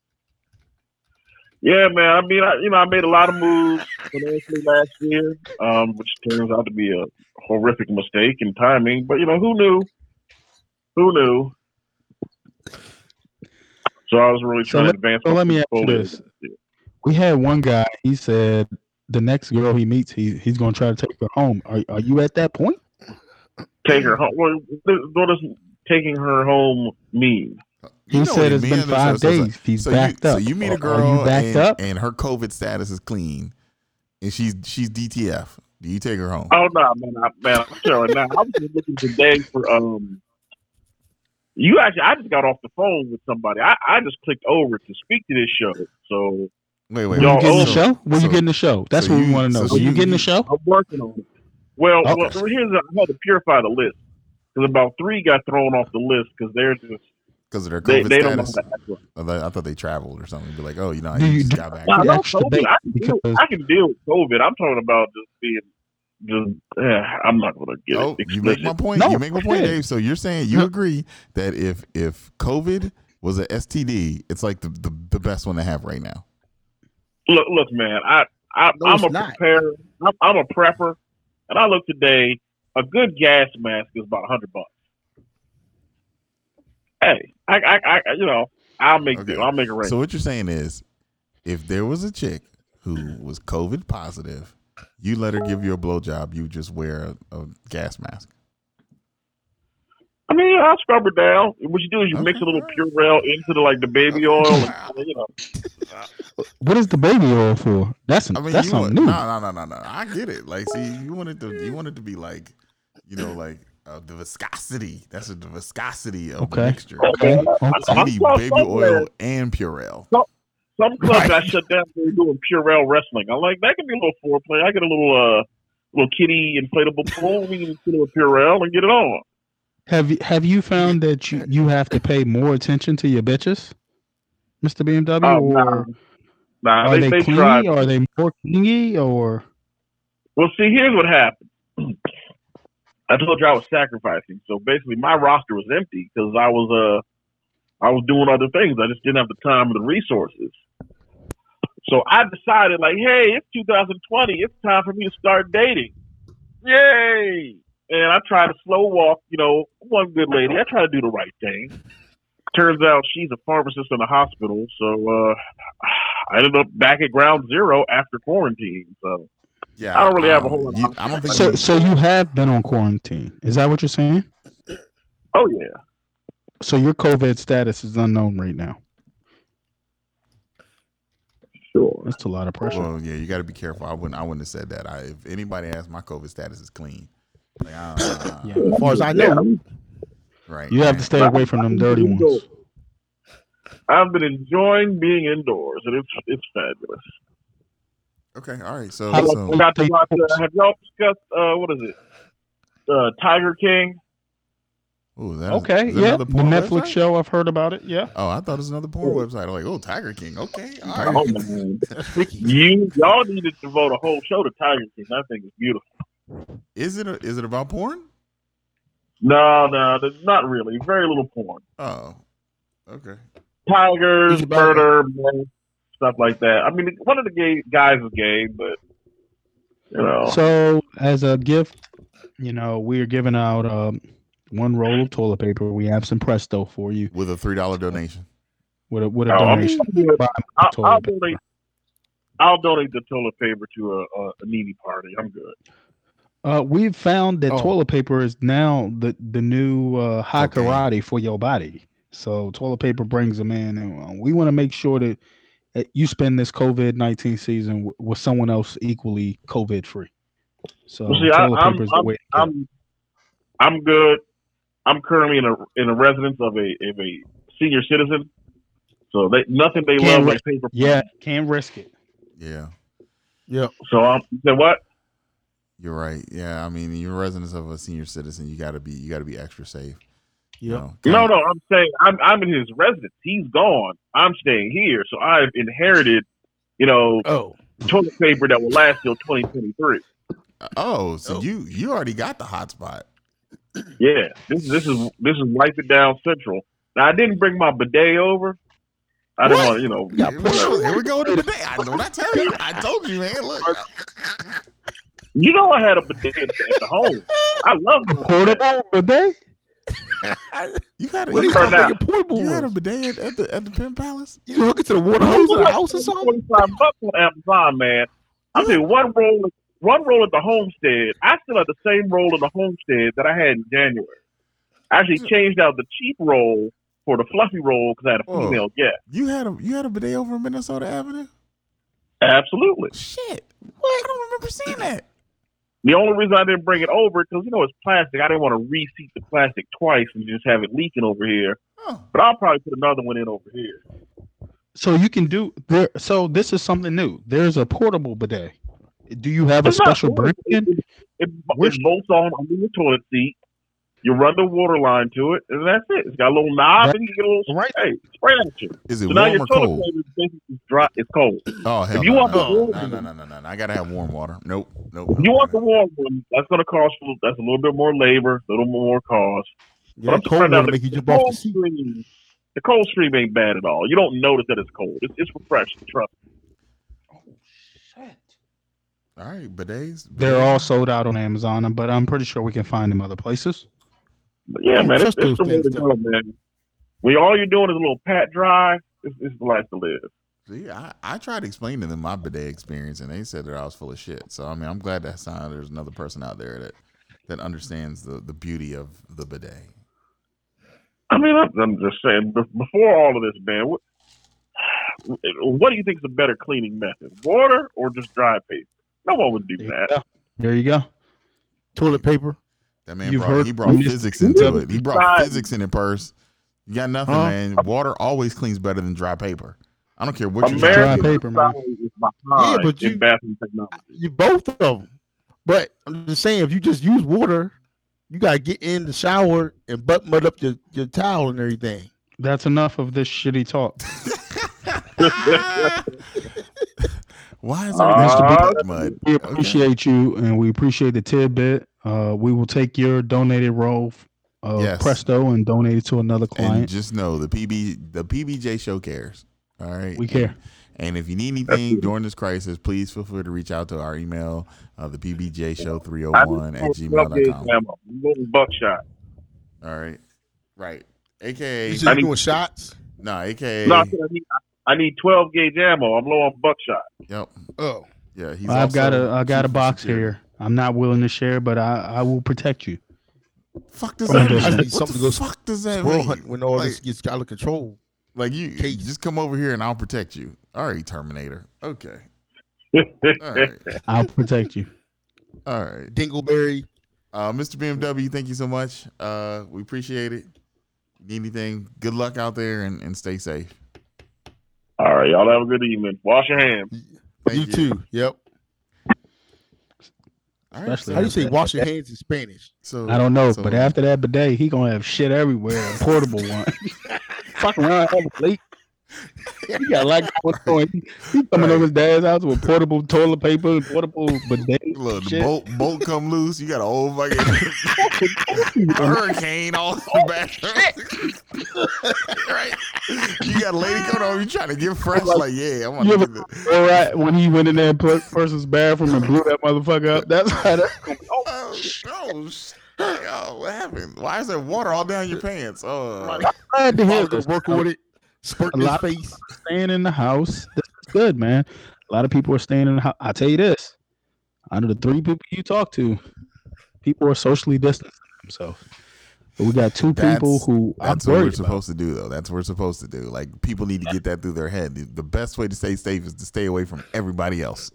Speaker 5: Yeah, man. I mean, I, you know, I made a lot of moves financially last year, um, which turns out to be a horrific mistake in timing. But you know, who knew? Who knew? So I was really
Speaker 3: So
Speaker 5: trying
Speaker 3: let-
Speaker 5: to advance.
Speaker 3: so
Speaker 5: my
Speaker 3: let me ask you
Speaker 5: portfolio.
Speaker 3: this. we had one guy. He said the next girl he meets, he he's gonna try to take her home. Are are you at that point?
Speaker 5: Take her home. Well, th- what does taking her home mean?
Speaker 2: You
Speaker 3: he
Speaker 2: know what
Speaker 3: said it's
Speaker 2: mean.
Speaker 3: been
Speaker 2: So-
Speaker 3: five
Speaker 2: so- so-
Speaker 3: days. He's
Speaker 2: so
Speaker 3: backed
Speaker 2: you,
Speaker 3: up.
Speaker 2: So you meet
Speaker 3: Are-
Speaker 2: a girl
Speaker 3: Are you backed
Speaker 2: and,
Speaker 3: up?
Speaker 2: and her COVID status is clean, and she's she's DTF. Do you take her home?
Speaker 5: Oh no, man, I, man, I'm sure now. I was just looking today for um. You actually, I just got off the phone with somebody. I, I just clicked over to speak to this show, so
Speaker 2: Wait,
Speaker 3: Were
Speaker 2: wait,
Speaker 3: you
Speaker 5: Y'all
Speaker 2: wait.
Speaker 3: getting the
Speaker 5: own-
Speaker 3: show? Were
Speaker 2: so-
Speaker 3: you getting the show? That's
Speaker 2: so
Speaker 3: what we
Speaker 2: you-
Speaker 3: want to know.
Speaker 2: so
Speaker 3: Were you
Speaker 2: you-
Speaker 3: getting the show?
Speaker 5: I'm working on it. Well,
Speaker 2: Okay.
Speaker 5: well here's a, I had to purify the list because about three got thrown off the list because they're just
Speaker 2: Because of their
Speaker 5: they,
Speaker 2: COVID
Speaker 5: they don't know
Speaker 2: status.
Speaker 5: how to act right.
Speaker 2: I thought- I thought they traveled or something. Be like, oh, you know,
Speaker 3: Do
Speaker 2: you
Speaker 3: you-
Speaker 2: just
Speaker 3: do-
Speaker 2: got back.
Speaker 5: Nah,
Speaker 3: Yeah,
Speaker 5: not
Speaker 3: that's the
Speaker 5: COVID.
Speaker 3: bait,
Speaker 5: I, can deal,
Speaker 3: because-
Speaker 5: I can deal with COVID. I'm talking about just being just. eh, I'm not going to get
Speaker 2: Oh,
Speaker 5: it
Speaker 2: you make
Speaker 5: explicit.
Speaker 2: my point.
Speaker 3: No,
Speaker 2: you make my point,
Speaker 3: yeah.
Speaker 2: Dave. So you're saying you agree that if if COVID was a STD, it's like the, the, the best one to have right now.
Speaker 5: look, look, man. I, I
Speaker 4: No,
Speaker 5: I'm
Speaker 4: it's
Speaker 5: a
Speaker 4: not.
Speaker 5: preparer. I'm, I'm a prepper, and I look today. A good gas mask is about a hundred bucks. Hey, I, I, I, you know, I'll make
Speaker 2: Okay.
Speaker 5: do. I'll make it rain.
Speaker 2: So what you're saying is, if there was a chick who was COVID positive, you let her give you a blowjob. You just wear a, a gas mask.
Speaker 5: I mean, I'll scrub her down. What you do is you mix
Speaker 2: Okay.
Speaker 5: a little Purell into the like the baby oil. And, you know,
Speaker 3: What is the baby oil for? That's
Speaker 2: I mean,
Speaker 3: that's
Speaker 2: you want,
Speaker 3: something
Speaker 2: no,
Speaker 3: new.
Speaker 2: no, no, no, no. I get it. Like, see, you wanted to, you wanted to be like, you know, like uh, the viscosity. That's the viscosity of the
Speaker 3: Okay.
Speaker 2: mixture.
Speaker 3: Okay.
Speaker 5: I-
Speaker 3: okay.
Speaker 2: So you
Speaker 5: I'm
Speaker 2: need
Speaker 5: club
Speaker 2: baby
Speaker 5: somewhere.
Speaker 2: oil and Purell.
Speaker 5: Some clubs I shut down. They're doing Purell wrestling. I'm like, that could be a little foreplay. I get a little uh, little kitty inflatable pool. We can get a little Purell and get it on.
Speaker 3: Have you have you found that you, you have to pay more attention to your bitches, Mr. BMW,
Speaker 5: Oh,
Speaker 3: or
Speaker 5: nah. Nah,
Speaker 3: are
Speaker 5: they,
Speaker 3: they,
Speaker 5: they
Speaker 3: clingy?
Speaker 5: tried.
Speaker 3: Are they more clingy? Or
Speaker 5: Well, see, here's what happened. I told you I was sacrificing. So basically, my roster was empty because I was uh, I was doing other things. I just didn't have the time or the resources. So I decided, like, hey, it's 2020. It's time for me to start dating. Yay! And I tried to slow walk. You know, one good lady. I tried to do the right thing. Turns out she's a pharmacist in a hospital. So uh, I ended up back at ground zero after quarantine. So.
Speaker 2: Yeah, um,
Speaker 5: I don't really have a whole lot
Speaker 2: You,
Speaker 5: of-
Speaker 2: I don't think.
Speaker 3: so
Speaker 2: you-
Speaker 3: so you have been on quarantine. Is that what you're saying?
Speaker 5: Oh yeah.
Speaker 3: So your COVID status is unknown right now.
Speaker 5: Sure.
Speaker 3: That's a lot of pressure.
Speaker 2: well, yeah, you got to be careful. I wouldn't. I wouldn't have said that. I, if anybody asked, my COVID status is clean. Like, I don't-
Speaker 3: Yeah.
Speaker 4: As far as I
Speaker 5: Yeah,
Speaker 4: know,
Speaker 2: Right.
Speaker 3: You have to stay away from them dirty ones.
Speaker 5: I've been enjoying being indoors, and it's it's fabulous.
Speaker 2: Okay, all right. So,
Speaker 3: How about
Speaker 2: so
Speaker 5: Not to watch, uh, have y'all discussed uh, what is it? Uh, Tiger King.
Speaker 2: ooh, that is-
Speaker 3: Okay,
Speaker 2: is that
Speaker 3: yeah. The
Speaker 2: another porn
Speaker 3: Netflix
Speaker 2: website?
Speaker 3: show, I've heard about it. Yeah.
Speaker 2: Oh, I thought it was another porn website. I'm like, oh, Tiger King. Okay, all
Speaker 5: Oh
Speaker 2: right.
Speaker 5: man, you y'all need to devote a whole show to Tiger King. I think it's beautiful.
Speaker 2: Is it a, is it about porn?
Speaker 5: No, no, that's not really. Very little porn.
Speaker 2: Oh, okay.
Speaker 5: Tigers,
Speaker 4: He's about-
Speaker 5: murder, blood, stuff like that. I mean, one of the gay guys is gay, but you
Speaker 2: Oh.
Speaker 5: know,
Speaker 3: So, as a gift, you know, we are giving out um, one roll of toilet paper. We have some Presto for you
Speaker 2: With a three dollar donation.
Speaker 3: with a, with a
Speaker 2: Oh,
Speaker 5: No, I'm-
Speaker 3: donation. Buy
Speaker 5: I'll,
Speaker 3: toilet
Speaker 5: I'll
Speaker 3: paper.
Speaker 5: donate. I'll donate the toilet paper to a, a, a needy party. I'm good.
Speaker 3: Uh, we've found that
Speaker 4: Oh.
Speaker 3: toilet paper is now the the new uh, high
Speaker 2: Cocaine.
Speaker 3: karate for your body. So toilet paper brings a man, and uh, we want to make sure that uh, you spend this COVID nineteen season w- with someone else equally COVID free. So
Speaker 5: Well, see, I-
Speaker 3: toilet
Speaker 5: I'm-
Speaker 3: paper is the way. to go.
Speaker 5: I'm I'm good. I'm currently in a in a residence of a of a senior citizen, so they nothing they
Speaker 3: Can't
Speaker 5: love
Speaker 3: re-
Speaker 5: like paper.
Speaker 3: yeah, can't risk it.
Speaker 2: Yeah,
Speaker 5: So I'm you said what?
Speaker 2: you're right. Yeah, I mean, you're a resident of a senior citizen. You gotta be you gotta be extra safe. you
Speaker 4: Yep.
Speaker 2: know.
Speaker 5: No,
Speaker 2: Kinda-
Speaker 5: no. I'm saying I'm I'm in his residence. He's gone. I'm staying here, so I've inherited, you know,
Speaker 4: Oh,
Speaker 5: toilet paper that will last till 2023.
Speaker 2: Oh, so
Speaker 4: Oh.
Speaker 2: you you already got the hot spot.
Speaker 5: Yeah, this is this is this is wipe it down central. Now I didn't bring my bidet over. I didn't
Speaker 2: What?
Speaker 5: want to, you know.
Speaker 2: Here we go. Here we go with the bidet. I know what I tell you. I told you, man. Look,
Speaker 5: You know, I had a bidet at the at the home. I love my bidet.
Speaker 3: Portable bidet?
Speaker 2: you had a,
Speaker 4: what are
Speaker 2: you
Speaker 4: you talking
Speaker 5: Turn
Speaker 2: had
Speaker 5: down.
Speaker 4: about? Portable.
Speaker 2: you had a
Speaker 4: You,
Speaker 2: bidet at the at the Penn Palace.
Speaker 4: you hook it to the water hose in the house or something?
Speaker 5: 25 bucks on Amazon, man. I think one roll, one roll at the homestead. I still have the same roll in the homestead that I had in January. I
Speaker 4: Hmm.
Speaker 5: actually changed out the cheap roll for the fluffy roll because I had a
Speaker 4: Oh.
Speaker 2: Whoa.
Speaker 5: female guest.
Speaker 2: You had a you had a bidet over in Minnesota Avenue.
Speaker 5: Absolutely.
Speaker 2: Shit, what? I don't remember seeing that.
Speaker 5: The only reason I didn't bring it over because you know it's plastic. I didn't want to reseat the plastic twice and just have it leaking over here.
Speaker 2: Oh,
Speaker 5: But I'll probably put another one in over here.
Speaker 3: So you can do there. So this is something new. There's a portable bidet. Do you have a
Speaker 5: It's not
Speaker 3: special
Speaker 5: portable.
Speaker 3: brand?
Speaker 5: It, it,
Speaker 3: Where's-
Speaker 5: it bolts on under your toilet seat. You run the water line to it, and that's it. It's got a little knob, and you get a little
Speaker 3: Right.
Speaker 5: hey spray at you.
Speaker 2: is it
Speaker 5: So now
Speaker 2: warm
Speaker 5: your
Speaker 2: or
Speaker 5: toilet
Speaker 2: cold?
Speaker 5: paper is basically dry. It's cold.
Speaker 2: Oh hell,
Speaker 5: if you
Speaker 2: no,
Speaker 5: want
Speaker 2: no,
Speaker 5: the
Speaker 2: no,
Speaker 5: warm
Speaker 2: no, no,
Speaker 5: one-
Speaker 2: no, no, no, no. I gotta have warm water. Nope, nope.
Speaker 5: If you want the warm one, that's going to cost you. That's a little bit more labor, a little more cost.
Speaker 4: Yeah, that
Speaker 5: just
Speaker 4: cold
Speaker 5: finding out
Speaker 4: water make
Speaker 5: that
Speaker 4: you jump off the seat.
Speaker 5: Stream, the cold stream ain't bad at all. You don't notice that it's cold. It's, it's refreshing. Trust.
Speaker 2: All right, bidets.
Speaker 3: They're
Speaker 2: bidets.
Speaker 3: all sold out on Amazon, but I'm pretty sure we can find them other places.
Speaker 5: me. But yeah,
Speaker 4: Don't
Speaker 5: man, it's,
Speaker 4: trust
Speaker 5: it's
Speaker 4: those
Speaker 5: the way to
Speaker 4: things,
Speaker 5: go, man. When all you're doing is a little pat dry, it's, it's the life to live.
Speaker 2: See, I, I tried explaining to them my bidet experience, and they said that I was full of shit. So I mean, I'm glad that sign there's another person out there that that understands the the beauty of the bidet.
Speaker 5: I mean, I'm, I'm just saying. be- Before all of this, man, what, what do you think is a better cleaning method? Water or just dry paper? No one would do
Speaker 3: There
Speaker 5: that.
Speaker 3: you go. There you go.
Speaker 4: Toilet paper.
Speaker 2: That man
Speaker 3: You've
Speaker 2: brought
Speaker 3: heard
Speaker 2: he brought
Speaker 3: from Mr.
Speaker 2: physics into
Speaker 5: Williams
Speaker 2: it. He brought
Speaker 5: Friday.
Speaker 2: physics in it first. You got nothing,
Speaker 4: Huh?
Speaker 2: man. Water always cleans better than dry paper. I don't care what you're
Speaker 3: Dry
Speaker 2: trying to
Speaker 5: American
Speaker 2: do.
Speaker 3: paper, man.
Speaker 5: society is behind
Speaker 4: Yeah, but
Speaker 5: in
Speaker 4: you-
Speaker 5: bathroom technology.
Speaker 4: You both of them. But I'm just saying, if you just use water, you gotta get in the shower and butt mud up your, your towel and everything.
Speaker 3: That's enough of this shitty talk.
Speaker 2: Why is
Speaker 5: Uh,
Speaker 2: everything so big mud?
Speaker 3: We
Speaker 2: Okay.
Speaker 3: appreciate you and we appreciate the tidbit. Uh, we will take your donated roll of
Speaker 2: Yes.
Speaker 3: Presto and donate it to another
Speaker 2: And
Speaker 3: client.
Speaker 2: just know the PB the PBJ show cares. All right,
Speaker 3: we care.
Speaker 2: And if you need anything during this crisis, please feel free to reach out to our email, uh, the PBJ Show 301 at gmail.com.
Speaker 5: Little buckshot.
Speaker 2: All right. Right. AKA,
Speaker 4: You said
Speaker 5: I
Speaker 4: you
Speaker 5: mean-
Speaker 4: doing shots.
Speaker 2: nah, AKA,
Speaker 5: No, I, said I need, I need 12 gauge ammo. I'm low on buckshot.
Speaker 2: yep.
Speaker 4: Oh,
Speaker 2: Yeah. He's
Speaker 3: I've got
Speaker 2: also
Speaker 3: a I
Speaker 2: chief
Speaker 3: got a
Speaker 2: of
Speaker 3: box
Speaker 2: security.
Speaker 3: here. I'm not willing to share, but I, I will protect you.
Speaker 2: Fuck does
Speaker 3: From
Speaker 2: that
Speaker 3: the
Speaker 2: mean?
Speaker 3: distance.
Speaker 4: I need
Speaker 2: What
Speaker 4: something
Speaker 2: the
Speaker 4: to go
Speaker 2: fuck does that
Speaker 4: squirrel
Speaker 2: mean?
Speaker 4: hunt when all this
Speaker 2: like-
Speaker 4: gets out of control.
Speaker 2: Like you, you just come over here and I'll protect you. All right, Terminator. Okay. All right.
Speaker 3: I'll protect you.
Speaker 2: All right.
Speaker 4: Dingleberry.
Speaker 2: Uh, Mr. BMW, thank you so much. Uh, we appreciate it. Need anything? Good luck out there and, and stay safe.
Speaker 5: All right, y'all have a good evening. Wash your hands.
Speaker 2: Thank
Speaker 5: you, too. Yep.
Speaker 2: All right,
Speaker 3: Especially
Speaker 5: How do you
Speaker 2: so,
Speaker 5: say wash your hands in Spanish?
Speaker 2: so-
Speaker 3: I don't know,
Speaker 2: so-
Speaker 3: but after that bidet, he gonna have shit everywhere. A portable one. Fuck around, have a leak. He got like what's going. He, he coming
Speaker 2: Right.
Speaker 3: over his dad's house with portable toilet paper, and portable bidet.
Speaker 2: Look, the
Speaker 3: shit.
Speaker 2: bolt bolt come loose. You got a whole fucking hurricane all in
Speaker 3: Oh,
Speaker 2: the bathroom. right? You got a lady coming over. You trying to get fresh? Like,
Speaker 3: Like,
Speaker 2: yeah, I'm gonna
Speaker 3: you ever-
Speaker 2: do this.
Speaker 3: All right, when he went in that per- person's bathroom and blew that motherfucker up, that's how that.
Speaker 2: Oh, oh, shit. oh, what happened? Why is there water all down your pants? Oh,
Speaker 3: Glad to hear
Speaker 5: Father
Speaker 3: this.
Speaker 5: working with it. Squirt
Speaker 3: A
Speaker 5: in his
Speaker 3: lot of-
Speaker 5: face.
Speaker 3: staying in the house. That's good, man. A lot of people are staying in the house. I tell you this, out of the three people you talk to, people are socially distancing themselves. But we got two people
Speaker 2: That's-
Speaker 3: who I'm
Speaker 2: That's what we're
Speaker 3: worried about.
Speaker 2: supposed to do, though. That's what we're supposed to do. Like people need to get that through their head. The- The best way to stay safe is to stay away from everybody else.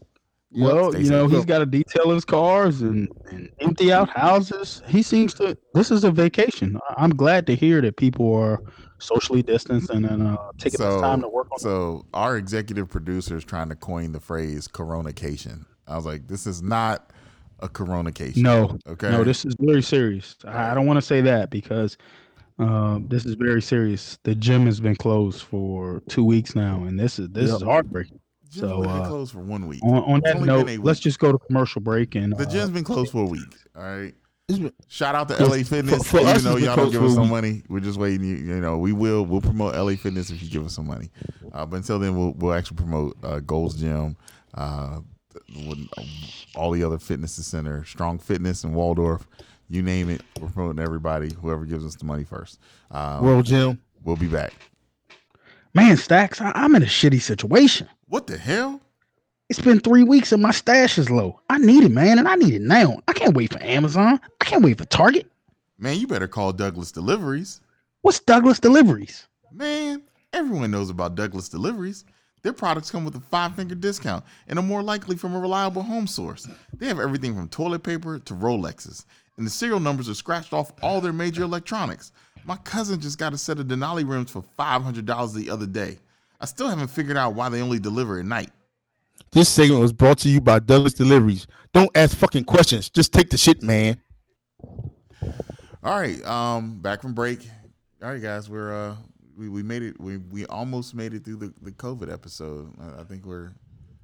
Speaker 3: Well,
Speaker 2: Stay
Speaker 3: you know,
Speaker 2: safe.
Speaker 3: he's got to detail his cars and, and empty out houses. He seems to. This is a vacation. I- I'm glad to hear that people are socially distancing and uh, taking
Speaker 2: So-
Speaker 3: this time to work on.
Speaker 2: So our executive producer is trying to coin the phrase "coronacation." I was like, this is not a coronacation.
Speaker 3: no,
Speaker 2: Okay.
Speaker 3: No, this is very serious. I I don't want to say that because um, this is very serious. The gym has been closed for two weeks now, and this is this is heartbreaking.
Speaker 2: Gym's
Speaker 3: so,
Speaker 2: only been
Speaker 3: uh,
Speaker 2: closed for one week.
Speaker 3: On, on
Speaker 2: It's
Speaker 3: that
Speaker 2: only been
Speaker 3: note,
Speaker 2: a week.
Speaker 3: let's just go to commercial break and
Speaker 2: The
Speaker 3: uh,
Speaker 2: gym's been closed for a week. All right.
Speaker 5: It's been-
Speaker 2: Shout out to
Speaker 5: For-
Speaker 2: LA Fitness.
Speaker 5: for us,
Speaker 2: even
Speaker 5: it's
Speaker 2: though
Speaker 5: been
Speaker 2: y'all don't
Speaker 5: closed
Speaker 2: give
Speaker 5: for
Speaker 2: us
Speaker 5: a
Speaker 2: no
Speaker 5: week.
Speaker 2: money, we're just waiting. You, you know, we will. We'll promote LA Fitness if you give us some money. Uh, but until then, we'll we'll actually promote uh, Gold's Gym, uh, when- all the other fitness center, Strong Fitness, and Waldorf. You name it, we're promoting everybody. Whoever gives us the money first, uh, we'll,
Speaker 5: World Gym.
Speaker 2: be back.
Speaker 3: man, Stacks, I, I'm in a shitty situation.
Speaker 2: What the hell?
Speaker 3: It's been three weeks and my stash is low. I need it, man, and I need it now. I can't wait for Amazon. I can't wait for Target.
Speaker 2: Man, you better call Douglas Deliveries.
Speaker 3: What's Douglas Deliveries?
Speaker 2: Man, everyone knows about Douglas Deliveries. Their products come with a five finger discount and are more likely from a reliable home source. They have everything from toilet paper to Rolexes, and the serial numbers are scratched off all their major electronics. My cousin just got a set of Denali rims for $500 the other day. I still haven't figured out why they only deliver at night.
Speaker 5: This segment was brought to you by Douglas Deliveries. Don't ask fucking questions. Just take the shit, man.
Speaker 2: All right, um, back from break. All right, guys, we're uh, we, we made it. We we almost made it through the, the COVID episode. I, I think we're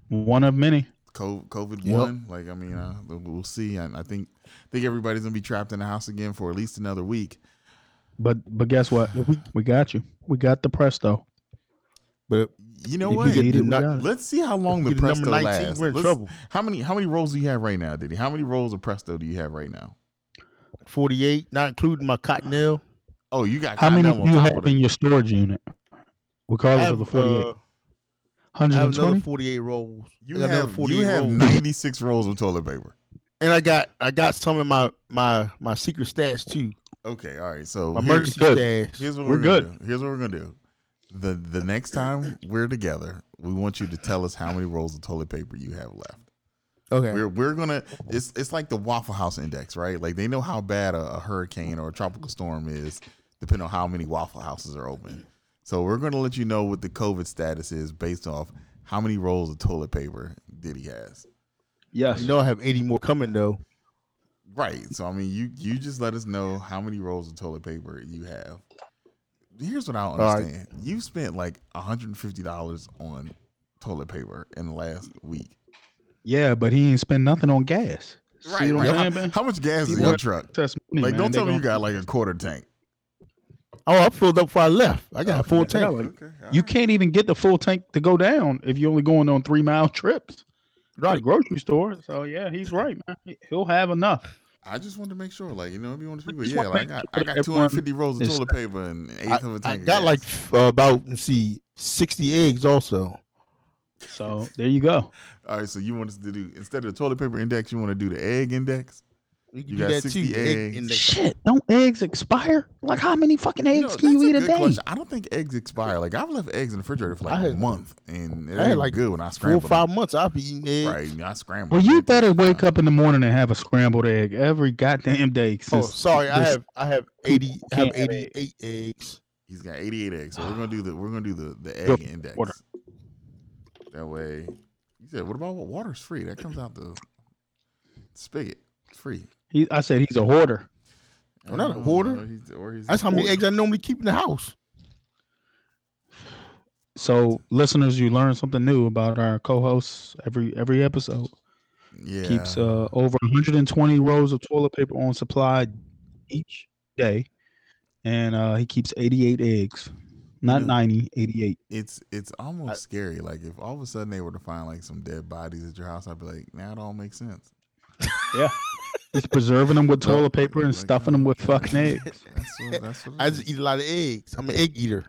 Speaker 3: One of many.
Speaker 2: Co- COVID one. Like I mean, uh, we'll- we'll see. And I think think everybody's gonna be trapped in the house again for at least another week.
Speaker 3: But but guess what? We got you. We got the Presto.
Speaker 5: But
Speaker 2: You know
Speaker 5: If you
Speaker 2: what?
Speaker 5: get the
Speaker 2: Not-
Speaker 3: nut-
Speaker 2: Let's see how long the
Speaker 5: get the number
Speaker 2: Presto
Speaker 5: 19,
Speaker 2: lasts.
Speaker 5: we're in
Speaker 2: Let's-
Speaker 5: trouble.
Speaker 2: How many how many rolls do you have right now, Diddy? How many rolls of Presto do you have right now?
Speaker 5: 48, not including my cottonelle.
Speaker 2: Oh, you got
Speaker 3: How
Speaker 2: Cotton
Speaker 3: many
Speaker 2: Apple
Speaker 3: do you
Speaker 2: on top
Speaker 3: have
Speaker 2: of it.
Speaker 3: in your storage unit?
Speaker 5: I
Speaker 3: Regardless
Speaker 5: have,
Speaker 3: of the 48.
Speaker 5: uh, I have another
Speaker 3: 120?
Speaker 5: 48 rolls.
Speaker 2: You
Speaker 5: I got another
Speaker 2: have you have
Speaker 5: rolls.
Speaker 2: ninety six rolls of toilet paper.
Speaker 5: And I got I got some in my my my secret stash too.
Speaker 2: Okay, all right. So
Speaker 5: My
Speaker 2: here's-
Speaker 5: emergency
Speaker 3: good.
Speaker 5: stash.
Speaker 2: Here's what we're,
Speaker 3: We're
Speaker 2: Gonna do. Here's what we're gonna do. The the next time we're together, we want you to tell us how many rolls of toilet paper you have left.
Speaker 5: Okay.
Speaker 2: We're we're gonna it's it's like the Waffle House index, right? Like they know how bad a, a hurricane or a tropical storm is, depending on how many Waffle Houses are open. So we're gonna let you know what the COVID status is based off how many rolls of toilet paper Diddy has.
Speaker 5: You
Speaker 3: Yes.
Speaker 5: know I have 80 more coming though.
Speaker 2: Right. So I mean, you you just let us know how many rolls of toilet paper you have. Here's what I don't
Speaker 5: right.
Speaker 2: understand. You spent like $150 on toilet paper in the last week.
Speaker 3: Yeah, but he ain't spend nothing on gas.
Speaker 2: Right.
Speaker 3: See what
Speaker 2: right.
Speaker 3: I'm saying,
Speaker 2: How,
Speaker 3: man?
Speaker 2: how much gas is
Speaker 3: People
Speaker 2: in your
Speaker 3: are-
Speaker 2: truck?
Speaker 3: That's money,
Speaker 2: Like,
Speaker 3: man.
Speaker 2: don't
Speaker 3: They
Speaker 2: tell me you
Speaker 3: gon-
Speaker 2: got like a quarter tank.
Speaker 5: Oh, I filled up before I left. I got a full
Speaker 3: Oh, Yeah,
Speaker 5: tank.
Speaker 3: like,
Speaker 2: Okay, all
Speaker 3: You
Speaker 2: right.
Speaker 3: can't even get the full tank to go down if you're only going on three mile trips. Right. The grocery store. So yeah, he's right, man. He- He'll have enough.
Speaker 2: I just wanted to make sure, like, you know, if you want to people,
Speaker 3: just
Speaker 2: yeah,
Speaker 3: wanna
Speaker 2: like,
Speaker 3: make
Speaker 2: I,
Speaker 3: sure
Speaker 2: I
Speaker 3: that
Speaker 2: got
Speaker 3: everyone
Speaker 2: 250 rolls of
Speaker 3: is-
Speaker 2: toilet paper and an eighth of a tank.
Speaker 5: I
Speaker 2: of
Speaker 5: got
Speaker 2: gas.
Speaker 5: like f- uh, about let's see 60 eggs also.
Speaker 3: So there you go.
Speaker 2: all right, so you want us to do instead of the toilet paper index, you want to do the egg index?
Speaker 5: You,
Speaker 2: You
Speaker 5: do
Speaker 2: got
Speaker 5: that
Speaker 2: 60
Speaker 5: too. Egg
Speaker 2: eggs.
Speaker 5: index.
Speaker 3: Shit, don't eggs expire? Like how many fucking
Speaker 2: You know,
Speaker 3: eggs can
Speaker 2: that's
Speaker 3: you eat a
Speaker 2: good
Speaker 3: day?
Speaker 2: question. I don't think eggs expire. Like I've left eggs in the refrigerator for like
Speaker 5: I
Speaker 2: a
Speaker 5: had-
Speaker 2: month, and it
Speaker 5: I had,
Speaker 2: ain't
Speaker 5: like,
Speaker 2: good when I
Speaker 5: Four or
Speaker 2: scramble.
Speaker 5: five months I've been eating eggs.
Speaker 2: them. right? and I scramble.
Speaker 3: Well,
Speaker 2: them.
Speaker 3: you
Speaker 2: They
Speaker 3: better
Speaker 2: take
Speaker 3: wake
Speaker 2: time.
Speaker 3: up in the morning and have a scrambled egg every goddamn day.
Speaker 5: Oh,
Speaker 3: Since
Speaker 5: sorry. I
Speaker 3: this-
Speaker 5: have I have 80 I have
Speaker 3: can't have
Speaker 5: 88 eggs.
Speaker 2: He's got 88 eggs, so we're gonna do the we're gonna do the the egg
Speaker 3: Good
Speaker 2: index.
Speaker 3: order.
Speaker 2: That way, You said, what about what? Water's free. That comes out the spigot. It's free.
Speaker 3: He, I said he's a hoarder.
Speaker 5: I'm not a
Speaker 2: Oh,
Speaker 5: hoarder.
Speaker 2: or he's- or he's a
Speaker 5: That's how many
Speaker 2: hoarder.
Speaker 5: eggs I normally keep in the house.
Speaker 3: So listeners, you learn something new about our co-hosts every every episode.
Speaker 2: Yeah.
Speaker 3: Keeps uh, over 120 rolls of toilet paper on supply each day, and uh, he keeps 88 eggs, not
Speaker 2: Yeah.
Speaker 3: 90, 88.
Speaker 2: it's it's almost scary. Like if all of a sudden they were to find like some dead bodies at your house, I'd be like, now it all makes sense.
Speaker 3: He's preserving them with
Speaker 2: No,
Speaker 3: toilet paper and
Speaker 2: like,
Speaker 3: stuffing them with fucking eggs.
Speaker 2: That's what, that's what it
Speaker 5: I just
Speaker 2: is.
Speaker 5: eat a lot of eggs. I'm an egg eater.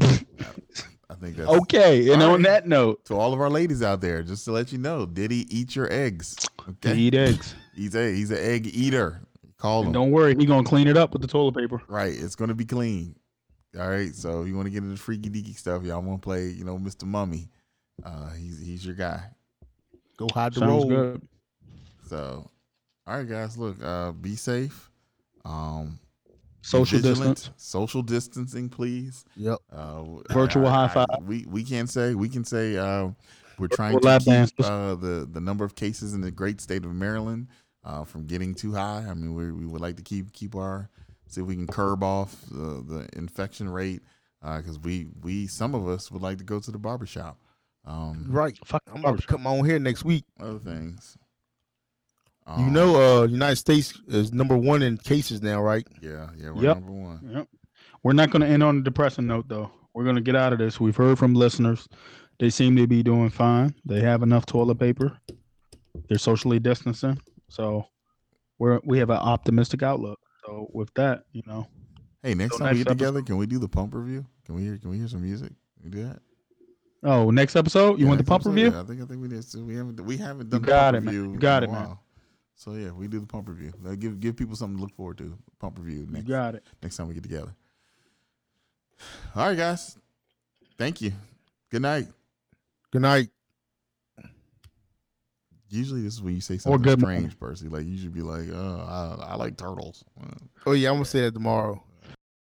Speaker 2: I think that's
Speaker 3: Okay, and on
Speaker 2: Alright.
Speaker 3: that note,
Speaker 2: to all of our ladies out there. Just to let you know, did he eat your eggs?
Speaker 3: he
Speaker 2: Okay,
Speaker 3: eat eggs.
Speaker 2: he's a he's an egg eater. Call him.
Speaker 3: Don't worry, he gonna clean it up with the toilet paper.
Speaker 2: Right, it's gonna be clean. All right, so you want to get into the freaky deaky stuff, y'all want to play, you know, Mr. Mummy. Uh, he's he's your guy.
Speaker 5: Go hide the
Speaker 3: Sounds
Speaker 5: roll.
Speaker 3: good.
Speaker 2: So, all right, guys, look, uh, be safe. Um, be
Speaker 3: Social
Speaker 2: vigilant.
Speaker 3: distance.
Speaker 2: Social distancing, please.
Speaker 5: Yep.
Speaker 2: Uh, w-
Speaker 3: Virtual high
Speaker 2: I- we we can say we can say uh, we're trying
Speaker 3: lap
Speaker 2: to
Speaker 3: dances.
Speaker 2: keep uh, the the number of cases in the great state of Maryland uh, from getting too high. I mean, we we would like to keep keep our see if we can curb off the, the infection rate because we we some of us would like to go to the barber shop. Um,
Speaker 5: Right.
Speaker 3: Fuck,
Speaker 5: I'm about to come on here next week.
Speaker 2: other things.
Speaker 5: You
Speaker 2: Um,
Speaker 5: know, uh, United States is number one in cases now, right?
Speaker 2: yeah, yeah, we're
Speaker 3: Yep.
Speaker 2: number one.
Speaker 3: Yep. We're not going to end on a depressing note, though. We're going to get out of this. We've heard from listeners. They seem to be doing fine. They have enough toilet paper. They're socially distancing. So we're, we have an optimistic outlook. So with that, you know,
Speaker 2: Hey, next
Speaker 3: So
Speaker 2: time we
Speaker 3: next
Speaker 2: get together, can we do the pump review? Can we hear? Can we hear some music? Can we do that?
Speaker 3: oh, next episode, you
Speaker 2: Yeah,
Speaker 3: want the
Speaker 2: next
Speaker 3: pump
Speaker 2: episode,
Speaker 3: review?
Speaker 2: yeah, I think I think we did. So we haven't we haven't done
Speaker 3: got
Speaker 2: the
Speaker 3: it,
Speaker 2: pump
Speaker 3: man.
Speaker 2: review.
Speaker 3: You got
Speaker 2: in a
Speaker 3: it, man.
Speaker 2: while. So yeah, we do the pump review. That'll give give people something to look forward to. Pump review
Speaker 3: You
Speaker 2: next
Speaker 3: got it.
Speaker 2: next time we get together. All right, guys. Thank you. Good night.
Speaker 5: Good night.
Speaker 2: Usually this is when you say something
Speaker 3: good morning.
Speaker 2: strange, Percy. Like you should be like, "Oh, I, I like turtles." Uh,
Speaker 5: Oh yeah, I'm gonna say that tomorrow.